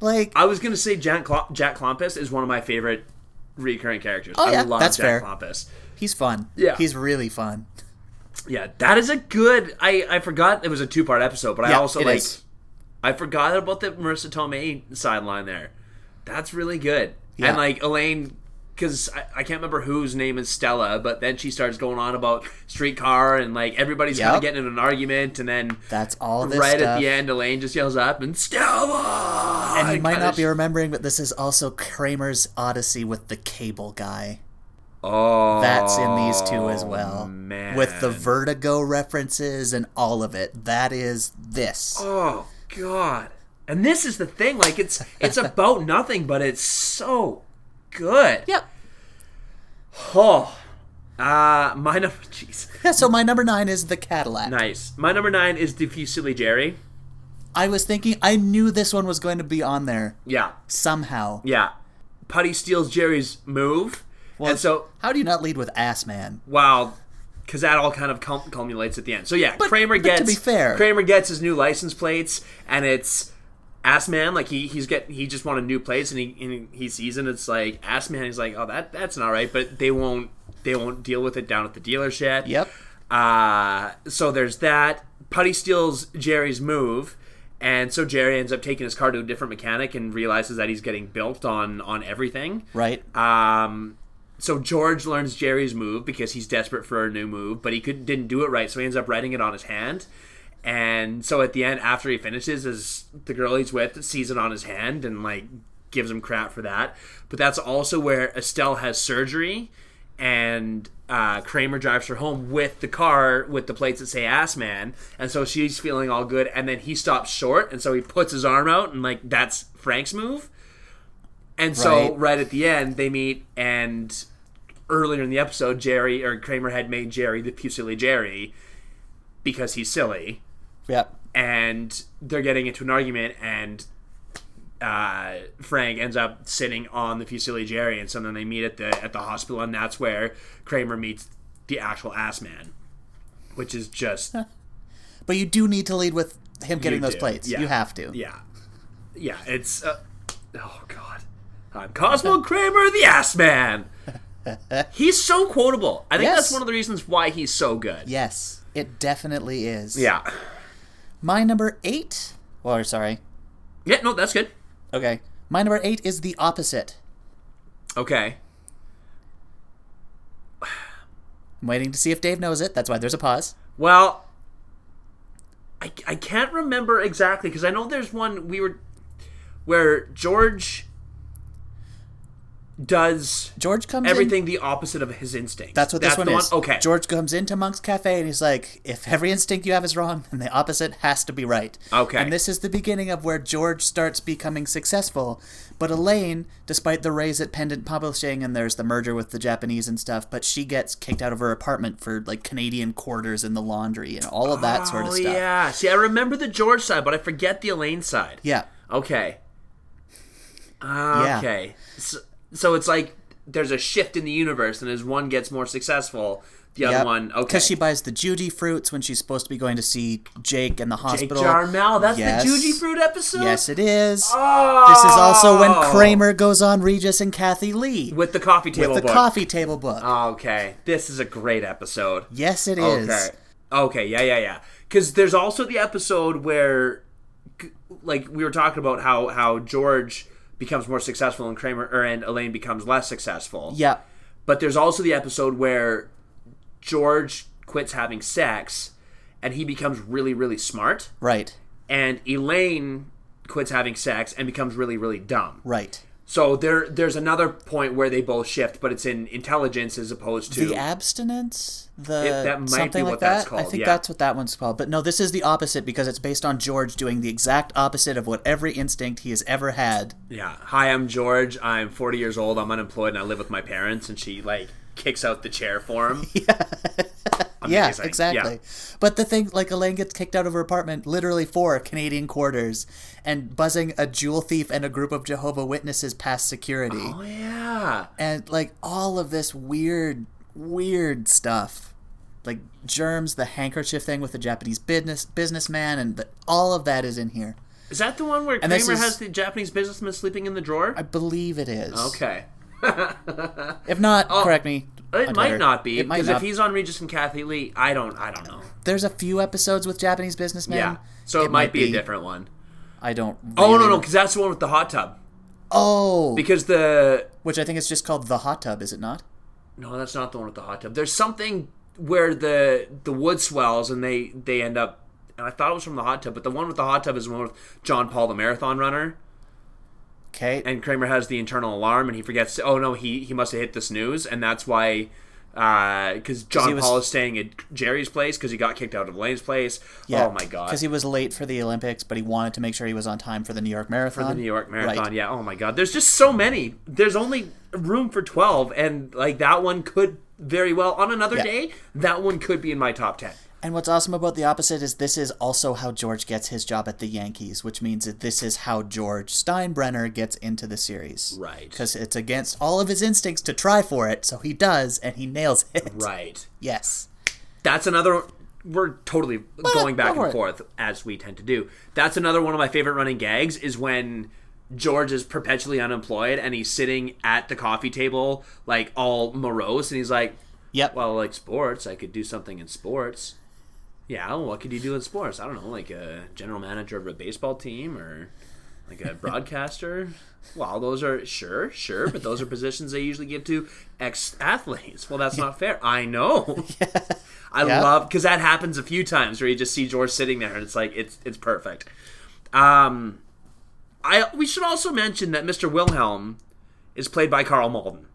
[SPEAKER 1] like,
[SPEAKER 2] I was gonna say Jack Cl- Jack Klompus is one of my favorite recurring characters.
[SPEAKER 1] Oh, yeah,
[SPEAKER 2] I love
[SPEAKER 1] that's
[SPEAKER 2] Jack
[SPEAKER 1] fair.
[SPEAKER 2] Klompus.
[SPEAKER 1] he's fun.
[SPEAKER 2] Yeah.
[SPEAKER 1] He's really fun.
[SPEAKER 2] Yeah, that is a good. I I forgot it was a two part episode, but I
[SPEAKER 1] Yeah,
[SPEAKER 2] also
[SPEAKER 1] it
[SPEAKER 2] like
[SPEAKER 1] is.
[SPEAKER 2] I forgot about the Marissa Tomei sideline there. That's really good.
[SPEAKER 1] Yeah.
[SPEAKER 2] And like Elaine, because I, I can't remember whose name is Stella, but then she starts going on about streetcar and like everybody's kind
[SPEAKER 1] Yep.
[SPEAKER 2] of getting in an argument, and then
[SPEAKER 1] That's all this
[SPEAKER 2] right
[SPEAKER 1] stuff.
[SPEAKER 2] at the end, Elaine just yells up and Stella.
[SPEAKER 1] And you might
[SPEAKER 2] kinda
[SPEAKER 1] not be
[SPEAKER 2] sh-
[SPEAKER 1] remembering, but this is also Kramer's Odyssey with the cable guy.
[SPEAKER 2] Oh,
[SPEAKER 1] That's in these two as well.
[SPEAKER 2] man.
[SPEAKER 1] With the vertigo references and all of it. That is this.
[SPEAKER 2] Oh God! And this is the thing. Like it's it's about nothing, but it's so good.
[SPEAKER 1] Yep.
[SPEAKER 2] Oh, uh, my number. Jeez,
[SPEAKER 1] Yeah, so my number nine is the Cadillac.
[SPEAKER 2] nice. My number nine is Diffusely Jerry.
[SPEAKER 1] I was thinking, I knew this one was going to be on there
[SPEAKER 2] Yeah,
[SPEAKER 1] somehow.
[SPEAKER 2] yeah. Putty steals Jerry's move, and so
[SPEAKER 1] How do you not lead with Ass Man?
[SPEAKER 2] wow, because that all kind of cum- culminates at the end. So yeah, Kramer
[SPEAKER 1] but to
[SPEAKER 2] gets.
[SPEAKER 1] be fair-
[SPEAKER 2] Kramer gets his new license plates, and it's. Ass man, like he he's get he just wanted new plates and he and he sees it. It's like ass man. He's like, oh that that's not right, but they won't they won't deal with it down at the dealership.
[SPEAKER 1] Yep.
[SPEAKER 2] Uh, so there's that. Putty steals Jerry's move, and so Jerry ends up taking his car to a different mechanic and realizes that he's getting built on on everything.
[SPEAKER 1] Right?
[SPEAKER 2] Um, so George learns Jerry's move because he's desperate for a new move, but he could didn't do it right, so he ends up writing it on his hand. And so at the end, after he finishes, is the girl he's with sees it on his hand and like gives him crap for that. But that's also where Estelle has surgery, and uh, Kramer drives her home with the car with the plates that say "ass man," and so she's feeling all good. And then he stops short, and so he puts his arm out, and like that's Frank's move. And so
[SPEAKER 1] Right.
[SPEAKER 2] right at the end, they meet, and earlier in the episode, Jerry or Kramer had made Jerry the Pusily Jerry because he's silly,
[SPEAKER 1] Yep.
[SPEAKER 2] and they're getting into an argument, and uh, Frank ends up sitting on the Pusily Jerry, and so then they meet at the at the hospital, and that's where Kramer meets the actual ass man, which is just
[SPEAKER 1] But you do need to lead with him getting those
[SPEAKER 2] do,
[SPEAKER 1] plates.
[SPEAKER 2] yeah.
[SPEAKER 1] You have to.
[SPEAKER 2] yeah, yeah. It's uh, oh god, I'm Cosmo Kramer, the ass man. He's so quotable. I think that's
[SPEAKER 1] Yes.
[SPEAKER 2] one of the reasons why he's so good.
[SPEAKER 1] Yes, it definitely is.
[SPEAKER 2] Yeah.
[SPEAKER 1] My number eight. Well, sorry.
[SPEAKER 2] Yeah, no, that's good.
[SPEAKER 1] Okay. My number eight is the opposite.
[SPEAKER 2] Okay.
[SPEAKER 1] I'm waiting to see if Dave knows it. That's why there's a pause.
[SPEAKER 2] Well, I, I can't remember exactly because I know there's one we were where George does
[SPEAKER 1] George comes in-
[SPEAKER 2] everything the opposite of his instinct.
[SPEAKER 1] That's what this
[SPEAKER 2] the
[SPEAKER 1] one is.
[SPEAKER 2] Okay.
[SPEAKER 1] George comes into Monk's Cafe and he's like, if every instinct you have is wrong, then the opposite has to be right.
[SPEAKER 2] Okay.
[SPEAKER 1] And this is the beginning of where George starts becoming successful. But Elaine, despite the raise at Pendant Publishing and there's the merger with the Japanese and stuff, but she gets kicked out of her apartment for like Canadian quarters and the laundry and all of that sort of
[SPEAKER 2] oh
[SPEAKER 1] stuff.
[SPEAKER 2] yeah. See, I remember the George side, but I forget the Elaine side.
[SPEAKER 1] Yeah.
[SPEAKER 2] Okay. Ah,
[SPEAKER 1] Yeah.
[SPEAKER 2] Okay. So, so it's like there's a shift in the universe, and as one gets more successful, the other one. Okay.
[SPEAKER 1] Because she buys the Judy fruits when she's supposed to be going to see Jake in the
[SPEAKER 2] Jake
[SPEAKER 1] hospital.
[SPEAKER 2] Jarmel. That's
[SPEAKER 1] Yes.
[SPEAKER 2] the Juji Fruit episode.
[SPEAKER 1] Yes, it is.
[SPEAKER 2] Oh!
[SPEAKER 1] This is also when Kramer goes on Regis and Kathy Lee
[SPEAKER 2] with the coffee table
[SPEAKER 1] the
[SPEAKER 2] book.
[SPEAKER 1] coffee table book.
[SPEAKER 2] Okay, this is a great episode.
[SPEAKER 1] yes, it is.
[SPEAKER 2] Okay. Okay. Yeah. Yeah. Yeah. Because there's also the episode where, g- like, we were talking about how how George becomes more successful and Kramer or and Elaine becomes less successful.
[SPEAKER 1] Yeah.
[SPEAKER 2] But there's also the episode where George quits having sex, and he becomes really really smart,
[SPEAKER 1] Right.
[SPEAKER 2] and Elaine quits having sex and becomes really really dumb.
[SPEAKER 1] Right.
[SPEAKER 2] So there, there's another point where they both shift, but it's in intelligence as opposed to
[SPEAKER 1] The abstinence. The
[SPEAKER 2] It- that might
[SPEAKER 1] something
[SPEAKER 2] be
[SPEAKER 1] like
[SPEAKER 2] what
[SPEAKER 1] that.
[SPEAKER 2] that's
[SPEAKER 1] I
[SPEAKER 2] called,
[SPEAKER 1] think
[SPEAKER 2] yeah.
[SPEAKER 1] that's what that one's called. But no, this is the opposite because it's based on George doing the exact opposite of what every instinct he has ever had.
[SPEAKER 2] yeah. Hi, I'm George. I'm 40 years old. I'm unemployed and I live with my parents. And she like kicks out the chair for him.
[SPEAKER 1] yeah,
[SPEAKER 2] Amazing.
[SPEAKER 1] exactly. But the thing, like Elaine gets kicked out of her apartment literally for Canadian quarters, and buzzing a jewel thief and a group of Jehovah Witnesses past security,
[SPEAKER 2] Oh yeah.
[SPEAKER 1] and like all of this weird, weird stuff, like germs, the handkerchief thing with the Japanese business businessman, and the, all of that is in here.
[SPEAKER 2] Is that the one where
[SPEAKER 1] this
[SPEAKER 2] Kramer
[SPEAKER 1] is-
[SPEAKER 2] has the Japanese businessman sleeping in the drawer?
[SPEAKER 1] I believe it is.
[SPEAKER 2] Okay. Oh,
[SPEAKER 1] If not, correct me.
[SPEAKER 2] It
[SPEAKER 1] on
[SPEAKER 2] might
[SPEAKER 1] Twitter.
[SPEAKER 2] not be
[SPEAKER 1] It might
[SPEAKER 2] because
[SPEAKER 1] not.
[SPEAKER 2] if he's on Regis and Kathy Lee, I don't, I don't know.
[SPEAKER 1] There's a few episodes with Japanese businessmen.
[SPEAKER 2] Yeah, so it, might, be, a different one.
[SPEAKER 1] I don't.
[SPEAKER 2] Oh no,
[SPEAKER 1] really-
[SPEAKER 2] no, because that's the one with the hot tub.
[SPEAKER 1] Oh,
[SPEAKER 2] Because the
[SPEAKER 1] which I think is just called the hot tub, is it not?
[SPEAKER 2] no, that's not the one with the hot tub. There's something where the the wood swells and they they end up. And I thought it was from the hot tub, but the one with the hot tub is the one with John Paul, the marathon runner,
[SPEAKER 1] Okay.
[SPEAKER 2] and Kramer has the internal alarm, and he forgets. Oh no, he he must have hit the snooze, and that's why. Because John
[SPEAKER 1] was-
[SPEAKER 2] Paul is staying at Jerry's place because he got kicked out of Lane's place. oh my god!
[SPEAKER 1] Because he was late for the Olympics, but he wanted to make sure he was on time for the New York Marathon.
[SPEAKER 2] the New York Marathon.
[SPEAKER 1] Right.
[SPEAKER 2] Yeah. Oh my God. There's just so many. There's only room for twelve, and like that one could very well on another
[SPEAKER 1] Yeah.
[SPEAKER 2] day. That one could be in my top ten.
[SPEAKER 1] And what's awesome about the opposite is this is also how George gets his job at the Yankees, which means that this is how George Steinbrenner gets into the series.
[SPEAKER 2] Right.
[SPEAKER 1] Because it's against all of his instincts to try for it, so he does, and he nails it.
[SPEAKER 2] Right.
[SPEAKER 1] Yes.
[SPEAKER 2] That's another. We're totally going
[SPEAKER 1] go
[SPEAKER 2] back
[SPEAKER 1] for
[SPEAKER 2] and
[SPEAKER 1] it.
[SPEAKER 2] forth as we tend to do. That's another one of my favorite running gags is when George is perpetually unemployed and he's sitting at the coffee table like all morose and he's like,
[SPEAKER 1] Yep.
[SPEAKER 2] "Well, I like sports, I could do something in sports." Yeah, well, what could you do in sports? I don't know, like a general manager of a baseball team or like a broadcaster. Well, those are sure, sure, but those are positions they usually give to ex athletes. Well, that's not fair. I know. I
[SPEAKER 1] Yeah.
[SPEAKER 2] love because that happens a few times where you just see George sitting there and it's like it's it's perfect. Um, I we should also mention that Mr. Wilhelm is played by Carl Malden,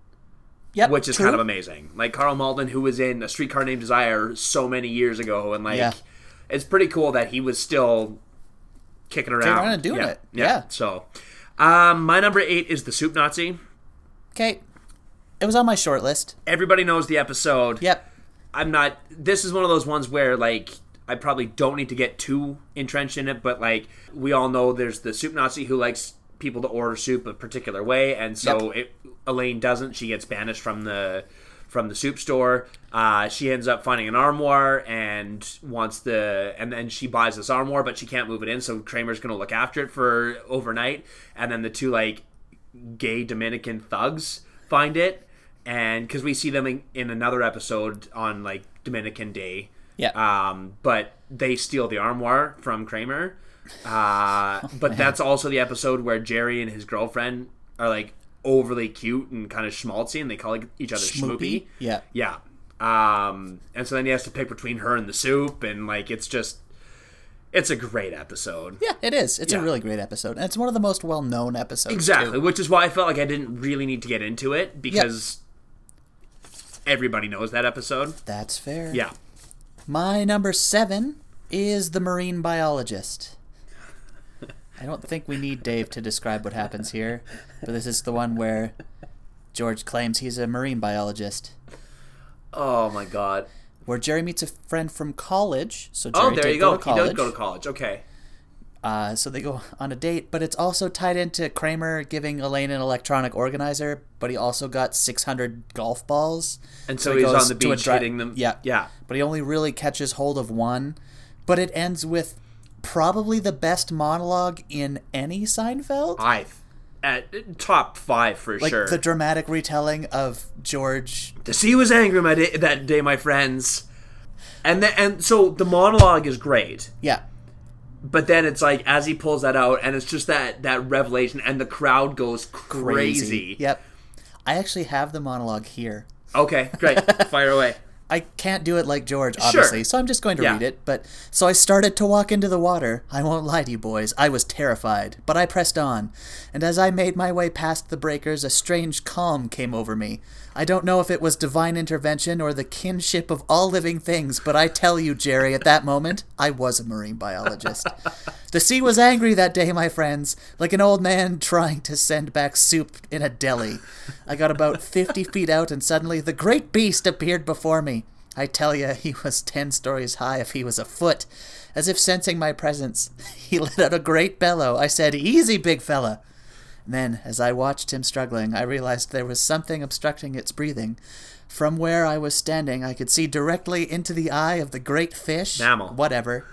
[SPEAKER 1] yep.
[SPEAKER 2] which is
[SPEAKER 1] true.
[SPEAKER 2] kind of amazing. Like Carl Malden, who was in A Streetcar Named Desire so many years ago, and like
[SPEAKER 1] Yeah.
[SPEAKER 2] it's pretty cool that he was still kicking around,
[SPEAKER 1] around and doing
[SPEAKER 2] yeah.
[SPEAKER 1] it.
[SPEAKER 2] Yeah.
[SPEAKER 1] Yeah.
[SPEAKER 2] So, um, my number eight is the Soup Nazi.
[SPEAKER 1] Okay. It was on my short list.
[SPEAKER 2] Everybody knows the episode.
[SPEAKER 1] Yep.
[SPEAKER 2] I'm not. This is one of those ones where like I probably don't need to get too entrenched in it, but like we all know, there's the soup Nazi who likes people to order soup a particular way, and so it, Elaine doesn't. She gets banished from the from the soup store. Uh, she ends up finding an armoire and wants the, and then she buys this armoire, but she can't move it in, so Kramer's gonna look after it for overnight, and then the two like gay Dominican thugs find it, and because we see them in, in another episode on like Dominican Day.
[SPEAKER 1] Yep.
[SPEAKER 2] Um, but they steal the armoire from Kramer. Uh, but that's also the episode where Jerry and his girlfriend are like overly cute and kind of schmaltzy, and they call like, each other schmoopy.
[SPEAKER 1] Schmoopy? Yeah.
[SPEAKER 2] Yeah. Um, and so then he has to pick between her and the soup, and like it's just, it's a great episode.
[SPEAKER 1] Yeah, it is. It's
[SPEAKER 2] Yeah.
[SPEAKER 1] a really great episode, and it's one of the most well-known episodes.
[SPEAKER 2] Exactly, which is why I felt like I didn't really need to get into it because everybody knows that episode.
[SPEAKER 1] That's fair.
[SPEAKER 2] Yeah.
[SPEAKER 1] My number seven is the marine biologist. I don't think we need Dave to describe what happens here, but this is the one where George claims he's a marine biologist.
[SPEAKER 2] Oh my god.
[SPEAKER 1] Where Jerry meets a friend from college. So Jerry
[SPEAKER 2] Oh, there
[SPEAKER 1] did
[SPEAKER 2] you go.
[SPEAKER 1] to
[SPEAKER 2] he
[SPEAKER 1] college.
[SPEAKER 2] did go to college. Okay.
[SPEAKER 1] Uh, so they go on a date, but it's also tied into Kramer giving Elaine an electronic organizer, but he also got 600 golf balls.
[SPEAKER 2] And so,
[SPEAKER 1] he
[SPEAKER 2] he's
[SPEAKER 1] goes
[SPEAKER 2] on the
[SPEAKER 1] to a
[SPEAKER 2] beach
[SPEAKER 1] dri-
[SPEAKER 2] hitting them.
[SPEAKER 1] Yeah.
[SPEAKER 2] Yeah.
[SPEAKER 1] but he only really catches hold of one. But it ends with probably the best monologue in any Seinfeld.
[SPEAKER 2] I at uh, top five for
[SPEAKER 1] like
[SPEAKER 2] sure.
[SPEAKER 1] the dramatic retelling of George.
[SPEAKER 2] the sea was angry my day, that day, my friends. And then and so the monologue is great.
[SPEAKER 1] Yeah.
[SPEAKER 2] but then it's like as he pulls that out and it's just that that revelation and the crowd goes crazy.
[SPEAKER 1] Yep. I actually have the monologue here.
[SPEAKER 2] Okay, great. Fire away.
[SPEAKER 1] I can't do it like George, obviously, so I'm just going to
[SPEAKER 2] Yeah.
[SPEAKER 1] read it. But so I started to walk into the water. I won't lie to you, boys, I was terrified, but I pressed on. And as I made my way past the breakers, a strange calm came over me. I don't know if it was divine intervention or the kinship of all living things, but I tell you, Jerry, at that moment, I was a marine biologist. the sea was angry that day, my friends, like an old man trying to send back soup in a deli. I got about 50 feet out, and suddenly the great beast appeared before me. I tell ya, he was ten stories high if he was a foot. As if sensing my presence, he let out a great bellow. I said, Easy, big fella. Then, as I watched him struggling, I realized there was something obstructing its breathing. From where I was standing, I could see directly into the eye of the great fish.
[SPEAKER 2] Mammal.
[SPEAKER 1] Whatever.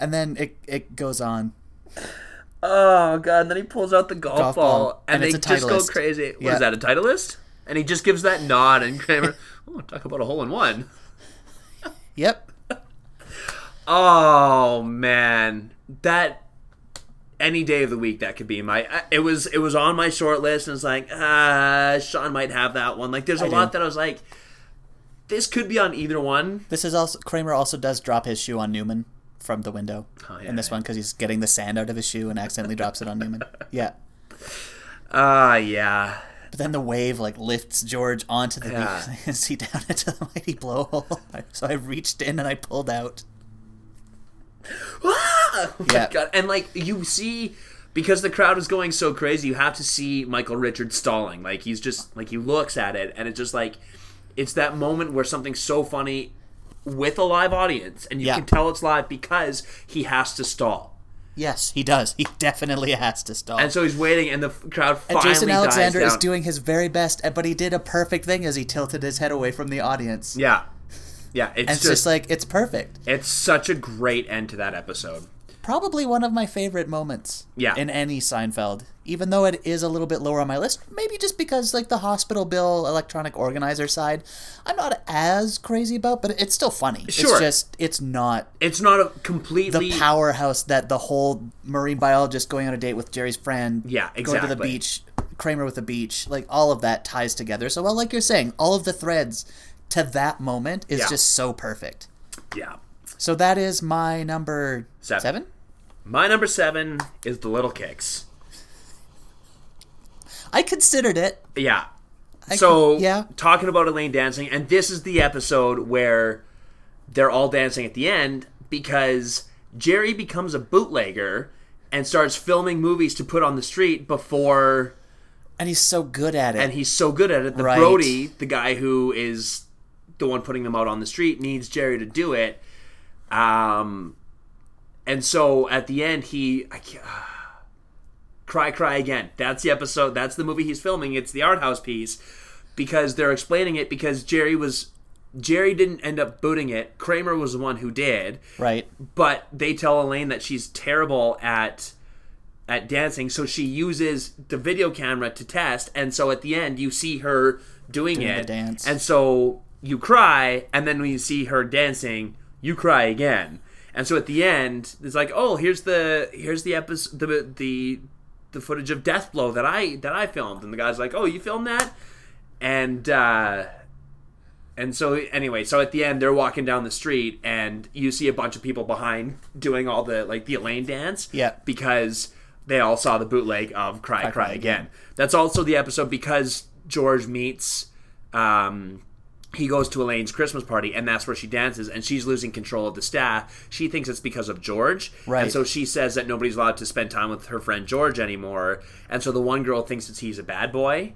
[SPEAKER 1] and then it, it goes on.
[SPEAKER 2] Oh god! And then he pulls out the golf,
[SPEAKER 1] Golf
[SPEAKER 2] ball,
[SPEAKER 1] ball,
[SPEAKER 2] and,
[SPEAKER 1] and it's
[SPEAKER 2] they
[SPEAKER 1] a
[SPEAKER 2] just go
[SPEAKER 1] Titleist.
[SPEAKER 2] crazy. What is
[SPEAKER 1] Yeah.
[SPEAKER 2] that? A Titleist? And he just gives that nod, and Kramer, oh, talk about a hole in one.
[SPEAKER 1] Yep.
[SPEAKER 2] Oh man, that any day of the week that could be my. I- It was it was on my short list, and it's like ah, Sean might have that one. Like there's a
[SPEAKER 1] I
[SPEAKER 2] lot
[SPEAKER 1] do.
[SPEAKER 2] that I was like, this could be on either one.
[SPEAKER 1] This is also Kramer also does drop his shoe on Newman from the window
[SPEAKER 2] Oh, yeah,
[SPEAKER 1] in this
[SPEAKER 2] yeah.
[SPEAKER 1] one because he's getting the sand out of his shoe and accidentally drops it on Newman. Yeah,
[SPEAKER 2] Ah yeah,
[SPEAKER 1] but then the wave like lifts George onto the
[SPEAKER 2] Yeah.
[SPEAKER 1] beach and see down into the mighty blowhole. So I reached in and I pulled out.
[SPEAKER 2] Ah! Oh my
[SPEAKER 1] Yeah.
[SPEAKER 2] God. And like you see because the crowd is going so crazy, you have to see Michael Richards stalling. Like he's just like he looks at it and it's just like it's that moment where something's so funny with a live audience and you
[SPEAKER 1] Yeah.
[SPEAKER 2] can tell it's live because he has to stall.
[SPEAKER 1] Yes, he does. He definitely has to stall.
[SPEAKER 2] And so he's waiting and the f- crowd
[SPEAKER 1] And
[SPEAKER 2] finally
[SPEAKER 1] Jason Alexander
[SPEAKER 2] dies
[SPEAKER 1] is
[SPEAKER 2] down.
[SPEAKER 1] doing his very best, and- but he did a perfect thing as he tilted his head away from the audience.
[SPEAKER 2] Yeah. Yeah, it's,
[SPEAKER 1] And it's
[SPEAKER 2] just,
[SPEAKER 1] just like it's perfect.
[SPEAKER 2] it's such a great end to that episode.
[SPEAKER 1] probably one of my favorite moments
[SPEAKER 2] Yeah.
[SPEAKER 1] in any Seinfeld, even though it is a little bit lower on my list, maybe just because like the hospital bill electronic organizer side, I'm not as crazy about, but it's still funny.
[SPEAKER 2] Sure.
[SPEAKER 1] It's just it's not
[SPEAKER 2] It's not a
[SPEAKER 1] the
[SPEAKER 2] completely
[SPEAKER 1] powerhouse that the whole marine biologist going on a date with Jerry's friend,
[SPEAKER 2] Yeah,
[SPEAKER 1] going to the
[SPEAKER 2] exactly.
[SPEAKER 1] beach, Kramer with the beach, like all of that ties together. So well, like you're saying, all of the threads to that moment is
[SPEAKER 2] Yeah.
[SPEAKER 1] just so perfect.
[SPEAKER 2] Yeah.
[SPEAKER 1] So that is my number
[SPEAKER 2] Seven.
[SPEAKER 1] seven?
[SPEAKER 2] My number 7 is The Little Kicks.
[SPEAKER 1] I considered it.
[SPEAKER 2] Yeah. so
[SPEAKER 1] could- yeah.
[SPEAKER 2] talking about Elaine dancing, and this is the episode where they're all dancing at the end because Jerry becomes a bootlegger and starts filming movies to put on the street before
[SPEAKER 1] and he's so good at it.
[SPEAKER 2] and he's so good at it that
[SPEAKER 1] Right.
[SPEAKER 2] Brody, the guy who is the one putting them out on the street, needs Jerry to do it. Um, and so at the end, he I can't, cry, cry again. That's the episode. That's the movie he's filming. It's the art house piece because they're explaining it because Jerry was Jerry didn't end up booting it. Kramer was the one who did
[SPEAKER 1] right.
[SPEAKER 2] but they tell Elaine that she's terrible at at dancing, so she uses the video camera to test, and so at the end you see her doing,
[SPEAKER 1] the
[SPEAKER 2] it,
[SPEAKER 1] dance.
[SPEAKER 2] and so you cry, and then when you see her dancing, you cry again, and so at the end it's like, oh, here's the here's the episode the the the footage of death blow that I that I filmed, and the guy's like, oh, you filmed that, and. uh and so, anyway, so at the end, they're walking down the street, and you see a bunch of people behind doing all the like the Elaine dance.
[SPEAKER 1] Yeah.
[SPEAKER 2] Because they all saw the bootleg of "Cry, Cry,
[SPEAKER 1] Cry
[SPEAKER 2] Again." That's also the episode because George meets. Um, he goes to Elaine's Christmas party, and that's where she dances, and she's losing control of the staff. She thinks it's because of George,
[SPEAKER 1] Right.
[SPEAKER 2] And so she says that nobody's allowed to spend time with her friend George anymore, and so the one girl thinks that he's a bad boy,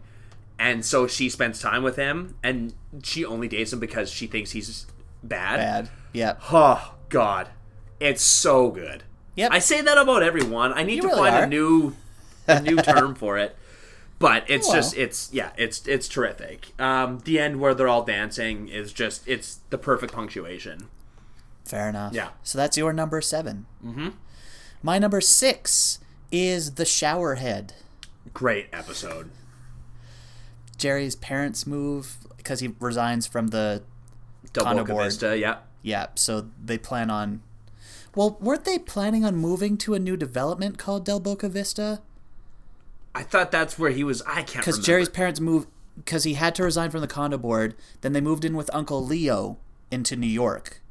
[SPEAKER 2] and so she spends time with him and she only dates him because she thinks he's bad.
[SPEAKER 1] Bad. Yeah.
[SPEAKER 2] Oh god. It's so good.
[SPEAKER 1] Yep.
[SPEAKER 2] I say that about everyone. I need to
[SPEAKER 1] really
[SPEAKER 2] find a
[SPEAKER 1] are.
[SPEAKER 2] new a new term for it. But it's
[SPEAKER 1] Oh, well.
[SPEAKER 2] just it's yeah, it's it's terrific. Um the end where they're all dancing is just it's the perfect punctuation.
[SPEAKER 1] Fair enough.
[SPEAKER 2] Yeah.
[SPEAKER 1] So that's your number 7 Mm-hmm. My number six is the shower head.
[SPEAKER 2] Great episode.
[SPEAKER 1] Jerry's parents move because he resigns from the
[SPEAKER 2] Double
[SPEAKER 1] Condo
[SPEAKER 2] Boca
[SPEAKER 1] board.
[SPEAKER 2] Vista, yeah.
[SPEAKER 1] yeah. So they plan on. Well, weren't they planning on moving to a new development called Del Boca Vista?
[SPEAKER 2] I thought that's where he was I can't
[SPEAKER 1] Because
[SPEAKER 2] remember.
[SPEAKER 1] Jerry's parents moved because he had to resign from the condo board. Then they moved in with Uncle Leo into New York.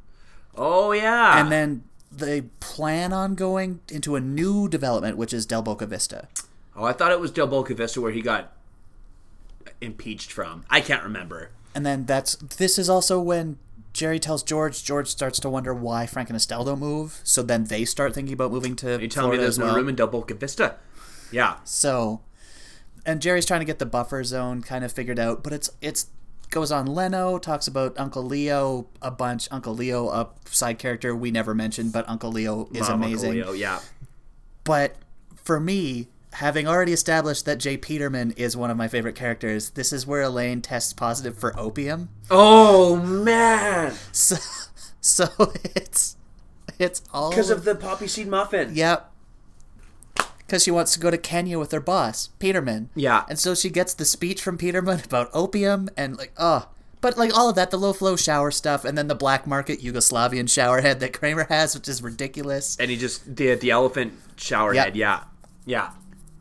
[SPEAKER 2] Oh yeah.
[SPEAKER 1] and then they plan on going into a new development, which is Del Boca Vista.
[SPEAKER 2] Oh, I thought it was Del Boca Vista where he got impeached from. I can't remember.
[SPEAKER 1] And then that's this is also when Jerry tells George. George starts to wonder why Frank and Estelle don't move. So then they start thinking about moving to
[SPEAKER 2] You tell me
[SPEAKER 1] Florida
[SPEAKER 2] there's
[SPEAKER 1] as
[SPEAKER 2] no
[SPEAKER 1] well.
[SPEAKER 2] room in Del Boca Vista. Yeah.
[SPEAKER 1] So, and Jerry's trying to get the buffer zone kind of figured out, but it's it's goes on Leno, talks about Uncle Leo a bunch. Uncle Leo, a side character we never mentioned, but Uncle Leo is
[SPEAKER 2] Mom, Uncle
[SPEAKER 1] amazing.
[SPEAKER 2] Leo, yeah.
[SPEAKER 1] But for me, having already established that Jay Peterman is one of my favorite characters, this is where Elaine tests positive for opium.
[SPEAKER 2] Oh man,
[SPEAKER 1] So, so it's it's all
[SPEAKER 2] because of the poppy seed muffin.
[SPEAKER 1] Yep. Because she wants to go to Kenya with her boss, Peterman.
[SPEAKER 2] Yeah.
[SPEAKER 1] And so she gets the speech from Peterman about opium and, like, oh. But, like, all of that, the low flow shower stuff, and then the black market Yugoslavian showerhead that Kramer has, which is ridiculous.
[SPEAKER 2] and he just the the elephant shower
[SPEAKER 1] Yeah.
[SPEAKER 2] head. Yeah, yeah.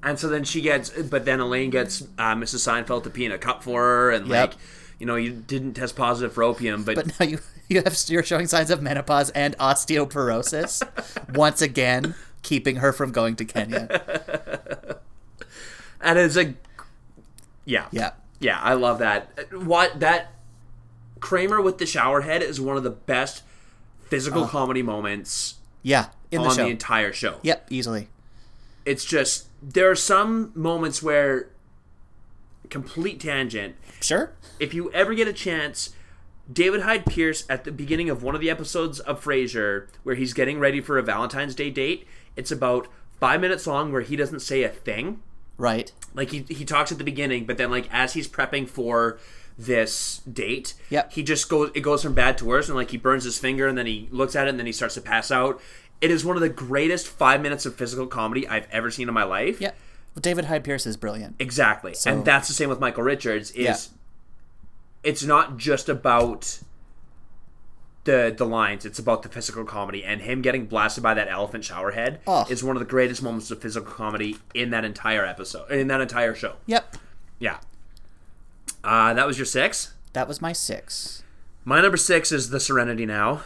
[SPEAKER 2] And so then she gets, but then Elaine gets uh, Mrs. Seinfeld to pee in a cup for her, and
[SPEAKER 1] Yep.
[SPEAKER 2] like, you know, you didn't test positive for opium, but,
[SPEAKER 1] But now you, you have, you're showing signs of menopause and osteoporosis, once again, keeping her from going to Kenya.
[SPEAKER 2] and it's a, yeah,
[SPEAKER 1] Yeah.
[SPEAKER 2] yeah. I love that. What that Kramer with the shower head is one of the best physical comedy moments
[SPEAKER 1] Yeah. In the
[SPEAKER 2] on
[SPEAKER 1] show.
[SPEAKER 2] the entire show.
[SPEAKER 1] yep, easily.
[SPEAKER 2] it's just there are some moments where complete tangent
[SPEAKER 1] Sure.
[SPEAKER 2] if you ever get a chance david hyde pierce at the beginning of one of the episodes of frasier where he's getting ready for a valentine's day date it's about five minutes long where he doesn't say a thing
[SPEAKER 1] Right.
[SPEAKER 2] like he, he talks at the beginning but then like as he's prepping for this date
[SPEAKER 1] Yep.
[SPEAKER 2] he just goes it goes from bad to worse and like he burns his finger and then he looks at it and then he starts to pass out it is one of the greatest five minutes of physical comedy i've ever seen in my life
[SPEAKER 1] Yeah. Well, David Hyde Pierce is brilliant.
[SPEAKER 2] Exactly. and that's the same with Michael Richards is
[SPEAKER 1] Yeah.
[SPEAKER 2] it's not just about the the lines, it's about the physical comedy and him getting blasted by that elephant shower head
[SPEAKER 1] Oh.
[SPEAKER 2] is one of the greatest moments of physical comedy in that entire episode in that entire show.
[SPEAKER 1] Yep.
[SPEAKER 2] Yeah. Uh, that was your six.
[SPEAKER 1] That was my six.
[SPEAKER 2] My number six is the Serenity Now.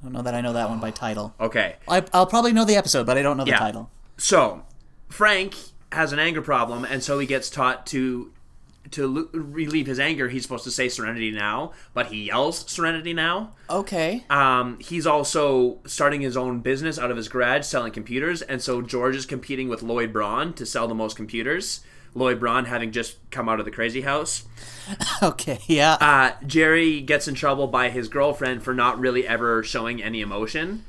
[SPEAKER 1] I don't know that I know that one by title.
[SPEAKER 2] Okay.
[SPEAKER 1] I, I'll probably know the episode, but I don't know the
[SPEAKER 2] Yeah.
[SPEAKER 1] title.
[SPEAKER 2] So, Frank has an anger problem, and so he gets taught to to l- relieve his anger. He's supposed to say "Serenity now," but he yells "Serenity now."
[SPEAKER 1] Okay.
[SPEAKER 2] Um, he's also starting his own business out of his garage, selling computers, and so George is competing with Lloyd Braun to sell the most computers. Lloyd Braun having just come out of the crazy house.
[SPEAKER 1] Okay. Yeah.
[SPEAKER 2] Uh, Jerry gets in trouble by his girlfriend for not really ever showing any emotion.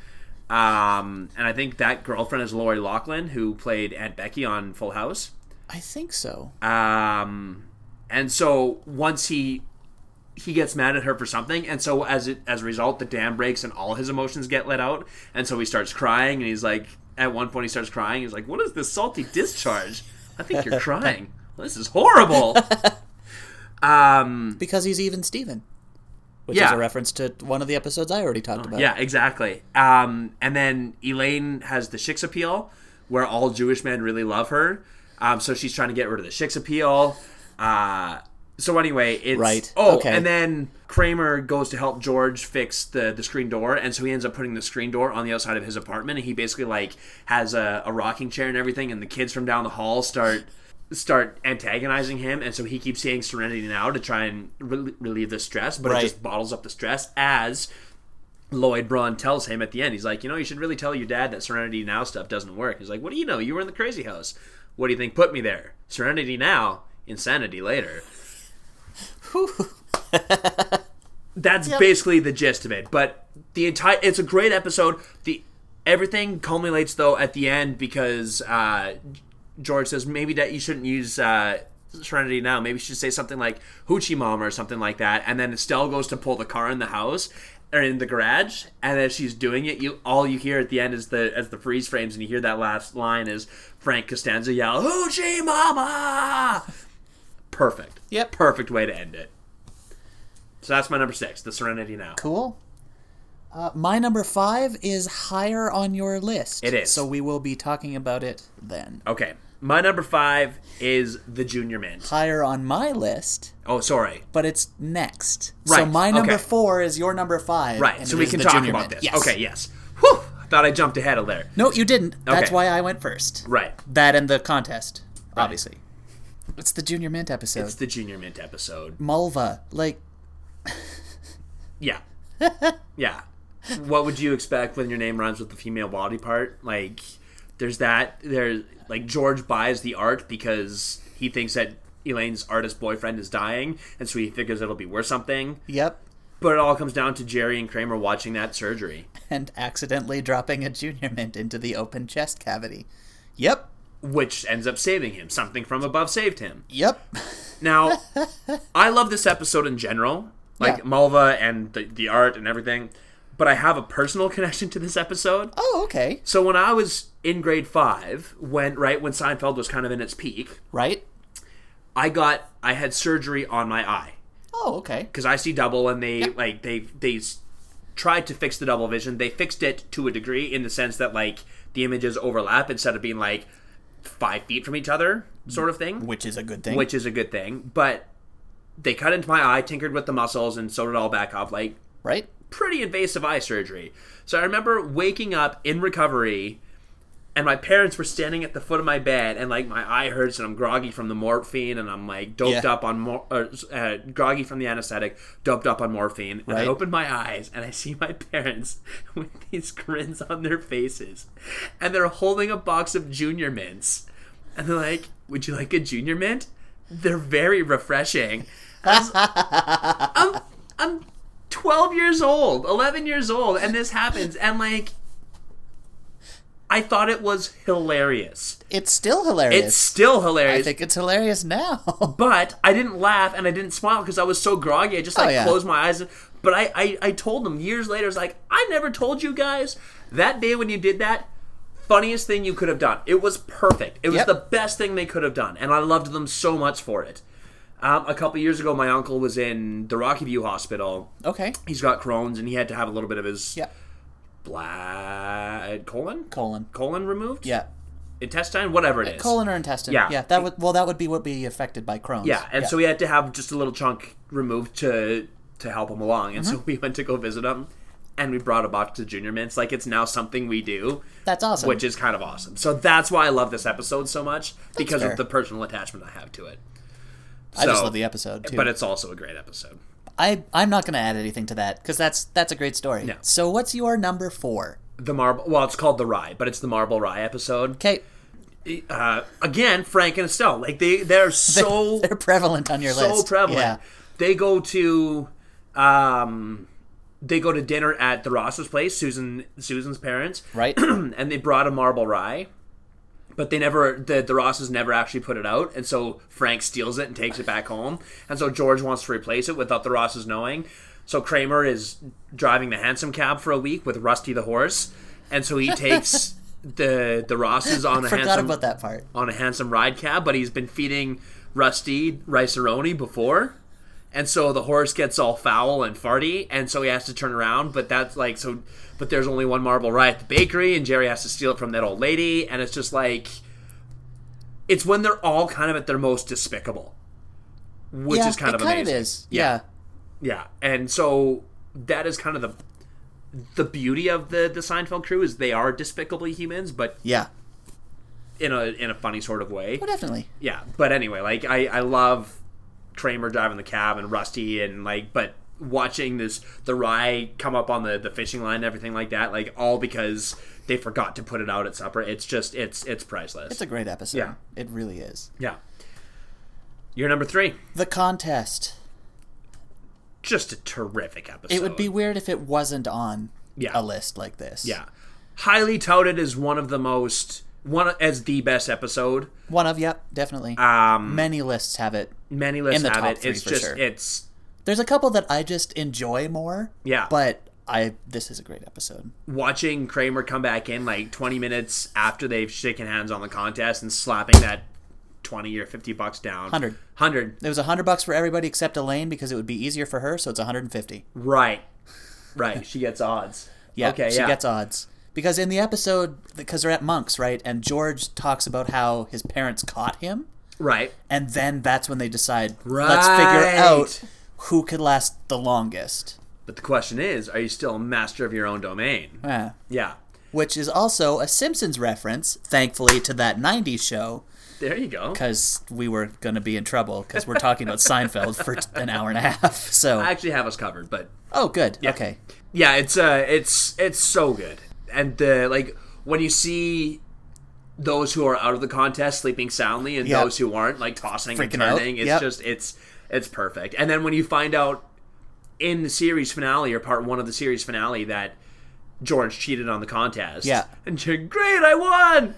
[SPEAKER 2] Um, and I think that girlfriend is Lori Lachlan, who played Aunt Becky on Full House.
[SPEAKER 1] I think so.
[SPEAKER 2] Um, and so once he he gets mad at her for something, and so as it, as a result, the dam breaks and all his emotions get let out, and so he starts crying, and he's like, at one point he starts crying, he's like, "What is this salty discharge? I think you're crying. This is horrible."
[SPEAKER 1] because he's even Steven. Which is
[SPEAKER 2] um, Yeah. Uh,
[SPEAKER 1] a reference to one of the episodes I already talked about.
[SPEAKER 2] Yeah, exactly. Um, and then Elaine has the Shix appeal, where all Jewish men really love her. Um, so she's trying to get rid of the Shix appeal. Uh, so anyway, it's
[SPEAKER 1] Right.
[SPEAKER 2] Oh,
[SPEAKER 1] Okay.
[SPEAKER 2] and then Kramer goes to help George fix the the screen door, and so he ends up putting the screen door on the outside of his apartment, and he basically like has a, a rocking chair and everything, and the kids from down the hall start. Start antagonizing him, and so he keeps saying "Serenity now" to try and rel- relieve the stress, but
[SPEAKER 1] Right.
[SPEAKER 2] it just bottles up the stress as Lloyd Braun tells him at the end, he's like, you know, you should really tell your dad that Serenity Now stuff doesn't work. He's like, what do you know? You were in the crazy house. What do you think put me there? Serenity now, insanity later. That's basically the gist of it. But the entire it's a great episode. The everything culminates though at the end because uh, George says maybe that you shouldn't use uh, Serenity now. Maybe you should say something like Hoochie Mama or something like that. And then Estelle goes to pull the car in the house or in the garage, and as she's doing it, you all you hear at the end is the as the freeze frames, and you hear that last line is Frank Costanza yell Hoochie Mama. Perfect.
[SPEAKER 1] Yep.
[SPEAKER 2] Perfect way to end it. So that's my number six, the Serenity Now.
[SPEAKER 1] Cool. Uh, my number five is higher on your list.
[SPEAKER 2] It is.
[SPEAKER 1] So we will be talking about it then.
[SPEAKER 2] Okay. My number five is the Junior Mint.
[SPEAKER 1] Higher on my list,
[SPEAKER 2] Oh, sorry.
[SPEAKER 1] but it's next. So
[SPEAKER 2] Right,
[SPEAKER 1] my number
[SPEAKER 2] okay.
[SPEAKER 1] four is your number five.
[SPEAKER 2] Right.
[SPEAKER 1] and
[SPEAKER 2] So
[SPEAKER 1] it
[SPEAKER 2] we
[SPEAKER 1] is
[SPEAKER 2] can
[SPEAKER 1] the
[SPEAKER 2] talk
[SPEAKER 1] Junior
[SPEAKER 2] about
[SPEAKER 1] Men.
[SPEAKER 2] this.
[SPEAKER 1] Yes.
[SPEAKER 2] Okay. Yes. Whew. I thought I jumped ahead of there.
[SPEAKER 1] No, you didn't. That's
[SPEAKER 2] Okay.
[SPEAKER 1] why I went first.
[SPEAKER 2] Right.
[SPEAKER 1] That and the contest, obviously. It's the Junior Mint episode.
[SPEAKER 2] It's the Junior Mint episode.
[SPEAKER 1] Mulva. Like,
[SPEAKER 2] Yeah. yeah. What would you expect when your name rhymes with the female body part? Like, there's that. There's like George buys the art because he thinks that Elaine's artist boyfriend is dying, and so he figures it'll be worth something.
[SPEAKER 1] Yep.
[SPEAKER 2] But it all comes down to Jerry and Kramer watching that surgery.
[SPEAKER 1] And accidentally dropping a junior mint into the open chest cavity. Yep.
[SPEAKER 2] which ends up saving him. Something from above saved him.
[SPEAKER 1] Yep.
[SPEAKER 2] Now, I love this episode in general, like
[SPEAKER 1] Yeah.
[SPEAKER 2] Malva and the, the art and everything, but I have a personal connection to this episode.
[SPEAKER 1] Oh, okay.
[SPEAKER 2] So when I was in grade five, when right when Seinfeld was kind of in its peak,
[SPEAKER 1] Right?
[SPEAKER 2] I got I had surgery on my eye
[SPEAKER 1] Oh, okay.
[SPEAKER 2] because I see double, and they like they they s- tried to fix the double vision. They fixed it to a degree in the sense that like the images overlap instead of being like five feet from each other, sort of thing.
[SPEAKER 1] Which is a good thing.
[SPEAKER 2] which is a good thing. But they cut into my eye, tinkered with the muscles, and sewed it all back off. Like
[SPEAKER 1] right?
[SPEAKER 2] pretty invasive eye surgery. So I remember waking up in recovery, and my parents were standing at the foot of my bed, and like my eye hurts, and I'm groggy from the morphine, and I'm like doped
[SPEAKER 1] Yeah.
[SPEAKER 2] up on mor- or, uh, groggy from the anesthetic, doped up on morphine. And I
[SPEAKER 1] Right.
[SPEAKER 2] open my eyes, and I see my parents with these grins on their faces, and they're holding a box of Junior Mints, and they're like, "Would you like a Junior Mint?" They're very refreshing. I was- I'm I'm 12 years old, 11 years old, and this happens, and like, I thought it was hilarious.
[SPEAKER 1] It's still
[SPEAKER 2] It's
[SPEAKER 1] hilarious.
[SPEAKER 2] still hilarious,
[SPEAKER 1] I think it's hilarious now.
[SPEAKER 2] but I didn't laugh and I didn't smile because I was so groggy. I just like
[SPEAKER 1] Oh, yeah.
[SPEAKER 2] closed my eyes. But I, I, I told them years later, I was like, I never told you guys that day when you did that. Funniest thing you could have done. It was perfect. It was
[SPEAKER 1] Yep.
[SPEAKER 2] the best thing they could have done, and I loved them so much for it. Um, a couple years ago, my uncle was in the Rocky View Hospital
[SPEAKER 1] okay.
[SPEAKER 2] he's got Crohn's and he had to have a little bit of his
[SPEAKER 1] Yeah.
[SPEAKER 2] bla- uh, colon
[SPEAKER 1] Colon.
[SPEAKER 2] colon removed.
[SPEAKER 1] Yeah. Uh,
[SPEAKER 2] intestine, whatever it is.
[SPEAKER 1] Colon or intestine.
[SPEAKER 2] Yeah.
[SPEAKER 1] Yeah. That would well that would be what be affected by Crohn's.
[SPEAKER 2] Yeah, and so he had to have just a little chunk removed to to help him along, and so
[SPEAKER 1] Mm-hmm.
[SPEAKER 2] we went to go visit him, and we brought a box to Junior Mints. Like it's now something we do,
[SPEAKER 1] that's awesome.
[SPEAKER 2] which is kind of awesome. So that's why I love this episode so much because
[SPEAKER 1] fair.
[SPEAKER 2] of the personal attachment I have to it.
[SPEAKER 1] I just
[SPEAKER 2] so-
[SPEAKER 1] love the episode too.
[SPEAKER 2] But it's also a great episode.
[SPEAKER 1] I I'm not going to add anything to that cuz that's that's a great story. So what's your number 4?
[SPEAKER 2] The marble, well, it's called the Rye, but it's the Marble Rye episode.
[SPEAKER 1] Okay.
[SPEAKER 2] uh, again, Frank and Estelle. Like they, they're so
[SPEAKER 1] They're prevalent on your
[SPEAKER 2] so
[SPEAKER 1] list.
[SPEAKER 2] prevalent.
[SPEAKER 1] Yeah.
[SPEAKER 2] They go to, um, they go to dinner at the Ross's place, Susan Susan's parents,
[SPEAKER 1] Right?
[SPEAKER 2] and they brought a marble rye, but they never the the Rosses never actually put it out, and so Frank steals it and takes it back home, and so George wants to replace it without the Rosses knowing. So Kramer is driving the hansom cab for a week with Rusty the horse, and so he takes. The the Rosses on a
[SPEAKER 1] Forgot
[SPEAKER 2] hansom
[SPEAKER 1] about that part.
[SPEAKER 2] on a handsome ride cab, but he's been feeding Rusty Riceroni before. And so the horse gets all foul and farty, and so he has to turn around. But that's like so. But there's only one marble rye at the bakery, and Jerry has to steal it from that old lady. And it's just like, it's when they're all kind of at their most despicable, which
[SPEAKER 1] yeah,
[SPEAKER 2] is kind
[SPEAKER 1] it
[SPEAKER 2] of
[SPEAKER 1] kind
[SPEAKER 2] amazing.
[SPEAKER 1] of is. Yeah.
[SPEAKER 2] Yeah, and so that is kind of the the beauty of the the Seinfeld crew is they are despicably humans, but
[SPEAKER 1] Yeah.
[SPEAKER 2] in a in a funny sort of way.
[SPEAKER 1] Oh, definitely.
[SPEAKER 2] yeah but anyway like i i love kramer driving the cab and rusty and like but watching this the rye come up on the the fishing line and everything like that like all because they forgot to put it out at supper it's just it's it's priceless
[SPEAKER 1] It's a great episode.
[SPEAKER 2] Yeah.
[SPEAKER 1] It really is.
[SPEAKER 2] yeah you're number three
[SPEAKER 1] The contest.
[SPEAKER 2] just a terrific episode
[SPEAKER 1] It would be weird if it wasn't on
[SPEAKER 2] Yeah.
[SPEAKER 1] a list like this.
[SPEAKER 2] yeah highly touted as one of the most one as the best episode
[SPEAKER 1] One of, yep, definitely.
[SPEAKER 2] um
[SPEAKER 1] Many lists have it.
[SPEAKER 2] many lists
[SPEAKER 1] the
[SPEAKER 2] have
[SPEAKER 1] top
[SPEAKER 2] it
[SPEAKER 1] three
[SPEAKER 2] it's
[SPEAKER 1] for
[SPEAKER 2] just
[SPEAKER 1] sure.
[SPEAKER 2] it's
[SPEAKER 1] There's a couple that I just enjoy more.
[SPEAKER 2] Yeah.
[SPEAKER 1] But I this is a great episode.
[SPEAKER 2] watching Kramer come back in like 20 minutes after they've shaken hands on the contest and slapping that 20 or 50 bucks down.
[SPEAKER 1] 100.
[SPEAKER 2] 100.
[SPEAKER 1] It was 100 bucks for everybody except Elaine because it would be easier for her, so it's 150.
[SPEAKER 2] Right. Right. she gets odds.
[SPEAKER 1] Yeah.
[SPEAKER 2] Okay.
[SPEAKER 1] she
[SPEAKER 2] yeah.
[SPEAKER 1] gets odds. Because in the episode because they're at Monk's, right? And George talks about how his parents caught him.
[SPEAKER 2] Right.
[SPEAKER 1] and then that's when they decide let's figure out
[SPEAKER 2] Right.
[SPEAKER 1] who could last the longest
[SPEAKER 2] But the question is, are you still a master of your own domain?
[SPEAKER 1] Yeah.
[SPEAKER 2] Yeah.
[SPEAKER 1] which is also a simpsons reference thankfully to that 90s show
[SPEAKER 2] There you go.
[SPEAKER 1] because we were going to be in trouble because we're talking about seinfeld for t- an hour and a half so
[SPEAKER 2] I actually have us covered, but
[SPEAKER 1] oh good okay
[SPEAKER 2] yeah, it's uh it's it's so good. And the like when you see those who are out of the contest sleeping soundly and
[SPEAKER 1] Yep.
[SPEAKER 2] those who aren't like tossing
[SPEAKER 1] Freaking
[SPEAKER 2] and
[SPEAKER 1] out.
[SPEAKER 2] turning. It's
[SPEAKER 1] Yep.
[SPEAKER 2] just it's it's perfect. And then when you find out in the series finale or part one of the series finale that George cheated on the contest.
[SPEAKER 1] Yeah.
[SPEAKER 2] And you're great, I won.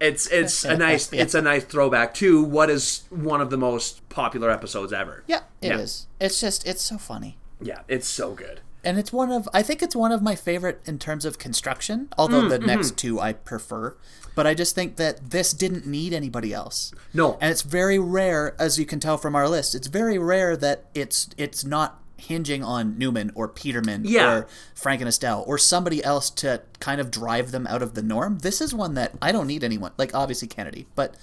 [SPEAKER 2] It's it's a nice
[SPEAKER 1] Yeah.
[SPEAKER 2] it's a nice throwback to what is one of the most popular episodes ever.
[SPEAKER 1] Yeah, it is.
[SPEAKER 2] Yeah.
[SPEAKER 1] It's just it's so funny.
[SPEAKER 2] Yeah, it's so good.
[SPEAKER 1] and it's one of I think it's one of my favorite in terms of construction. Although
[SPEAKER 2] Mm,
[SPEAKER 1] the
[SPEAKER 2] mm-hmm.
[SPEAKER 1] next two I prefer, but I just think that this didn't need anybody else.
[SPEAKER 2] No.
[SPEAKER 1] and it's very rare, as you can tell from our list. It's very rare that it's it's not hinging on Newman or Peterman
[SPEAKER 2] Yeah.
[SPEAKER 1] or Frank and Estelle or somebody else to kind of drive them out of the norm. This is one that I don't need anyone. Like obviously Kennedy, but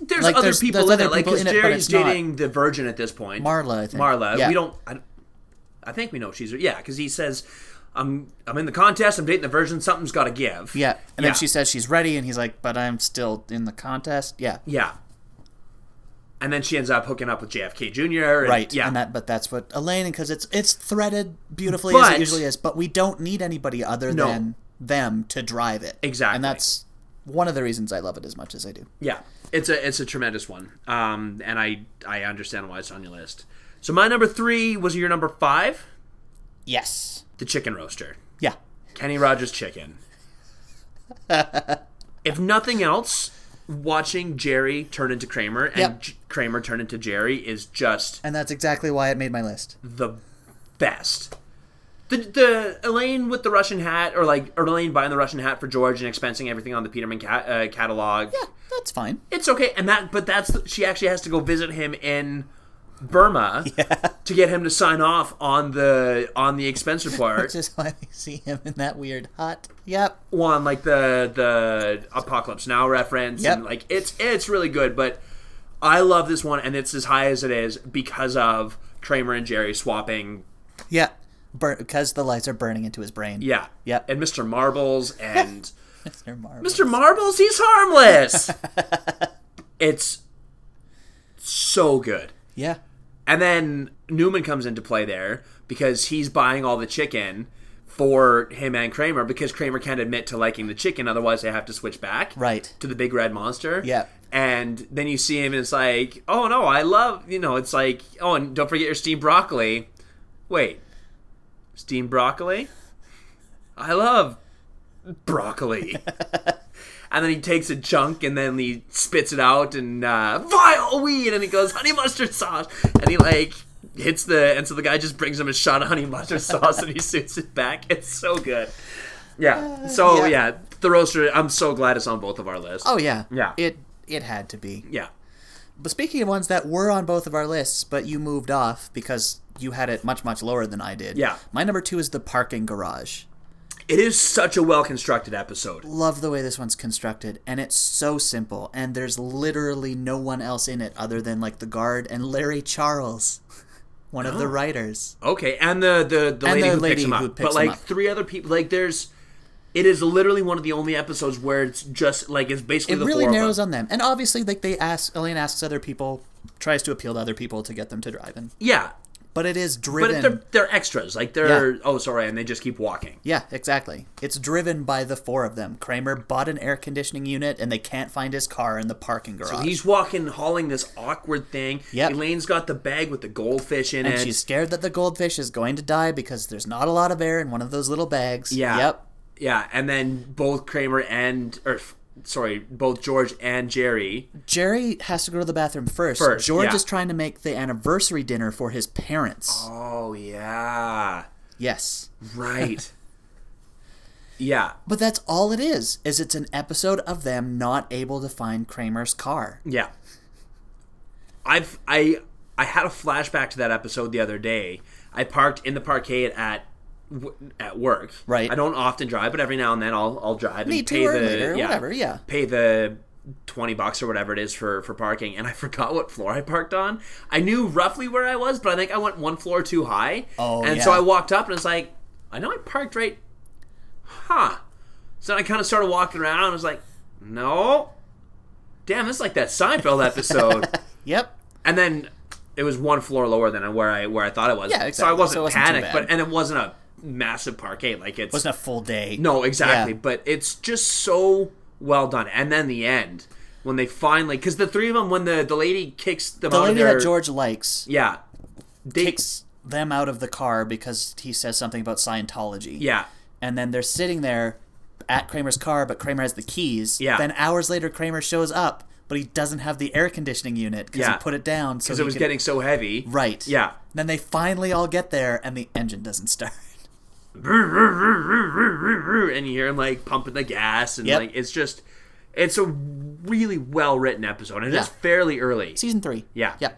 [SPEAKER 2] There's
[SPEAKER 1] Like,
[SPEAKER 2] other
[SPEAKER 1] there's-
[SPEAKER 2] people
[SPEAKER 1] there's
[SPEAKER 2] in
[SPEAKER 1] other
[SPEAKER 2] it, like
[SPEAKER 1] people
[SPEAKER 2] because
[SPEAKER 1] in it, but
[SPEAKER 2] Jerry's
[SPEAKER 1] it's not-
[SPEAKER 2] dating the virgin at this point.
[SPEAKER 1] Marla, I think.
[SPEAKER 2] Marla.
[SPEAKER 1] Yeah.
[SPEAKER 2] We don't. I, I think we know she's. Yeah, because he says, "I'm I'm in the contest. I'm dating the virgin. Something's got to give."
[SPEAKER 1] yeah. And
[SPEAKER 2] Yeah.
[SPEAKER 1] then she says she's ready, and he's like, "But I'm still in the contest." Yeah.
[SPEAKER 2] Yeah. And then she ends up hooking up with JFK Jr. and-
[SPEAKER 1] right
[SPEAKER 2] Yeah.
[SPEAKER 1] and that but that's what elaine because it's it's threaded beautifully as
[SPEAKER 2] But-
[SPEAKER 1] it usually is but we don't need anybody other
[SPEAKER 2] No.
[SPEAKER 1] than them to drive it
[SPEAKER 2] Exactly.
[SPEAKER 1] and that's one of the reasons i love it as much as i do
[SPEAKER 2] yeah. It's a it's a tremendous one. Um, and I I understand why it's on your list. So my number three was your number five,
[SPEAKER 1] yes
[SPEAKER 2] the chicken roaster.
[SPEAKER 1] yeah
[SPEAKER 2] Kenny Rogers chicken. if nothing else, watching Jerry turn into Kramer and
[SPEAKER 1] Yep.
[SPEAKER 2] J- Kramer turn into Jerry is just
[SPEAKER 1] and that's exactly why it made my list
[SPEAKER 2] the best. The, the Elaine with the Russian hat, or like or Elaine buying the Russian hat for George and expensing everything on the Peterman cat, uh, catalog.
[SPEAKER 1] yeah that's fine
[SPEAKER 2] It's okay, and that but that's she actually has to go visit him in Burma to get him to sign off on the on the expense report.
[SPEAKER 1] which is why we see him in that weird hut yep
[SPEAKER 2] one like the the apocalypse now reference
[SPEAKER 1] Yep.
[SPEAKER 2] and like it's it's really good but i love this one and it's as high as it is because of kramer and jerry swapping
[SPEAKER 1] yeah Bur- because the lights are burning into his brain
[SPEAKER 2] yeah
[SPEAKER 1] Yep.
[SPEAKER 2] and mr marbles and
[SPEAKER 1] mr marvel
[SPEAKER 2] mr marbles he's harmless it's so good
[SPEAKER 1] yeah
[SPEAKER 2] and then newman comes into play there because he's buying all the chicken for him and kramer because kramer can't admit to liking the chicken otherwise they have to switch back
[SPEAKER 1] right
[SPEAKER 2] to the big red monster.
[SPEAKER 1] Yeah.
[SPEAKER 2] And then you see him and it's like, oh no, I love you know, it's like, oh and don't forget your steamed broccoli. Wait. Steamed broccoli? I love broccoli. and then he takes a chunk and then he spits it out and uh vile weed and he goes, honey mustard sauce and he like hits the and so the guy just brings him a shot of honey mustard sauce and he shoots it back. It's so good. Yeah. So
[SPEAKER 1] yeah.
[SPEAKER 2] yeah, the roaster. I'm so glad it's on both of our lists.
[SPEAKER 1] oh yeah
[SPEAKER 2] Yeah.
[SPEAKER 1] it it had to be
[SPEAKER 2] yeah,
[SPEAKER 1] But speaking of ones that were on both of our lists, but you moved off because you had it much, much lower than I did.
[SPEAKER 2] Yeah.
[SPEAKER 1] My number two is the parking garage.
[SPEAKER 2] it is such a well constructed episode.
[SPEAKER 1] Love the way this one's constructed, and it's so simple, and there's literally no one else in it other than like the guard and Larry Charles, one of the writers.
[SPEAKER 2] Okay, and the the, the
[SPEAKER 1] And
[SPEAKER 2] lady
[SPEAKER 1] the
[SPEAKER 2] who
[SPEAKER 1] lady
[SPEAKER 2] picks him up,
[SPEAKER 1] who picks
[SPEAKER 2] but
[SPEAKER 1] him
[SPEAKER 2] like
[SPEAKER 1] up.
[SPEAKER 2] three other people. Like there's, it is literally one of the only episodes where it's just like it's basically
[SPEAKER 1] It
[SPEAKER 2] the
[SPEAKER 1] really
[SPEAKER 2] four
[SPEAKER 1] narrows
[SPEAKER 2] of them.
[SPEAKER 1] on them. And obviously, like they ask, Elaine asks other people, tries to appeal to other people to get them to drive in.
[SPEAKER 2] Yeah,
[SPEAKER 1] But it is
[SPEAKER 2] but
[SPEAKER 1] driven.
[SPEAKER 2] they're they're extras. Like they're oh sorry, and they just keep walking.
[SPEAKER 1] Yeah, exactly. It's driven by the four of them. Kramer bought an air conditioning unit and they can't find his car in the parking garage.
[SPEAKER 2] He's walking, hauling this awkward thing.
[SPEAKER 1] Yep.
[SPEAKER 2] Elaine's got the bag with the goldfish in
[SPEAKER 1] and
[SPEAKER 2] it.
[SPEAKER 1] she's scared that the goldfish is going to die because there's not a lot of air in one of those little bags.
[SPEAKER 2] Yeah.
[SPEAKER 1] Yep.
[SPEAKER 2] Yeah, and then both Kramer and or f- sorry, both George and Jerry.
[SPEAKER 1] Jerry has to go to the bathroom first.
[SPEAKER 2] First,
[SPEAKER 1] George
[SPEAKER 2] yeah.
[SPEAKER 1] is trying to make the anniversary dinner for his parents.
[SPEAKER 2] Oh yeah,
[SPEAKER 1] Yes.
[SPEAKER 2] right. yeah,
[SPEAKER 1] But that's all it is, is it's an episode of them not able to find Kramer's car.
[SPEAKER 2] yeah. I've I I had a flashback to that episode the other day. I parked in the parkade at w- at work.
[SPEAKER 1] Right.
[SPEAKER 2] I don't often drive, but every now and then I'll I'll drive.
[SPEAKER 1] Me
[SPEAKER 2] and
[SPEAKER 1] too,
[SPEAKER 2] pay
[SPEAKER 1] or
[SPEAKER 2] the,
[SPEAKER 1] later,
[SPEAKER 2] yeah,
[SPEAKER 1] whatever, yeah.
[SPEAKER 2] Pay the. 20 bucks or whatever it is for for parking and I forgot what floor I parked on. I knew roughly where I was, but I think I went one floor too high.
[SPEAKER 1] Oh,
[SPEAKER 2] And so
[SPEAKER 1] yeah.
[SPEAKER 2] I walked up and it's like, I know I parked right huh. So I kind of started walking around. I was like, no. Damn, this is like that Seinfeld episode.
[SPEAKER 1] Yep.
[SPEAKER 2] and then it was one floor lower than where I where I thought it was.
[SPEAKER 1] Yeah,
[SPEAKER 2] So I
[SPEAKER 1] exactly.
[SPEAKER 2] wasn't,
[SPEAKER 1] So it wasn't too bad.
[SPEAKER 2] panicked, but and it wasn't a massive parkade. Like it's
[SPEAKER 1] Wasn't a full day.
[SPEAKER 2] no, exactly.
[SPEAKER 1] Yeah.
[SPEAKER 2] But it's just so well done. And then the end when they finally because the three of them when the the lady kicks them
[SPEAKER 1] The
[SPEAKER 2] out of
[SPEAKER 1] lady
[SPEAKER 2] their
[SPEAKER 1] that George likes
[SPEAKER 2] yeah they,
[SPEAKER 1] kicks them out of the car because he says something about Scientology.
[SPEAKER 2] yeah
[SPEAKER 1] And then they're sitting there at Kramer's car, but Kramer has the keys.
[SPEAKER 2] Yeah.
[SPEAKER 1] Then hours later, Kramer shows up, but he doesn't have the air conditioning unit because
[SPEAKER 2] Yeah.
[SPEAKER 1] he put it down.
[SPEAKER 2] because
[SPEAKER 1] Because
[SPEAKER 2] it was getting so heavy
[SPEAKER 1] Right.
[SPEAKER 2] yeah
[SPEAKER 1] Then they finally all get there, and the engine doesn't start.
[SPEAKER 2] and you hear him like pumping the gas and
[SPEAKER 1] Yep.
[SPEAKER 2] like it's just it's a really well written episode and it's
[SPEAKER 1] Yeah.
[SPEAKER 2] fairly early
[SPEAKER 1] Season three.
[SPEAKER 2] Yeah.
[SPEAKER 1] Yeah.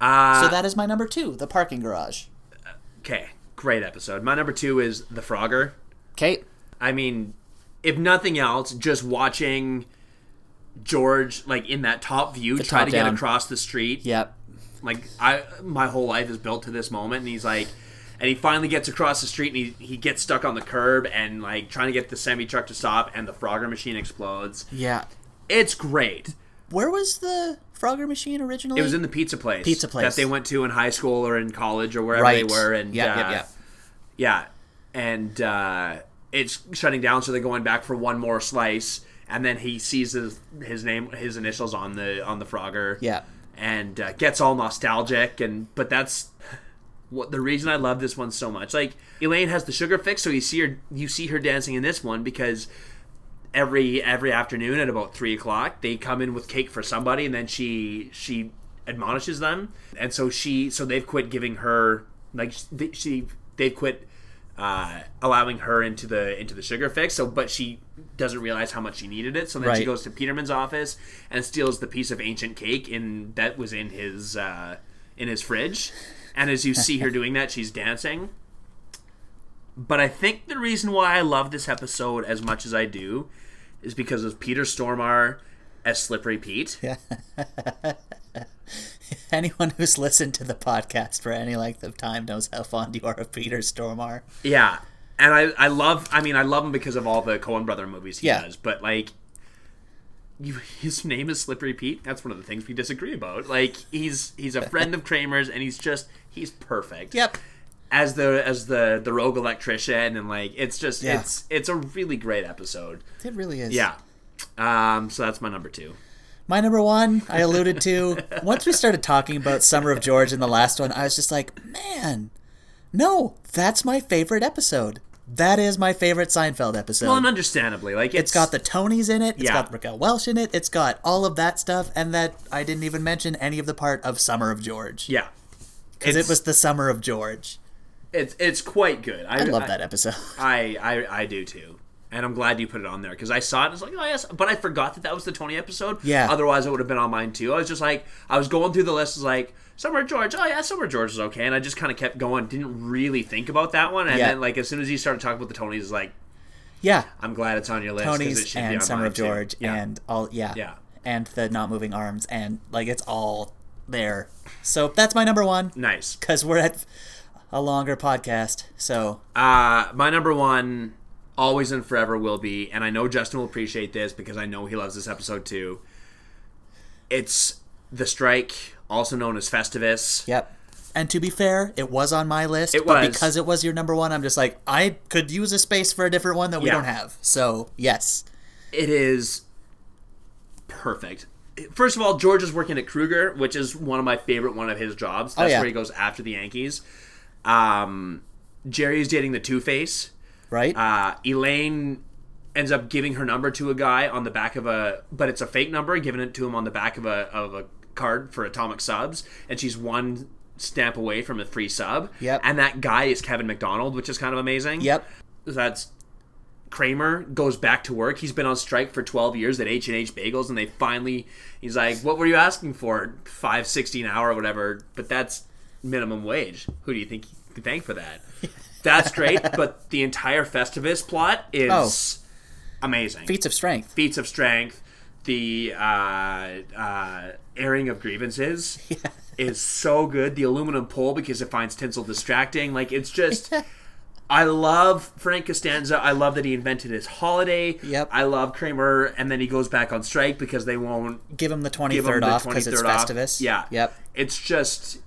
[SPEAKER 2] uh,
[SPEAKER 1] So that is my number two, the parking garage.
[SPEAKER 2] okay great episode my number two is the frogger
[SPEAKER 1] Kate.
[SPEAKER 2] I mean, if nothing else, just watching George like in that top view try
[SPEAKER 1] top
[SPEAKER 2] to get
[SPEAKER 1] down.
[SPEAKER 2] across the street.
[SPEAKER 1] Yep.
[SPEAKER 2] Like I my whole life is built to this moment and he's like and he finally gets across the street and he, he gets stuck on the curb and like trying to get the semi truck to stop and the Frogger machine explodes.
[SPEAKER 1] Yeah.
[SPEAKER 2] It's great.
[SPEAKER 1] Where was the Frogger machine originally?
[SPEAKER 2] It was in the pizza place.
[SPEAKER 1] Pizza place.
[SPEAKER 2] that they went to in high school or in college or wherever they
[SPEAKER 1] Right.
[SPEAKER 2] were. And
[SPEAKER 1] Yep,
[SPEAKER 2] uh,
[SPEAKER 1] yep, yep.
[SPEAKER 2] yeah, and uh, it's shutting down, so they're going back for one more slice. And then he sees his, his name, his initials on the on the Frogger.
[SPEAKER 1] Yeah.
[SPEAKER 2] and uh, gets all nostalgic. And but that's what the reason I love this one so much. Like Elaine has the sugar fix, so you see her you see her dancing in this one because every every afternoon at about three o'clock they come in with cake for somebody, and then she she admonishes them, and so she so they've quit giving her like they- she they've quit uh, allowing her into the into the sugar fix. So but she doesn't realize how much she needed it. So then she
[SPEAKER 1] Right.
[SPEAKER 2] goes to Peterman's office and steals the piece of ancient cake in that was in his uh, in his fridge. And as you see her doing that, she's dancing. But I think the reason why I love this episode as much as I do is because of Peter Stormare as Slippery Pete.
[SPEAKER 1] Anyone who's listened to the podcast for any length of time knows how fond you are of Peter Stormare.
[SPEAKER 2] Yeah. And I, I love I mean I love him because of all the Coen brother movies he
[SPEAKER 1] Yeah.
[SPEAKER 2] does, but like you, his name is Slippery Pete. That's one of the things we disagree about. Like he's he's a friend of Kramer's and he's just he's perfect.
[SPEAKER 1] Yep.
[SPEAKER 2] As the as the the rogue electrician and like it's just
[SPEAKER 1] Yeah.
[SPEAKER 2] it's it's a really great episode.
[SPEAKER 1] It really is.
[SPEAKER 2] Yeah. Um so that's my number 2.
[SPEAKER 1] My number one, I alluded to. Once we started talking about Summer of George in the last one, I was just like, man, no, that's my favorite episode. That is my favorite Seinfeld episode.
[SPEAKER 2] Well, and understandably, like it's,
[SPEAKER 1] it's got the Tonys in it. It's
[SPEAKER 2] Yeah.
[SPEAKER 1] got Raquel Welch in it. It's got all of that stuff, and that I didn't even mention any of the part of Summer of George
[SPEAKER 2] yeah.
[SPEAKER 1] because it
[SPEAKER 2] It's-
[SPEAKER 1] was the Summer of George.
[SPEAKER 2] it's it's quite good. I,
[SPEAKER 1] I love that episode.
[SPEAKER 2] I, I I do too, and I'm glad you put it on there because I saw it. and I was like, oh yes, but I forgot that that was the Tony episode.
[SPEAKER 1] Yeah.
[SPEAKER 2] Otherwise, it would have been on mine too. I was just like, I was going through the list, was like Summer George. Oh yeah, Summer George is okay, and I just kind of kept going. Didn't really think about that one, and
[SPEAKER 1] Yeah.
[SPEAKER 2] then like as soon as you started talking about the Tonys, it's like
[SPEAKER 1] yeah,
[SPEAKER 2] I'm glad it's on your list. 'cause it
[SPEAKER 1] Tonys
[SPEAKER 2] should be on
[SPEAKER 1] and Summer
[SPEAKER 2] mine,
[SPEAKER 1] of
[SPEAKER 2] too.
[SPEAKER 1] George
[SPEAKER 2] Yeah.
[SPEAKER 1] and all. Yeah,
[SPEAKER 2] Yeah.
[SPEAKER 1] and the not moving arms and like it's all there. So that's my number one.
[SPEAKER 2] nice.
[SPEAKER 1] because we're at a longer podcast. So
[SPEAKER 2] Uh, my number one always and forever will be, and I know Justin will appreciate this because I know he loves this episode too. It's the strike, also known as Festivus.
[SPEAKER 1] yep. And to be fair, it was on my list,
[SPEAKER 2] It
[SPEAKER 1] but
[SPEAKER 2] was.
[SPEAKER 1] because it was your number one, I'm just like I could use a space for a different one that we
[SPEAKER 2] Yeah.
[SPEAKER 1] don't have. So yes,
[SPEAKER 2] It is perfect. First of all, George is working at Kruger, which is one of my favorite one of his jobs. That's
[SPEAKER 1] yeah.
[SPEAKER 2] where he goes after the Yankees. Um, Jerry is dating the Two Face.
[SPEAKER 1] right?
[SPEAKER 2] uh, Elaine ends up giving her number to a guy on the back of a, but it's a fake number, giving it to him on the back of a of a card for Atomic Subs, and she's one stamp away from a free sub.
[SPEAKER 1] Yep.
[SPEAKER 2] And that guy is Kevin McDonald, which is kind of amazing.
[SPEAKER 1] yep.
[SPEAKER 2] That's Kramer goes back to work. He's been on strike for twelve years at H and H Bagels, and they finally, he's like, "What were you asking for? Five sixty an hour or whatever?" But that's minimum wage. Who do you think you can thank for that? That's great. but the entire Festivus plot is amazing.
[SPEAKER 1] Feats of strength.
[SPEAKER 2] Feats of strength, the uh, uh, airing of grievances is so good. The aluminum pole because it finds tinsel distracting. Like it's just. I love Frank Costanza. I love that he invented his holiday.
[SPEAKER 1] Yep.
[SPEAKER 2] I love Kramer, and then he goes back on strike because they won't
[SPEAKER 1] Give him the
[SPEAKER 2] give him
[SPEAKER 1] 23rd
[SPEAKER 2] the
[SPEAKER 1] off because it's
[SPEAKER 2] 23rd off.
[SPEAKER 1] Festivus.
[SPEAKER 2] Yeah.
[SPEAKER 1] Yep.
[SPEAKER 2] It's just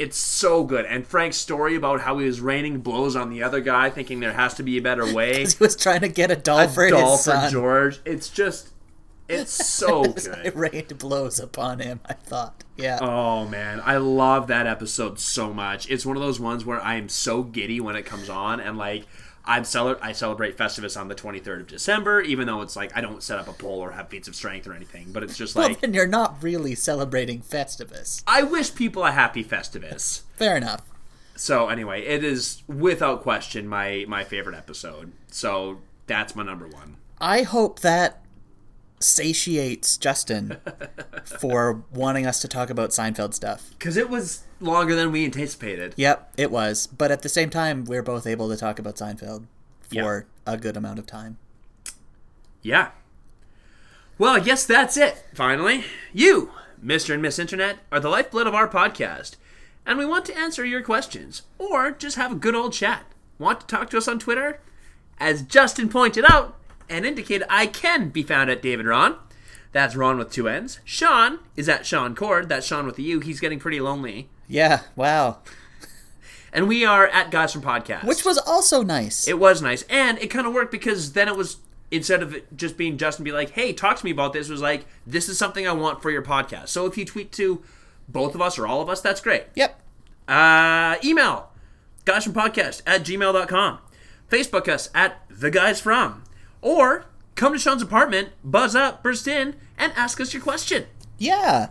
[SPEAKER 2] It's so good. And Frank's story about how he was raining blows on the other guy, thinking there has to be a better way.
[SPEAKER 1] He was trying to get a doll for
[SPEAKER 2] doll
[SPEAKER 1] his
[SPEAKER 2] for
[SPEAKER 1] son.
[SPEAKER 2] George. It's just, it's so good.
[SPEAKER 1] it rained blows upon him. I thought, yeah,
[SPEAKER 2] Oh man, I love that episode so much. It's one of those ones where I am so giddy when it comes on, and like I'm cele- I celebrate Festivus on the 23rd of December, even though it's like I don't set up a poll or have feats of strength or anything. But it's just
[SPEAKER 1] well,
[SPEAKER 2] like
[SPEAKER 1] then you're not really celebrating Festivus.
[SPEAKER 2] I wish people a happy Festivus.
[SPEAKER 1] Fair enough.
[SPEAKER 2] So anyway, it is without question my my favorite episode. So that's my number one.
[SPEAKER 1] I hope that satiates Justin for wanting us to talk about Seinfeld stuff.
[SPEAKER 2] Because it was longer than we anticipated.
[SPEAKER 1] Yep, it was. But at the same time, we are both able to talk about Seinfeld
[SPEAKER 2] Yeah.
[SPEAKER 1] for a good amount of time.
[SPEAKER 2] Yeah. Well, I guess that's it. Finally, you, Mr. and Miss Internet, are the lifeblood of our podcast, and we want to answer your questions or just have a good old chat. Want to talk to us on Twitter? As Justin pointed out and indicated, I can be found at David Ron. That's Ron with two N's. Sean is at Sean Cord. That's Sean with a U. He's getting pretty lonely.
[SPEAKER 1] Yeah, wow.
[SPEAKER 2] And we are at Guys from Podcast.
[SPEAKER 1] Which was also nice.
[SPEAKER 2] It was nice, and it kind of worked because then it was instead of it just being Justin be like, "Hey, talk to me about this." It was like, "This is something I want for your podcast." So if you tweet to both of us or all of us, that's great.
[SPEAKER 1] yep.
[SPEAKER 2] Uh, email guys from podcast at gmail.com. Facebook us at the guys from, or come to Sean's apartment, buzz up, burst in, and ask us your question.
[SPEAKER 1] Yeah.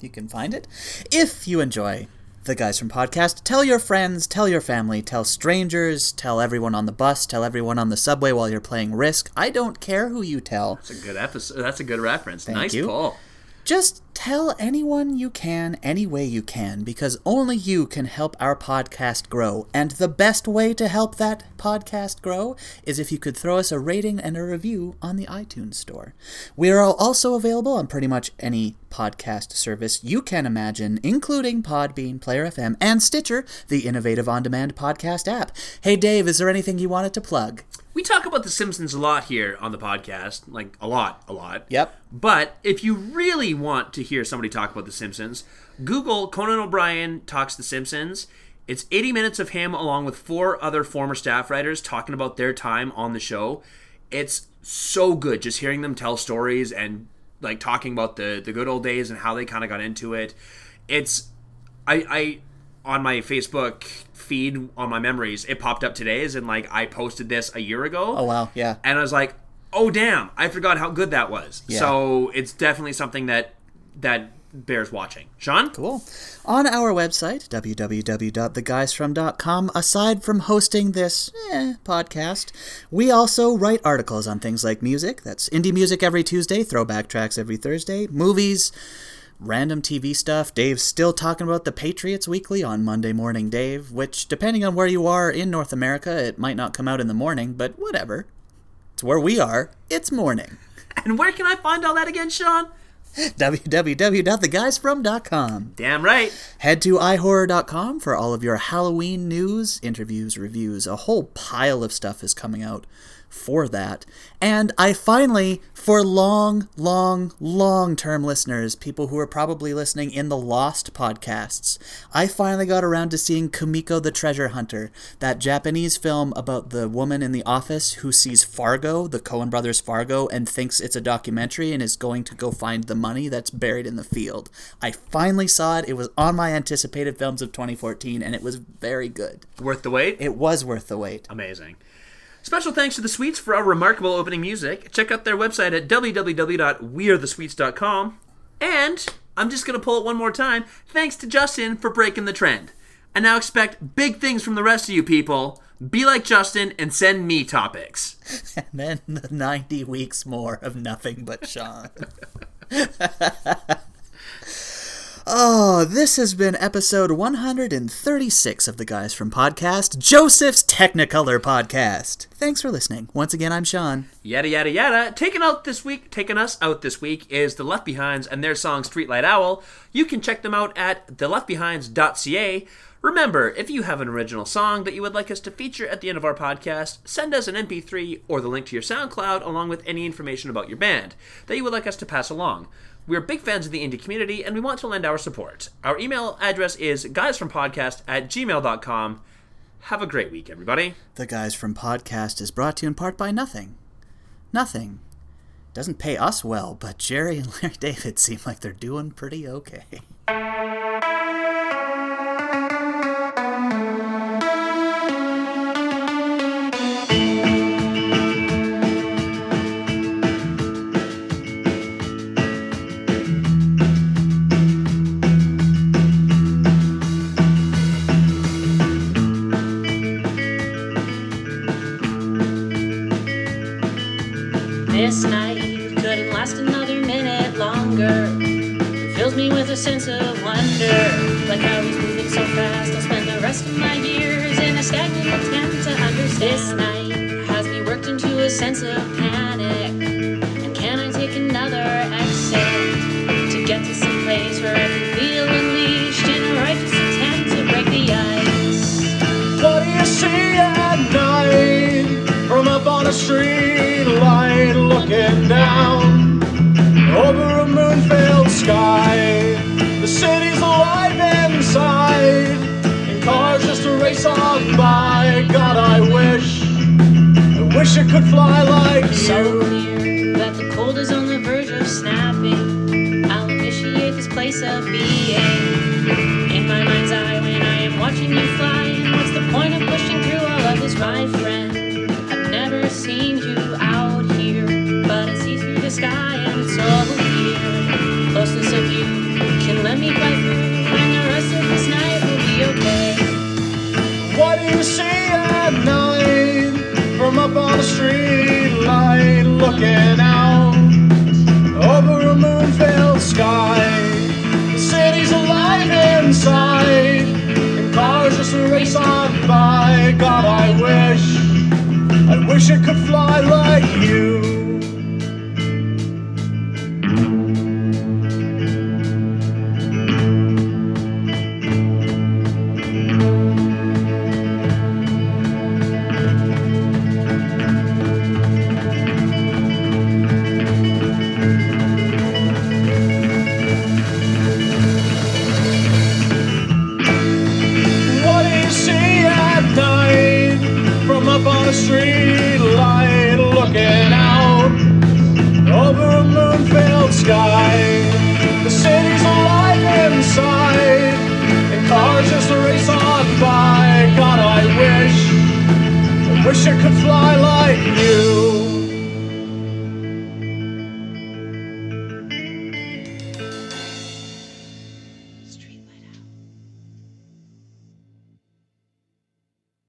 [SPEAKER 1] You can find it. If you enjoy the guys from podcast, tell your friends, tell your family, tell strangers, tell everyone on the bus, tell everyone on the subway while you're playing Risk. I don't care who you tell.
[SPEAKER 2] It's a good episode. That's a good reference. nice
[SPEAKER 1] you.
[SPEAKER 2] pull.
[SPEAKER 1] Just tell anyone you can, any way you can, because only you can help our podcast grow. And the best way to help that podcast grow is if you could throw us a rating and a review on the iTunes Store. We are also available on pretty much any podcast service you can imagine, including Podbean, Player FM, and Stitcher, the innovative on demand podcast app. Hey, Dave, is there anything you wanted to plug?
[SPEAKER 2] We talk about The Simpsons a lot here on the podcast, like a lot, a lot.
[SPEAKER 1] Yep.
[SPEAKER 2] But if you really want to hear somebody talk about The Simpsons, Google Conan O'Brien Talks The Simpsons. It's 80 minutes of him along with four other former staff writers talking about their time on the show. It's so good just hearing them tell stories and like talking about the the good old days and how they kind of got into it. It's I, I on my Facebook feed on my memories, it popped up today's and like I posted this a year ago.
[SPEAKER 1] Oh, wow. Yeah.
[SPEAKER 2] And I was like, oh damn, I forgot how good that was. So it's definitely something that that bears watching. Sean?
[SPEAKER 1] Cool. On our website, www.theguysfrom.com, aside from hosting this eh, podcast, we also write articles on things like music. That's indie music every Tuesday, throwback tracks every Thursday, movies, random TV stuff. Dave's still talking about the Patriots Weekly on Monday Morning Dave, which, depending on where you are in North America, it might not come out in the morning, but whatever. It's where we are, it's morning.
[SPEAKER 2] And where can I find all that again, Sean?
[SPEAKER 1] www.theguysfrom.com.
[SPEAKER 2] Damn right.
[SPEAKER 1] Head to ihorror.com for all of your Halloween news, interviews, reviews. A whole pile of stuff is coming out for that. And I finally, for long, long, long term listeners, people who are probably listening in the Lost podcasts, I finally got around to seeing Kumiko the Treasure Hunter, that Japanese film about the woman in the office who sees Fargo, the Coen brothers Fargo, and thinks it's a documentary and is going to go find the money that's buried in the field. I finally saw it. It was on my anticipated films of 2014, and it was very good.
[SPEAKER 2] Worth the wait.
[SPEAKER 1] It was worth the wait.
[SPEAKER 2] Amazing. Special thanks to the Sweets for our remarkable opening music. Check out their website at www.wearethesweets.com. And I'm just going to pull it one more time. Thanks to Justin for breaking the trend. I now expect big things from the rest of you people. Be like Justin and send me topics.
[SPEAKER 1] And then the 90 weeks more of nothing but Sean. oh, this has been episode 136 of the Guys from Podcast, Joseph's Technicolor Podcast. Thanks for listening. Once again, I'm Sean.
[SPEAKER 2] Yada yada yada. Taking out this week, taking us out this week is the Left Behinds and their song Streetlight Owl. You can check them out at theleftbehinds.ca. Remember, if you have an original song that you would like us to feature at the end of our podcast, send us an MP3 or the link to your SoundCloud along with any information about your band that you would like us to pass along. We are big fans of the indie community and we want to lend our support. Our email address is guysfrompodcast at gmail.com. Have a great week, everybody.
[SPEAKER 1] The Guys from Podcast is brought to you in part by nothing. Nothing. Doesn't pay us well, but Jerry and Larry David seem like they're doing pretty okay.
[SPEAKER 3] This night couldn't last another minute longer. It fills me with a sense of wonder. Like how he's moving so fast, I'll spend the rest of my years in a stagnant attempt to understand. This night has me worked into a sense of panic. And can I take another exit to get to some place where I can feel unleashed in a righteous attempt to break the ice?
[SPEAKER 4] What do you see at night from up on a street light looking down over a moon-filled sky? The city's alive inside, and cars just race on by. God, I wish, I wish I could fly like
[SPEAKER 3] so
[SPEAKER 4] you.
[SPEAKER 3] near that the cold is on the verge of snapping. I'll initiate this place of being. In my mind's eye, when I am watching you fly, and what's the point of pushing through all of this, my friend? I've never seen you out here, but I see through the sky, and it's so clear. Closeness of you can let me fly through, and the rest of this night will be okay.
[SPEAKER 4] What do you see at night from up on a street light looking out over a moon-filled sky? The city's alive inside, and cars just race on by. God, I wish, I wish I could fly like you. What do you see at night from up on a street light looking out over a moon-filled sky? The city's alive inside, and cars just race on by. God, I wish, I wish I could fly like you.